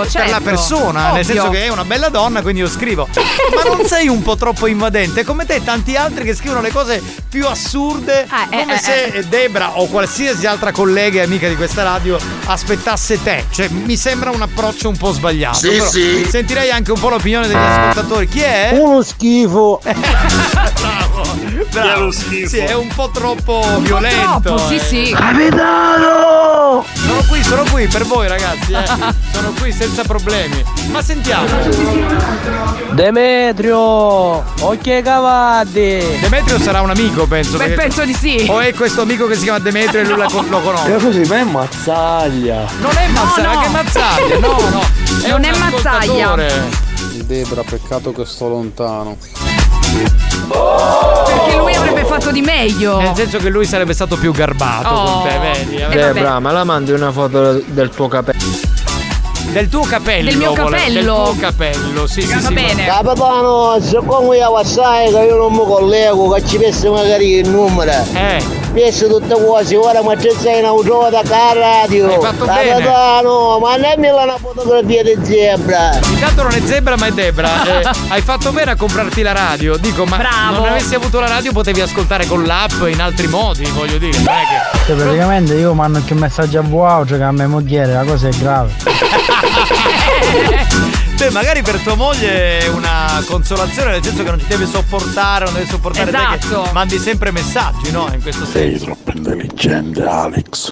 Per la
certo.
persona, nel
Ovvio.
senso che è una bella donna, quindi io scrivo. ma non sei un po' troppo invadente, come te e tanti altri che scrivono le cose più assurde, come
eh,
se
eh.
Debra o qualsiasi altra collega e amica di questa radio aspettasse te. Cioè, mi sembra un approccio un po' sbagliato.
Sì,
però
sì.
Sentirei anche un po' l'opinione degli ascoltatori. Chi è?
Uno schifo.
Bravo. Sì, è un po' troppo violento.
troppo, sì,
eh.
sì.
Capitano! Sono qui, sono qui per voi ragazzi, eh. Sono qui senza problemi. Ma sentiamo.
Demetrio, ok cavate.
Demetrio sarà un amico, penso.
Beh,
perché-
penso di sì.
O è questo amico che si chiama Demetrio e lui la co- lo conosce.
così, ma è mazzaglia.
Non è mazzaglia,
no.
che mazzaglia, no, no.
Non è
un
mazzaglia.
ascoltatore.
Debra, peccato che sto lontano.
Perché lui avrebbe fatto di meglio.
Nel senso che lui sarebbe stato più garbato
Eh,
Oh.
con te, vedi?
Eh, vabbè. Debra,
ma la mandi una foto del tuo capello.
Del tuo capello.
Del mio
vole- Del
capello?
tuo capello, sì, sì, sì.
Capitano, siccome io passai che io non mi collego, che ci pensi magari il numero.
Eh.
Penso tutte cose, ora mi c'è sei una giovata da radio.
Hai fatto bene.
Capitano, ma non è una fotografia di zebra.
Intanto non è Zebra ma è Debra. Eh, hai fatto bene a comprarti la radio. Dico, ma
Bravo.
non avessi avuto la radio potevi ascoltare con l'app in altri modi, voglio dire. Non è che-
Cioè, praticamente io mando anche un messaggio a wow, cioè che a mia moglie, la cosa è grave.
Beh, magari per tua moglie è una consolazione, nel senso che non ti deve sopportare, non deve sopportare te
Esatto.
che mandi sempre messaggi, no? In questo senso.
Sei troppo intelligente, Alex.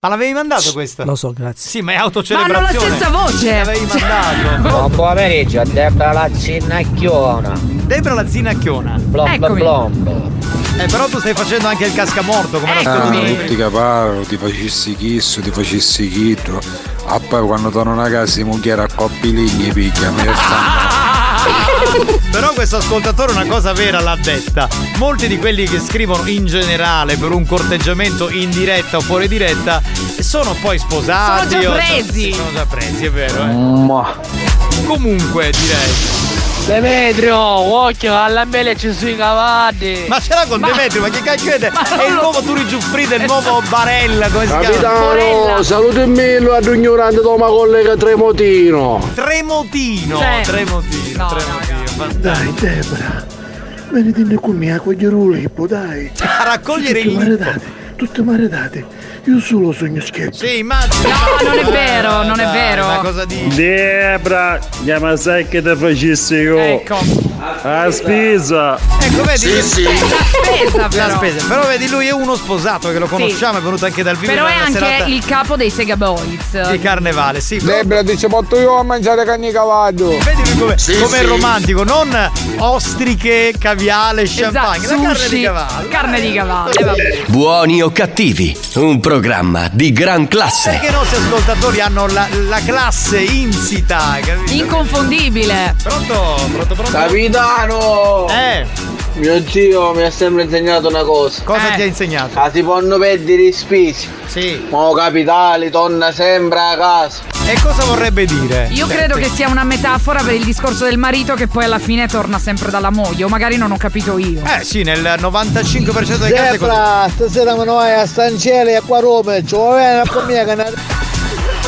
Ma l'avevi mandato questa? Lo
so, grazie.
Sì, ma è autocelebrazione. L'avevi
Cioè.
mandato.
Buon pomeriggio, Debra la cinnacchiona.
Debra la zinacchiona.
Blombo blombo.
Eh, però tu stai facendo anche il cascamorto, come l'ha
Ah,
scoperto.
tutti caparo, ti facessi chisso, ti facessi chitto. A poi quando torno a casa si mucchiare a coppi ligni picchiami e
Ah.
Però questo ascoltatore una cosa vera l'ha detta. Molti di quelli che scrivono in generale per un corteggiamento in diretta o fuori diretta sono poi sposati.
Sono già
o-
presi.
Sono già presi, è vero, eh. Comunque direi.
Demetrio, occhio, alla mele ci sui cavalli.
Ma ce l'ha con Demetrio, ma che cacchio è? È il nuovo Turi Giuffrida,
Eh,
il nuovo Barella, come si chiama?
Capitano, saluto il Millo ad ignorante Toma collega Tremotino.
Tremotino,
Cioè,
Tremotino, Tremotino.
Dai, Debra, venite con me a cogliere un lippo, dai.
A raccogliere il lippo.
Tutte maredate, io solo sogno scherzo.
Sì, immagino.
No, non è vero, non è
Dai,
vero.
Ma cosa dici?
Debra, già ma sai che te facessi io?
Ecco.
A spesa.
Ecco, vedi?
Sì, sì.
La
spesa, però.
spesa. Però vedi, lui è uno sposato che lo conosciamo, è venuto anche dal vivo.
Però è
nella
anche
Eh, serata
il capo dei Sega Boys.
di carnevale, sì.
Debra dice porto io a mangiare carne di cavallo.
Vedi come
Sì,
com'è
sì.
romantico, non ostriche, caviale, champagne,
Esatto,
la carne
sushi,
di cavallo.
Carne di cavallo. eh, vabbè.
Buoni o cattivi, un programma di gran classe.
Perché i nostri ascoltatori hanno la, la classe insita, capito?
Inconfondibile.
Pronto? Pronto, pronto?
Capitano!
Eh!
Mio zio mi ha sempre insegnato una cosa.
Cosa ti ha insegnato?
Ah, si possono perdere i spesi.
Sì.
Ma capitali torna sempre a casa.
E cosa vorrebbe dire?
Io credo che sia una metafora per il discorso del marito che poi alla fine torna sempre dalla moglie, o magari non ho capito io.
Eh sì, nel 95% dei casi è così. Ah.
Zefra, stasera ma noi a Stancele e a qua a Roma, ci vuole venire a com'è che ne-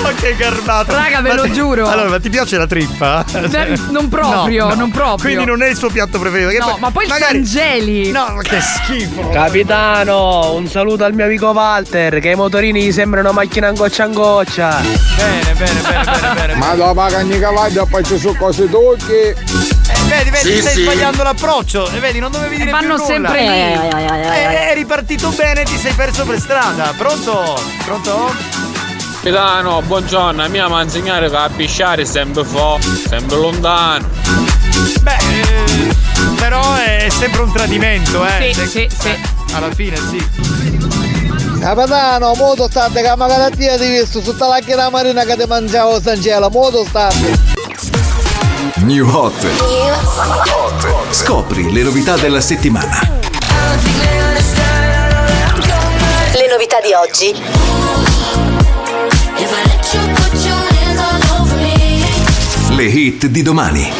Ma che garbato!
Raga, ve
Ma
lo
ti-
giuro.
Allora, ma ti piace la trippa?
Beh, non proprio, non proprio.
Quindi non è il suo piatto preferito. che
No, ma poi il
Sangeli!
No, ma che schifo!
Capitano, un saluto al mio amico Walter, che i motorini gli sembrano macchina angoccia angoccia.
Bene, bene, bene, bene, bene.
Ma dopo la carne di cavallo poi ci sono cose dolci.
Eh, Vedi, vedi,
Sì,
stai
sì.
sbagliando l'approccio. E vedi, non dovevi dire
vanno
più
sempre
nulla.
lì.
Eh, eh, eri partito bene, ti sei perso per strada. Pronto? Pronto?
Capitano, buongiorno, a mia mi ha insegnato che a pisciare è sempre fo, sempre lontano.
Beh, eh, però è sempre un tradimento, eh.
Sì,
sì, sì. Alla fine, sì.
Capitano, molto stante, che magari a te ti visto sotto la chiesa marina che ti mangiavo Stancela, molto stante.
New Hot. Scopri le novità della settimana.
Le novità di oggi.
Le hit di domani.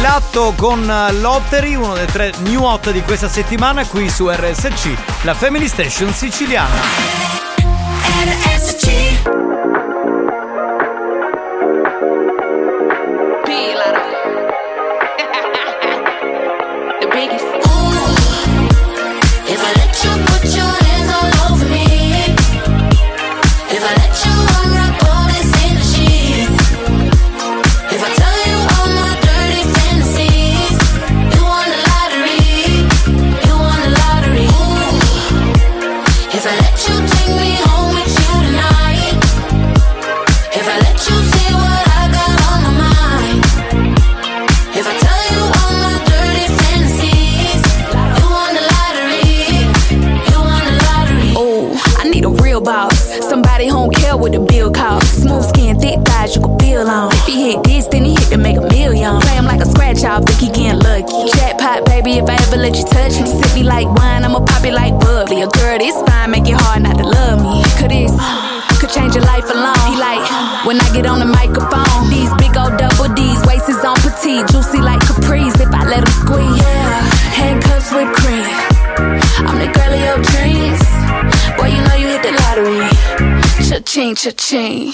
L'atto con Lottery, uno dei tre new hot di questa settimana qui su RSC, la Family Station siciliana.
The biggest. If I let you put your hands all over me. If I let you unwrap all this inner sheets. If I tell you all my dirty fantasies. You won the lottery. You won the lottery. Ooh. If I let you take me home with you tonight.
Oh, big thighs you could build on. If he hit this, then he hit to make a million. Play him like a scratch off, think he getting lucky. Jackpot, baby, if I ever let you touch me. Sip me like wine, I'ma pop it like bubbly. A girl, this fine, make it hard not to love me. Could this, could change your life alone. He like, when I get on the microphone, these big old double D's, waist is on petite, juicy like capris if I let him squeeze. Yeah, handcuffs with cream. I'm the girl of your dreams. Boy, you know you hit the lottery. Cha-ching, cha-ching.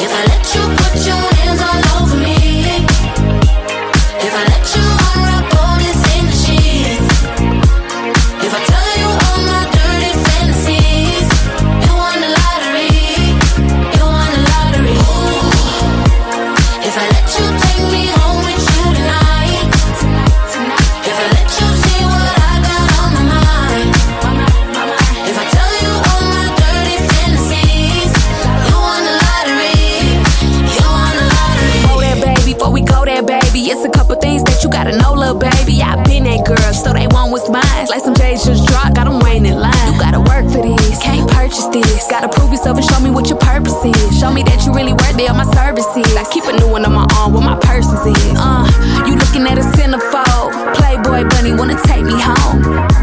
If I let you put your hands all over me, if I let you unwrap all this in the sheets, if I tell you all my dirty fantasies, you won the lottery, you won the lottery. Ooh. If I let you take me home with you tonight, if I let you see what I got on my mind, if I tell you all my dirty fantasies, you won the lottery.
Roll that baby before we go there, baby. It's a couple things that you gotta know, little baby. I been that girl, so they want what's mine. Like some J's just dropped, got them waiting in line. You gotta work for this, can't purchase this. Gotta prove yourself and show me what your purpose is. Show me that you really worthy of my services. I keep a new one on my arm where my purses is. Uh, you looking at a centerfold. Playboy bunny wanna take me home.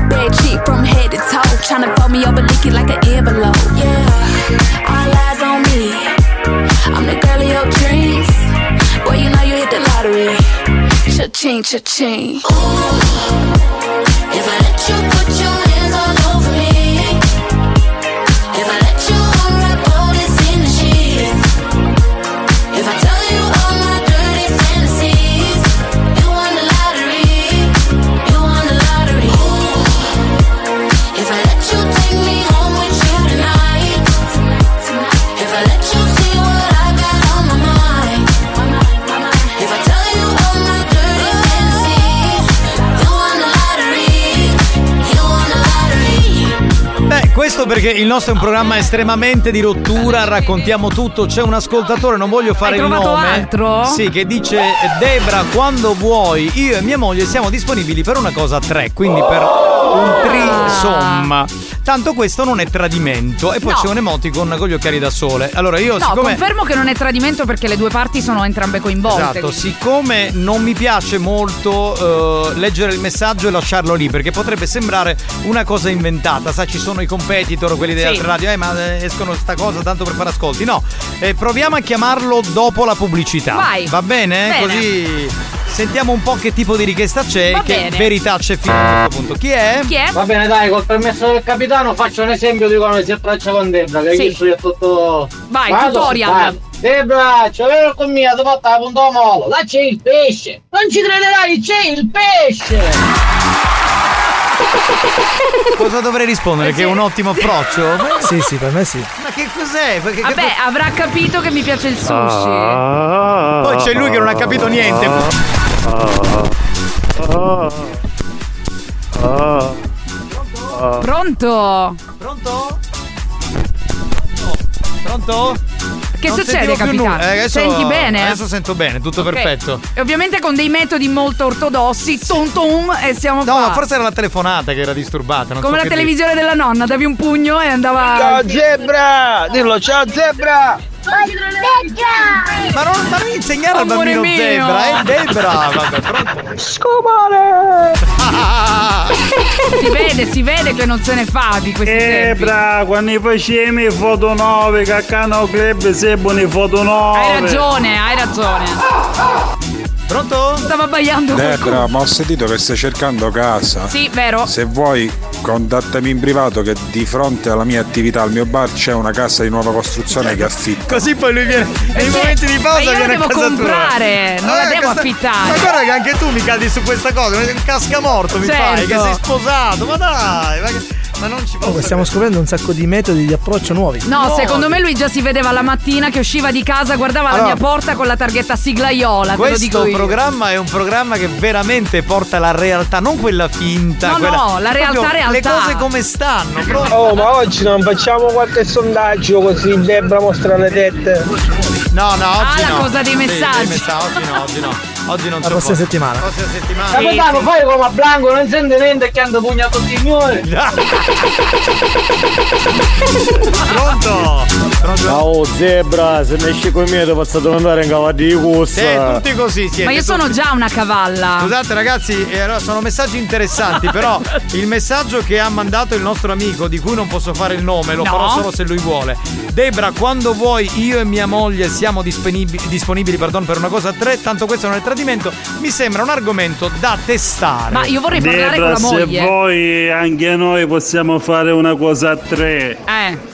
Bad chick from head to toe, tryna fold me over, lick it like an envelope. Yeah, all eyes on me. I'm the girl of your dreams. Boy, you know you hit the lottery. Cha-ching, cha-ching.
If I let you put your hands all over me, if I let you unwrap all this in the sheets, if I tell you all my dirty fantasies, you won the lottery, you won the lottery. If I let you take me home with you tonight, if I let you see what I got on my mind, if I tell you all my dirty fantasies, you won the lottery.
Beh, questo perché il nostro è un programma estremamente di rottura, raccontiamo tutto. C'è un ascoltatore, non voglio fare
Hai
il
trovato
nome.
altro?
Sì, che dice Debra, quando vuoi, io e mia moglie siamo disponibili per una cosa a tre, quindi per
Ah.
un tri somma. Tanto questo non è tradimento. E poi
No.
c'è un emoticon con gli occhiali da sole. Allora io
No,
siccome
confermo che non è tradimento perché le due parti sono entrambe coinvolte.
Esatto,
quindi-
siccome non mi piace molto eh, leggere il messaggio e lasciarlo lì, perché potrebbe sembrare una cosa inventata, sai, ci sono i competitor, quelli delle
Sì.
altre radio, eh, ma eh, escono sta cosa tanto per fare ascolti. No, eh, proviamo a chiamarlo dopo la pubblicità.
Vai.
Va bene?
Bene.
Così sentiamo un po' che tipo di richiesta c'è,
Va
e che
bene.
verità c'è fino a questo punto. Chi è?
Chi è?
Va bene, dai, col permesso del capitano faccio un esempio di come si approccia con Debra, che
Sì.
io sono tutto...
Vai, tutorial.
vai. Debra, c'è vero con mia, ti porta la punta a molo. Là c'è il pesce. Non ci crederai, c'è il pesce.
Cosa dovrei
Eh,
rispondere? Che è un ottimo approccio?
Sì, sì, per me sì.
Ma che cos'è? Perché- che
Vabbè, avrà capito che mi piace il sushi.
Ah.
Poi c'è lui che non ha capito niente.
Ah. Ah.
Pronto?
Pronto? Pronto?
Che
Non
succede,
sentivo più
capitano?
nulla. Eh, adesso-
Senti bene?
Adesso sento bene, tutto
Ok.
perfetto.
E ovviamente con dei metodi molto ortodossi, ton ton, e siamo
No,
qua.
ma forse era la telefonata che era disturbata. Non
Ah. Come
so
la
che
televisione della nonna, davi un pugno e andava.
Ciao, zebra! Dillo, ciao, zebra!
Zebra!
Ma non, ma non insegnare al
Amore
bambino
mio.
zebra, eh? Debra! Vabbè, pronto.
Scomare!
si vede, si vede che non se ne fa di
Eh,
questi tempi.
Zebra, quando facciamo le foto 9, che accanto al club seguono le foto 9.
Hai ragione, hai ragione.
Pronto? Eh,
Stava abbaiando qualcuno.
Debra, ma ho sentito che stai cercando casa.
Sì, vero.
Se vuoi, contattami in privato che di fronte alla mia attività, al mio bar, c'è una casa di nuova costruzione che affitto.
Così poi lui viene. Nei momenti di pausa
ma io la
viene a
devo
casa tua. Eh,
comprare, non la devo affittare.
Ma guarda che anche tu mi cadi su questa cosa. un Cascamorto mi fai, che
Certo.
sei sposato. Ma dai, ma, che- ma non ci
Oh,
posso.
stiamo scoprendo un sacco di metodi di approccio nuovi.
No, secondo me lui già si vedeva la mattina che usciva di casa, guardava
Allora,
la mia porta con la targhetta siglaiola. Te lo dico
Questo
io.
programma è un programma che veramente porta la realtà, non quella finta.
No,
quella-
no, la realtà,
proprio Le
realtà.
cose come stanno. proprio.
Oh, ma oggi non facciamo qualche sondaggio così Debra mostra le tette.
No, no,
Ah,
oggi
la
no.
cosa dei
Sì,
messaggi.
dei messaggi, oggi no, oggi no. Oggi non
La
c'è
prossima
posto.
settimana.
Prossima settimana.
Capitano, fai come a Blanco, non sente niente che ando pugnato il signore.
Pronto?
Ciao zebra, se mi esci con me ti faccio domandare in cava di gusto.
Sì, tutti così siete.
Ma io sono già una cavalla.
Scusate ragazzi, eh, allora, sono messaggi interessanti, però il messaggio che ha mandato il nostro amico, di cui non posso fare il nome, lo
No.
farò solo se lui vuole. Debra, quando vuoi io e mia moglie siamo disponibi- disponibili pardon, per una cosa a tre, tanto questo non è tradimento, mi sembra un argomento da testare.
Debra, se vuoi anche noi possiamo fare una cosa a tre.
Eh.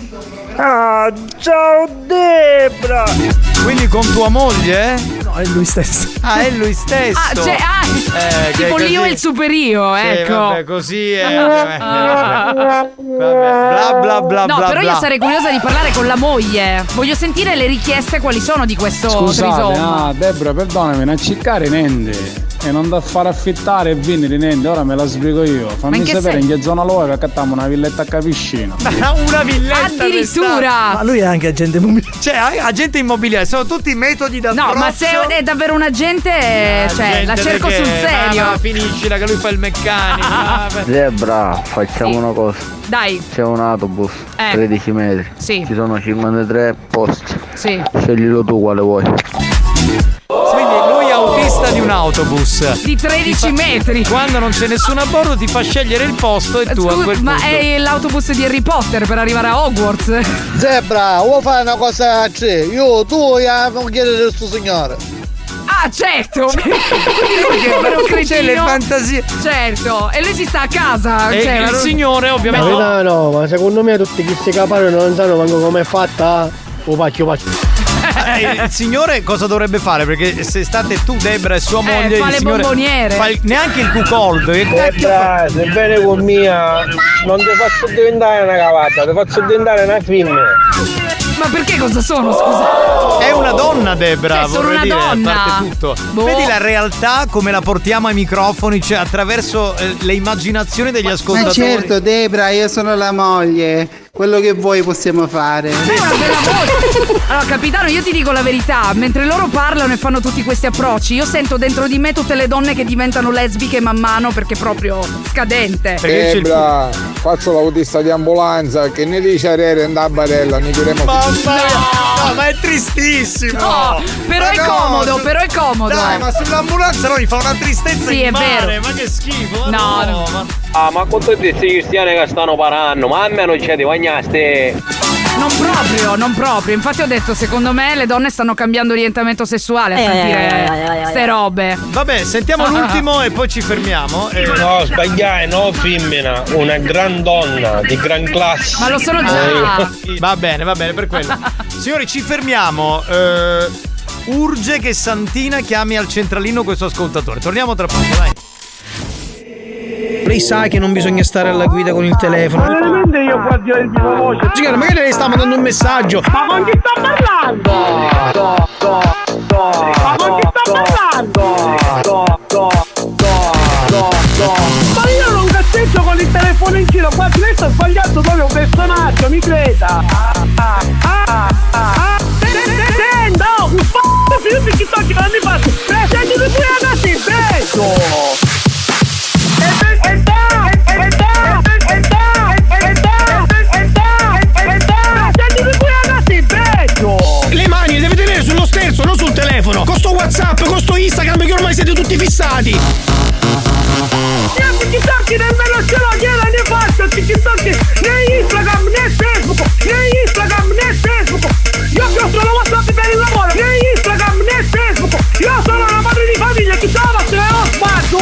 Ah, ciao Debra!
Quindi con tua moglie?
No, è lui stesso.
Ah, è lui stesso.
Ah, cioè, ah,
Eh, che
tipo l'io
così-
e il superio,
Sì,
ecco.
vabbè, così è. vabbè, vabbè. Bla bla bla
no,
bla.
però
bla.
io sarei curiosa di parlare con la moglie. Voglio sentire le richieste quali sono di questo
Scusate,
trisom.
ah, Debra, perdonami, non ciccare niente. E non da far affittare e vendere niente, ora me la spiego io. Fammi
in che
sapere in
senso?
che zona lo è perché abbiamo una villetta a piscina.
una
Ah,
villetta
Addirittura.
Ma lui è anche agente immobiliare.
Cioè, agente immobiliare, sono tutti metodi da
No, ma se è davvero un agente, eh, cioè, la
gente
cerco
che- Ah,
sul serio. Ah.
Mamma, finiscila che lui fa il meccanico. Ah, vabbè.
Zebra, facciamo una cosa.
Dai.
C'è un autobus,
Eh.
13 metri.
Sì.
Ci sono 53 posti.
Sì.
Sceglilo tu quale vuoi.
Quindi lui è autista di un autobus.
Di 13 metri.
Quando non c'è nessuno a bordo ti fa scegliere il posto e tu a
Scusa,
quel
ma
punto.
è l'autobus di Harry Potter per arrivare a Hogwarts.
Zebra, vuoi fare una cosa a tre? Io, tu e
eh,
la moglie del suo signore.
Ah, certo! Quindi lui
Perché?
povero
Perché
cretino.
le
fantasie.
Certo, e lui si sta a casa.
E
cioè,
il
lui-
signore, ovviamente.
Ma-
no, no, ma secondo me tutti chi si capano non sanno manco com'è fatta. O pacchio pacchio.
Eh, il signore cosa dovrebbe fare? Perché se state tu, Debra, e sua
Eh,
moglie.
fa
il
le
signore
bomboniere.
fa il- neanche il cuckoldo.
Eh,
Che cacchio fa?
sebbene con mia, non ti faccio diventare una cavata, ti faccio diventare una femmina.
Ma perché cosa sono, scusa?
È una donna, Debra,
Cioè, sono
vorrei
una
dire,
donna.
a parte tutto.
Boh.
Vedi la realtà come la portiamo ai microfoni, cioè attraverso eh, le immaginazioni degli
Ma
ascoltatori.
certo, Debra, io sono la moglie. Quello che vuoi possiamo fare.
Allora, capitano, io ti dico la verità. Mentre loro parlano e fanno tutti questi approcci, io sento dentro di me tutte le donne che diventano lesbiche man mano perché è proprio scadente.
Eh,
Debra, faccio l'autista di ambulanza, che ne dice a Rere andare a Barella, ne diremo
mia, no, ma è tristissimo!
No, però
Ma
è
no,
comodo,
su-
però è comodo. eh.
Dai, ma sull'ambulanza no, gli fa una tristezza
Sì,
in
è
mare,
vero.
ma che schifo!
No, no.
Ah, ma con tutti questi cristiani che stanno parando, ma a me non c'è di bagnaste.
Non proprio, non proprio. Infatti ho detto, secondo me le donne stanno cambiando orientamento sessuale a
Eh,
sentire ste robe.
Vabbè,
Ah,
sentiamo l'ultimo e poi ci fermiamo. Eh,
No, sbagliai, no femmina, una gran donna di gran
Ah,
classe.
Ma lo sono già.
Eh, Va bene, va bene, per quello. Signori, ci fermiamo. Eh, urge che Santina chiami al centralino questo ascoltatore. Torniamo tra poco, dai.
Lei sa che non bisogna stare alla guida con il telefono. Ma veramente io qua di la voce. Signora, magari lei sta mandando un messaggio. Ma con chi sta parlando?
Ma con chi sta
Ma io non cazzeggio con il telefono in giro, guardi lei sta sbagliando proprio un personaggio, mi creda! Ah, ah, ah, Sen- sen- Senta, oh, un p***o film di TikTok che non mi fa! Beh, Sentimi pure a cazzi, prego! Sentimi pure a cazzi, prego!
Le mani le deve tenere sullo sterzo, non sul telefono. Con sto WhatsApp, con sto Instagram che ormai siete tutti fissati.
Io TikTok nemmeno ce l'ho, io non ne faccio TikTok né Instagram né Facebook né Instagram né Facebook Io che ho solo WhatsApp per il lavoro né Instagram né Facebook Io sono una madre di famiglia, chi sono se ne ho fatto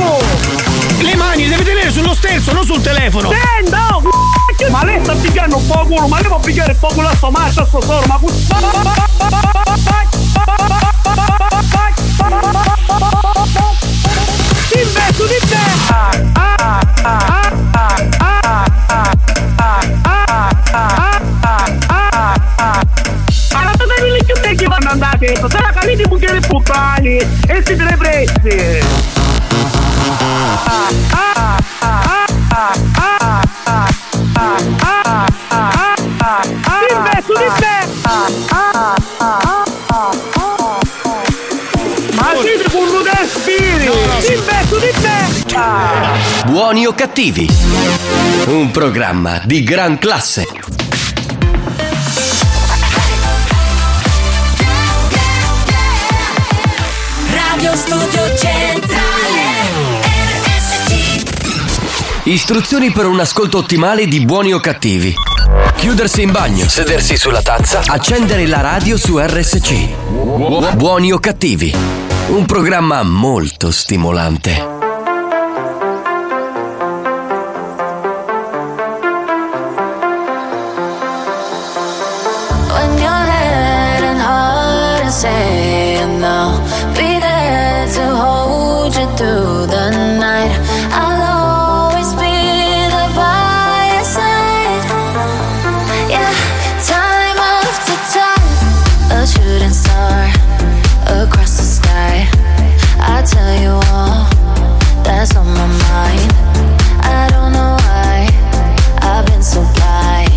Le mani le deve tenere sullo sterzo, non sul telefono.
Senta, oh, c***o, ma lei sta picchiando un po' culo, ma lei può picchiare il po' culo a sto marcio, a sto soro, ma cu- Investo di te! Ah, ah, ah, ah, ah, ah, ah, ah, ah, ah, ah, ah. Allora, tu devi lì chiudere che vanno andati, se la calini bucchiere puttani, e si tre prezzi! Silvestro di te! Ma siete con Rudesco! Di me, su di me! Ah.
Buoni o cattivi? Un programma di gran classe.
Radio Studio Centrale RSC
Istruzioni per un ascolto ottimale di buoni o cattivi. Chiudersi in bagno, sedersi sulla tazza, accendere la radio su RSC. Buoni o cattivi? Un programma molto stimolante.
When you're heading hard and saying no, be there to hold you through the night. I'll always be there by your side. Yeah, time after time, a shooting star across the sky. I tell you all that's on my mind. I don't know why I've been so blind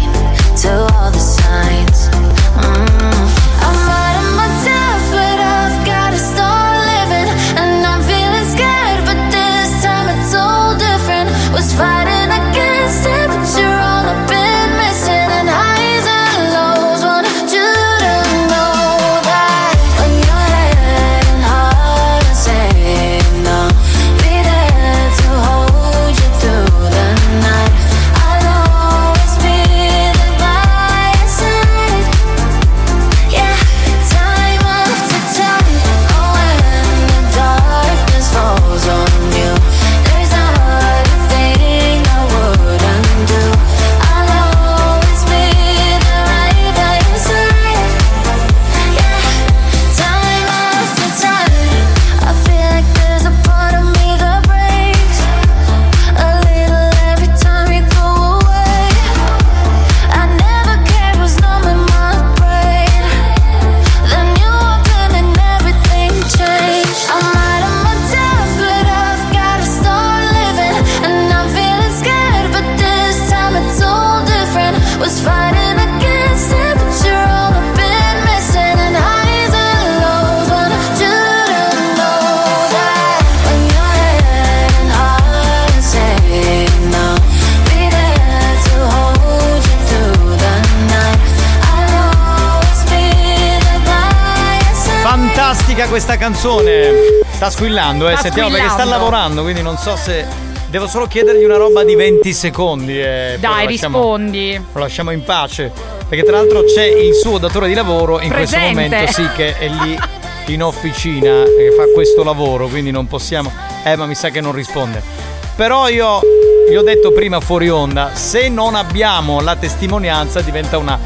to all the signs. Mm. I'm out of my depth, but I've gotta start living. And I'm feeling scared, but this time it's all different. Was fighting against it, but you're all I've been missing. And highs and lows, want you to know that when you're heading hard and saying no, be there to hold you through the night. I'll always be there by your side. Yeah, time after time, oh, when the darkness falls on you, there's not a thing I wouldn't do. I'll always be the right by your side. Yeah, time after time, I feel like there's a part of me that breaks a little every time you go away. I never cared what's numb in my brain. Then you walked in and everything changed. I'm out of my depth, but I've gotta start living. And I'm feeling scared, but this time it's all different. Was fighting against it, but you're all I've been missing. And highs and lows, want you to know that when you're heading hard and saying no, be there to hold you through the night. I'll always be there by your side.
Fantastica questa canzone. Sta squillando, eh.
Sta
Sentiamo perché sta
squillando.
lavorando, quindi non so se. Devo solo chiedergli una roba di 20 secondi. E poi
Dai,
lo lasciamo-
rispondi.
Lo lasciamo in pace. Perché tra l'altro c'è il suo datore di lavoro in questo
Presente.
momento, sì, che è lì in officina e che fa questo lavoro, quindi non possiamo. Eh, ma mi sa che non risponde. Però io gli ho detto prima fuori onda, se non abbiamo la testimonianza diventa una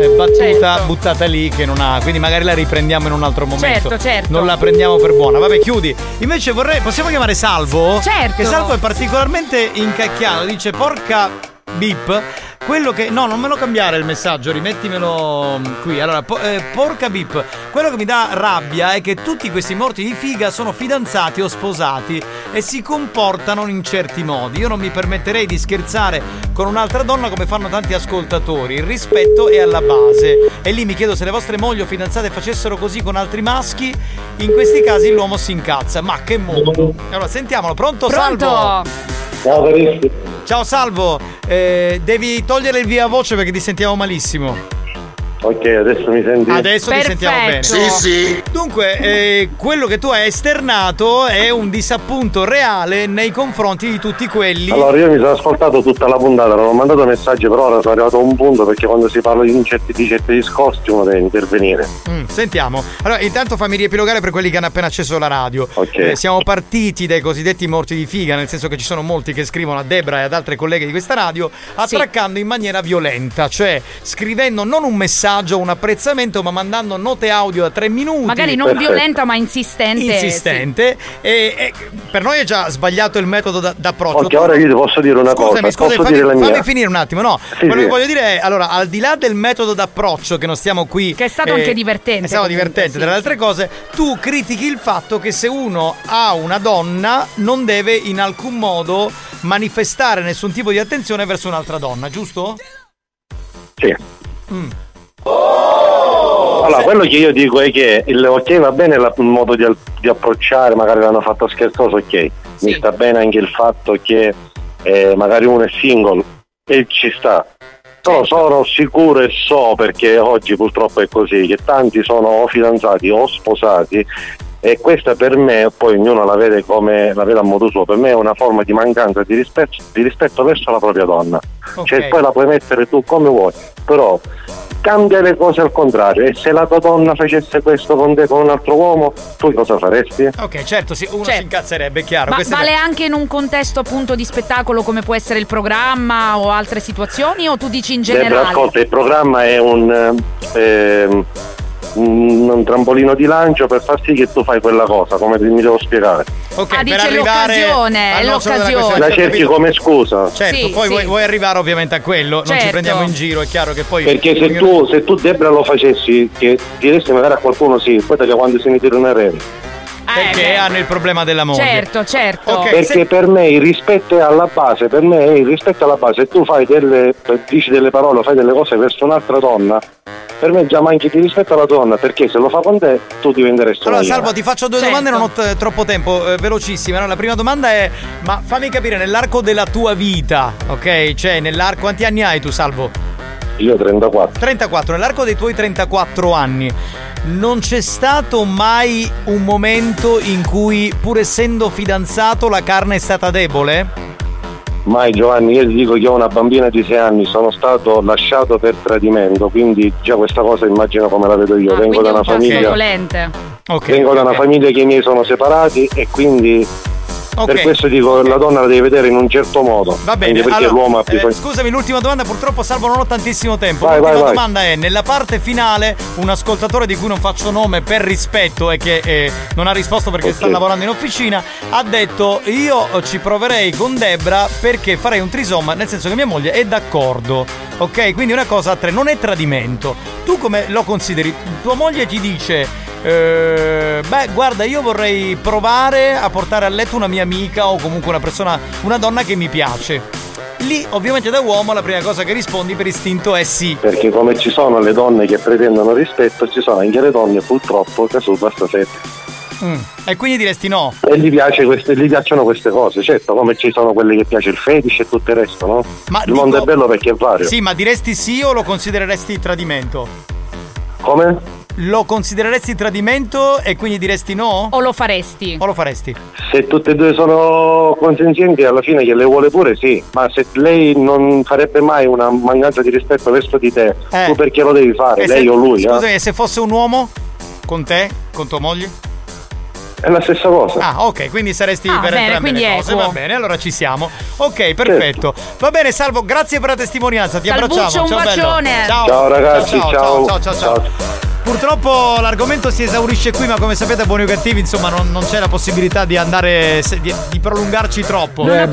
eh, battuta buttata lì che non ha, quindi magari la riprendiamo in un altro momento.
Certo, certo.
Non la prendiamo per buona. Vabbè, chiudi. Invece vorrei possiamo chiamare Salvo?
Certo.
Che Salvo è particolarmente incacchiato, dice porca Bip, quello che. No, non me lo cambiare il messaggio, rimettimelo mm, qui. Allora, po- eh, porca bip, quello che mi dà rabbia è che tutti questi morti di figa sono fidanzati o sposati e si comportano in certi modi. Io non mi permetterei di scherzare con un'altra donna come fanno tanti ascoltatori. Il rispetto è alla base. E lì mi chiedo se le vostre mogli o fidanzate facessero così con altri maschi, in questi casi l'uomo si incazza. Ma che mondo! Allora, sentiamolo, pronto,
Pronto?
salvo?
Ciao carissimi.
Ciao Salvo, eh, devi togliere il via voce perché ti sentiamo malissimo.
Ok, adesso mi senti.
Adesso ti sentiamo bene. Dunque, eh, quello che tu hai esternato è un disappunto reale nei confronti di tutti quelli.
Allora, io mi sono ascoltato tutta la puntata, non ho mandato messaggi, però ora sono arrivato a un punto perché quando si parla di, un certi, di certi discorsi uno deve intervenire.
Mm, sentiamo. Allora, intanto fammi riepilogare per quelli che hanno appena acceso la radio.
Ok.
Eh, siamo partiti dai cosiddetti morti di figa, nel senso che ci sono molti che scrivono a Debra e ad altre colleghe di questa radio attraccando in maniera violenta, cioè scrivendo non un messaggio, un apprezzamento, ma mandando note audio a tre minuti.
Magari non violenta, ma insistente.
insistente e, e per noi è già sbagliato il metodo d- d'approccio
Ok, ora io ti posso dire una
scusami,
cosa,
scusami,
posso
fammi,
dire la mia.
fammi finire un attimo no
Sì,
quello
sì.
che voglio dire è allora al di là del metodo d'approccio che non stiamo qui che è
stato anche divertente,
è stato
comunque,
divertente
sì,
tra le altre cose tu critichi il fatto che se uno ha una donna non deve in alcun modo manifestare nessun tipo di attenzione verso un'altra donna giusto?
Sì.
Mm.
Allora, quello che io dico è che il ok va bene la- il modo di, al- di approcciare, magari l'hanno fatto scherzoso, ok. Mi sta bene anche il fatto che eh, magari uno è single e ci sta. Però sono sicuro e so, perché oggi purtroppo è così, che tanti sono o fidanzati o sposati e questa per me, poi ognuno la vede come la vede a modo suo, per me è una forma di mancanza di rispetto, di rispetto verso la propria donna. Cioè poi la puoi mettere tu come vuoi, però cambia le cose al contrario e se la tua donna facesse questo con te con un altro uomo, tu cosa faresti?
Ok, certo, sì, uno si incazzerebbe, è chiaro.
Ma
questo è
vale anche in un contesto appunto di spettacolo come può essere il programma o altre situazioni o tu dici in
Debra,
generale?
ascolta, il programma è un, ehm, un- un trampolino di lancio per far sì che tu fai quella cosa, come ti- mi devo spiegare.
Ok,
ah,
per
dice
arrivare
l'occasione, è
al nocciolo della
l'occasione. Ah,
La cerchi come scusa.
oh, Certo, poi Vuoi, vuoi arrivare ovviamente a quello, non ci
Certo.
prendiamo in giro, è chiaro che poi...
Perché se tu, se tu Debra lo facessi, che diresti magari a qualcuno sì, poi che quando se ne torneremo.
Perché hanno il problema della moglie.
Ah, eh, Certo, certo.
Perché
Se-
per me il rispetto è alla base, per me è il rispetto alla base, se tu fai delle, dici delle parole, fai delle cose verso un'altra donna, per me già manchi di rispetto alla donna, perché se lo fa con te tu diventeresti una
Allora
iena.
Salvo ti faccio due domande,
Certo.
non ho t- troppo tempo, eh, velocissime. Allora, la prima domanda è, ma fammi capire, nell'arco della tua vita, ok? Cioè, nell'arco, quanti anni hai tu Salvo?
Io 34.
34, nell'arco dei tuoi 34 anni, non c'è stato mai un momento in cui, pur essendo fidanzato, la carne è stata debole?
Mai Giovanni, io ti dico che ho una bambina di 6 anni, sono stato lasciato per tradimento, quindi già questa cosa immagino come la vedo
Ah,
io. Vengo da una famiglia.
Volente.
Vengo da una famiglia che i miei sono separati e quindi
Ok.
per questo dico la donna la devi vedere in un certo modo.
Va bene,
anche perché
allora,
l'uomo ha
eh,
bisogno.
scusami, l'ultima domanda, purtroppo Salvo non ho tantissimo tempo.
Vai,
l'ultima
vai, vai.
domanda è, nella parte finale, un ascoltatore di cui non faccio nome per rispetto e che eh, non ha risposto perché sta lavorando in officina, ha detto io ci proverei con Debra perché farei un trisoma, nel senso che mia moglie è d'accordo. Ok, quindi una cosa a tre, non è tradimento. Tu come lo consideri? Tua moglie ti dice... eh, beh, guarda, io vorrei provare a portare a letto una mia amica o comunque una persona, una donna che mi piace. Lì, ovviamente, da uomo la prima cosa che rispondi per istinto è sì.
Perché come ci sono le donne che pretendono rispetto, ci sono anche le donne purtroppo che su basta sette.
Mm. E quindi diresti no.
E gli, piace queste- gli piacciono queste cose, certo, come ci sono quelle che piace il fetish e tutto il resto, no?
Ma
il mondo
dico-
è bello perché è vario.
Sì, ma diresti sì o lo considereresti tradimento?
Come?
Lo considereresti tradimento e quindi diresti no? O
lo faresti?
O lo faresti?
Se tutte e due sono consenzienti, alla fine che le vuole pure sì, ma se lei non farebbe mai una mancanza di rispetto verso di te,
Eh.
tu perché lo devi fare,
E se-
lei o lui? eh?
Scusami, e se fosse un uomo? Con te? Con tua moglie?
È la stessa cosa.
Ah, ok, quindi saresti
Ah,
per
bene,
entrambe
quindi
le cose.
equo.
Va bene, allora ci siamo. Ok, perfetto. Va bene, Salvo, grazie per la testimonianza. Ti
Salvuccio,
abbracciamo.
un
ciao, bello.
bacione.
Ciao.
Ciao, ragazzi,
Ciao,
ciao.
ciao, ciao, ciao. Purtroppo l'argomento si esaurisce qui, ma come sapete, buoni o cattivi, insomma, non, non c'è la possibilità di andare. se- di, di prolungarci troppo. vedi,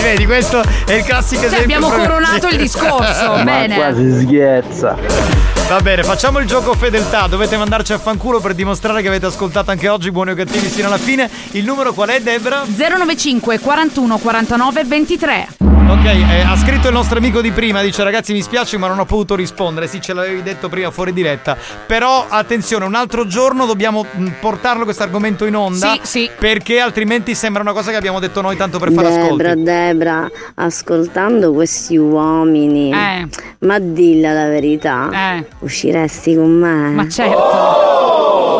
vedi, questo è il classico
Cioè,
esempio.
abbiamo
proprio-
coronato il discorso,
Ma
bene.
Ah,
quasi sghezza.
Va bene, facciamo il gioco fedeltà. Dovete mandarci a fanculo per dimostrare che avete ascoltato anche oggi buoni o cattivi fino alla fine. Il numero qual è, Debra?
095 41 49 23.
Ok, eh, ha scritto il nostro amico di prima, dice ragazzi mi spiace ma non ho potuto rispondere, sì ce l'avevi detto prima fuori diretta, però attenzione un altro giorno dobbiamo mh, portarlo questo argomento in onda,
Sì, sì.
perché altrimenti sembra una cosa che abbiamo detto noi tanto per fare
Debra,
ascolto.
Debra, ascoltando questi uomini,
Eh.
ma dilla la verità, usciresti con me?
Ma certo.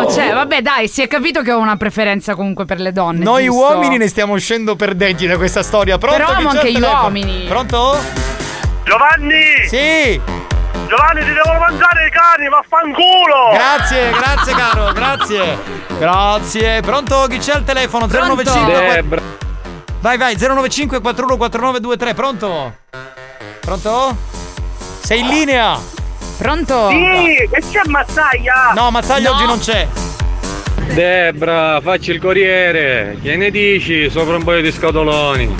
Ma cioè, vabbè, dai, si è capito che ho una preferenza comunque per le donne.
Noi
giusto?
uomini ne stiamo uscendo perdenti da questa storia, pronto?
Però
Chi
amo
c'è al
anche gli
telefono?
uomini.
Pronto?
Giovanni!
Sì!
Giovanni ti devono mangiare i cani, vaffanculo!
Grazie, grazie caro, grazie. Grazie. Pronto? Chi c'è al telefono? 095.
Debra.
Vai, vai, 095 414923, pronto? Pronto? Sei in linea?
Pronto?
Sì, che c'è Mazzaglia?
No, Mazzaglia oggi non c'è.
Debra, facci il corriere. Che ne dici? Sopra un paio di scatoloni.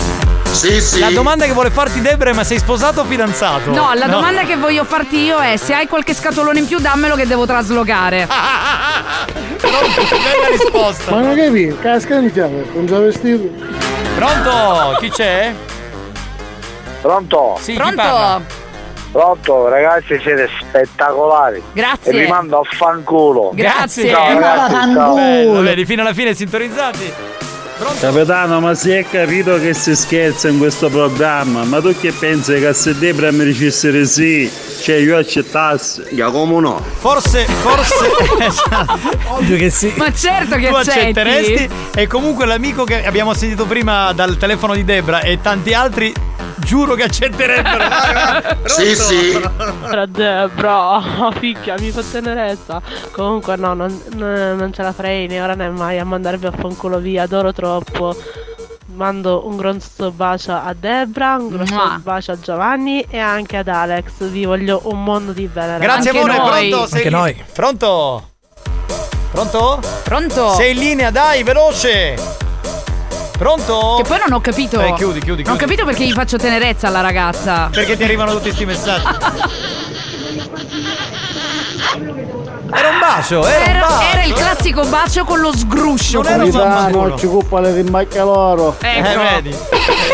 Sì, sì.
La domanda che vuole farti Debra è ma sei sposato o fidanzato?
No, la domanda che voglio farti io è se hai qualche scatolone in più dammelo che devo traslocare.
Ah, Bella risposta.
Ma non capi, casca mi chiama, non già vestito.
Pronto? Chi c'è?
Pronto?
Sì, chi parla?
Pronto, ragazzi, siete spettacolari.
Grazie.
E vi mando a fanculo.
Grazie.
Ciao, ragazzi, ciao.
Bello,
vedi,
Eh, fino alla fine sintonizzati.
Capitano, ma si è capito che si scherza in questo programma, ma tu che pensi che se Debra mi dicesse sì, cioè io accettassi? Io come no?
Forse, forse. esatto. Ovvio che sì.
Ma certo che
tu
accetti.
accetteresti. E comunque l'amico che abbiamo sentito prima dal telefono di Debra e tanti altri, giuro che accetterebbero.
Sì, sì. Bro, picchia, mi fa tenerezza. Comunque, no, non, n- non ce la farei né ora né mai a mandarvi a fanculo via. Adoro troppo. Mando un grosso bacio a Debra, un grosso
Mua.
bacio a Giovanni e anche ad Alex. Vi voglio un mondo di bene.
Grazie
ragazzi.
amore, pronto? Sei lì- Pronto? Pronto?
Pronto?
Sei in linea, dai, veloce! Pronto?
Che poi non ho capito.
Eh, chiudi, chiudi,
Non ho
chiudi.
capito perché gli faccio tenerezza alla ragazza. Ah,
Perché ti arrivano tutti questi messaggi? Era un bacio, era, un
Era,
bacio.
era il classico bacio con lo sgruscio.
Capitano, ci cuppa le rimbacche loro.
Eh, vedi.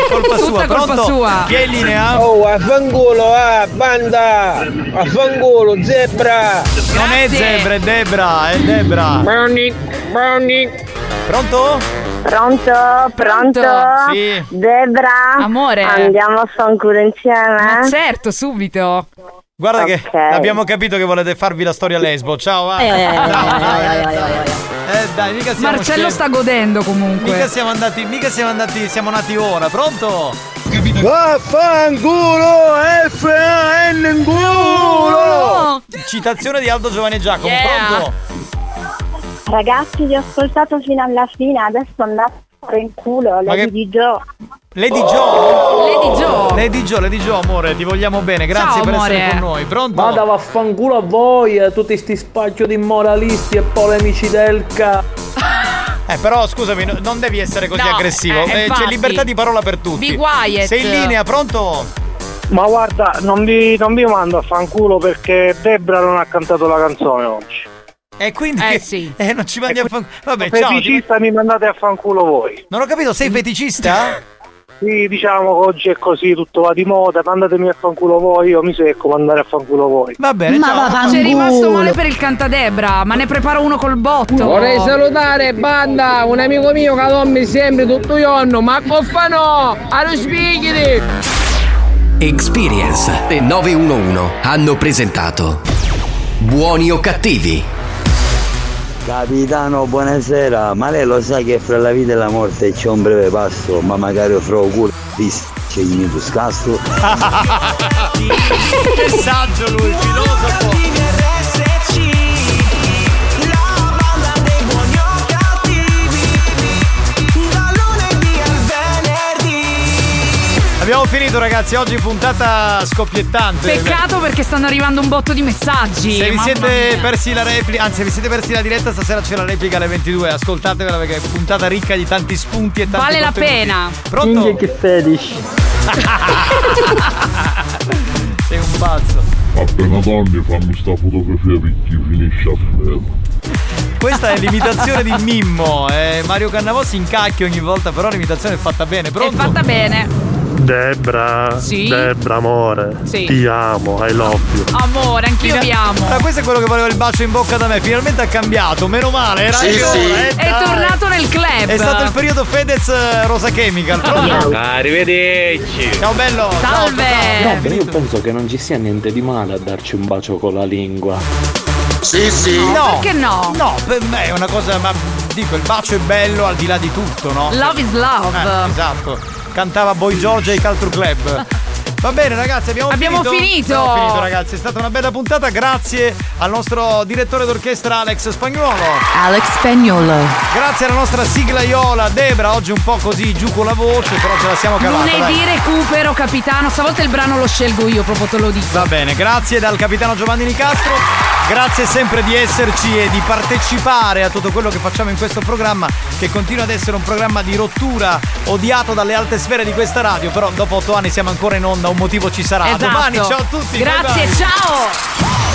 Colpa
Tutta
sua,
colpa
pronto?
sua.
Chi è in linea?
Oh, affanculo,
eh,
ah, banda! Affanculo, zebra!
Non è Zebra, è Debra, è Debra.
Brownie, brownie!
Pronto?
Pronto,
pronto?
Sì.
Debra!
Amore.
Andiamo a fanculo insieme?
Ma certo, subito.
Guarda che abbiamo capito che volete farvi la storia lesbo. Ciao, va.
eh,
Eh, dai, mica siamo
Marcello
scemi.
sta godendo comunque.
Mica siamo andati, mica siamo andati, siamo nati ora, pronto?
Vaffanculo,
eh.
F-A-N in culo!
Citazione di Aldo Giovanni e Giacomo, pronto?
Ragazzi, vi ho ascoltato fino alla fine, adesso andate in culo,
Ma
Lady
che-
di Gio.
Lady Jo!
Lady Jo.
Lady Jo, Lady Jo, amore, ti vogliamo bene, grazie
Ciao,
per essere
amore.
con noi, pronto?
Vada vaffanculo a voi, eh, tutti sti spaccio di moralisti e polemici del ca...
Eh, però scusami, no- non devi essere così
No,
aggressivo, Eh,
eh,
c'è
infatti.
libertà di parola per tutti.
Be quiet.
Sei in linea, pronto?
Ma guarda, non vi, non vi mando a fanculo perché Debra non ha cantato la canzone oggi.
E quindi eh, sì. eh, non ci mandi a fanculo. Vabbè, ciao. ti-
Feticista mi mandate a fanculo voi.
Non ho capito, sei feticista?
Sì, diciamo che oggi è così, tutto va di moda, mandatemi a fanculo voi, io mi secco mandare a fanculo voi.
Va bene,
C'è rimasto male per il cantadebra, ma ne preparo uno col botto.
Vorrei salutare banda, un amico mio che dorme sempre tutto il giorno, ma coffa no, allo spighiri!
Experience e 911 hanno presentato Buoni o cattivi?
Capitano, buonasera. Ma lei lo sa che fra la vita e la morte c'è un breve passo, ma magari fra un culo visto c'è il tuscasso.
Messaggio lui, filosofo. Abbiamo finito ragazzi, oggi puntata scoppiettante.
Peccato perché stanno arrivando un botto di messaggi.
Se vi
mamma
siete
mia.
persi la replica, anzi vi siete persi la diretta, stasera c'è la replica alle 22, ascoltatevela perché è puntata ricca di tanti spunti e tanti
Vale la
contenuti.
pena.
Pronto?
che fetish!
Sei un pazzo.
Appena torni fammi sta fotografia perché finisce a ferro.
Questa è l'imitazione di Mimmo. eh, Mario Cannavò si incacchia ogni volta, però l'imitazione è fatta bene. Pronto?
È fatta bene.
Debra,
Sì?
Debra amore,
Sì.
ti amo, I love you.
Amore, anch'io
Fina-
vi amo.
Ah, questo è quello che voleva il bacio in bocca da me. Finalmente ha cambiato. Meno male, era
Sì,
anche
sì.
ora, eh,
È
dai.
tornato nel club.
È stato il periodo Fedez eh, Rosa Chemical. Pronto?
Arrivederci.
Ciao bello.
Salve.
io penso che non ci sia niente di male a darci un bacio con la lingua.
Sì, sì.
No, perché no?
No, per me è una cosa, ma dico, il bacio è bello al di là di tutto, no?
Love is love.
Eh, esatto. Cantava Boy George ai Culture Club. Va bene ragazzi, abbiamo,
Abbiamo finito.
Abbiamo finito ragazzi, è stata una bella puntata, grazie al nostro direttore d'orchestra Alex Spagnuolo.
Alex Spagnolo.
Grazie alla nostra sigla Iola, Debra, oggi un po' così giù con la voce, però ce la siamo cavata. dai.
Lunedì recupero, capitano. Stavolta il brano lo scelgo io, proprio te lo dico.
Va bene, grazie dal capitano Giovanni Nicastro, grazie sempre di esserci e di partecipare a tutto quello che facciamo in questo programma che continua ad essere un programma di rottura odiato dalle alte sfere di questa radio, però dopo otto anni siamo ancora in onda, un motivo ci sarà.
Esatto.
Domani ciao a tutti.
Grazie,
bye bye.
ciao.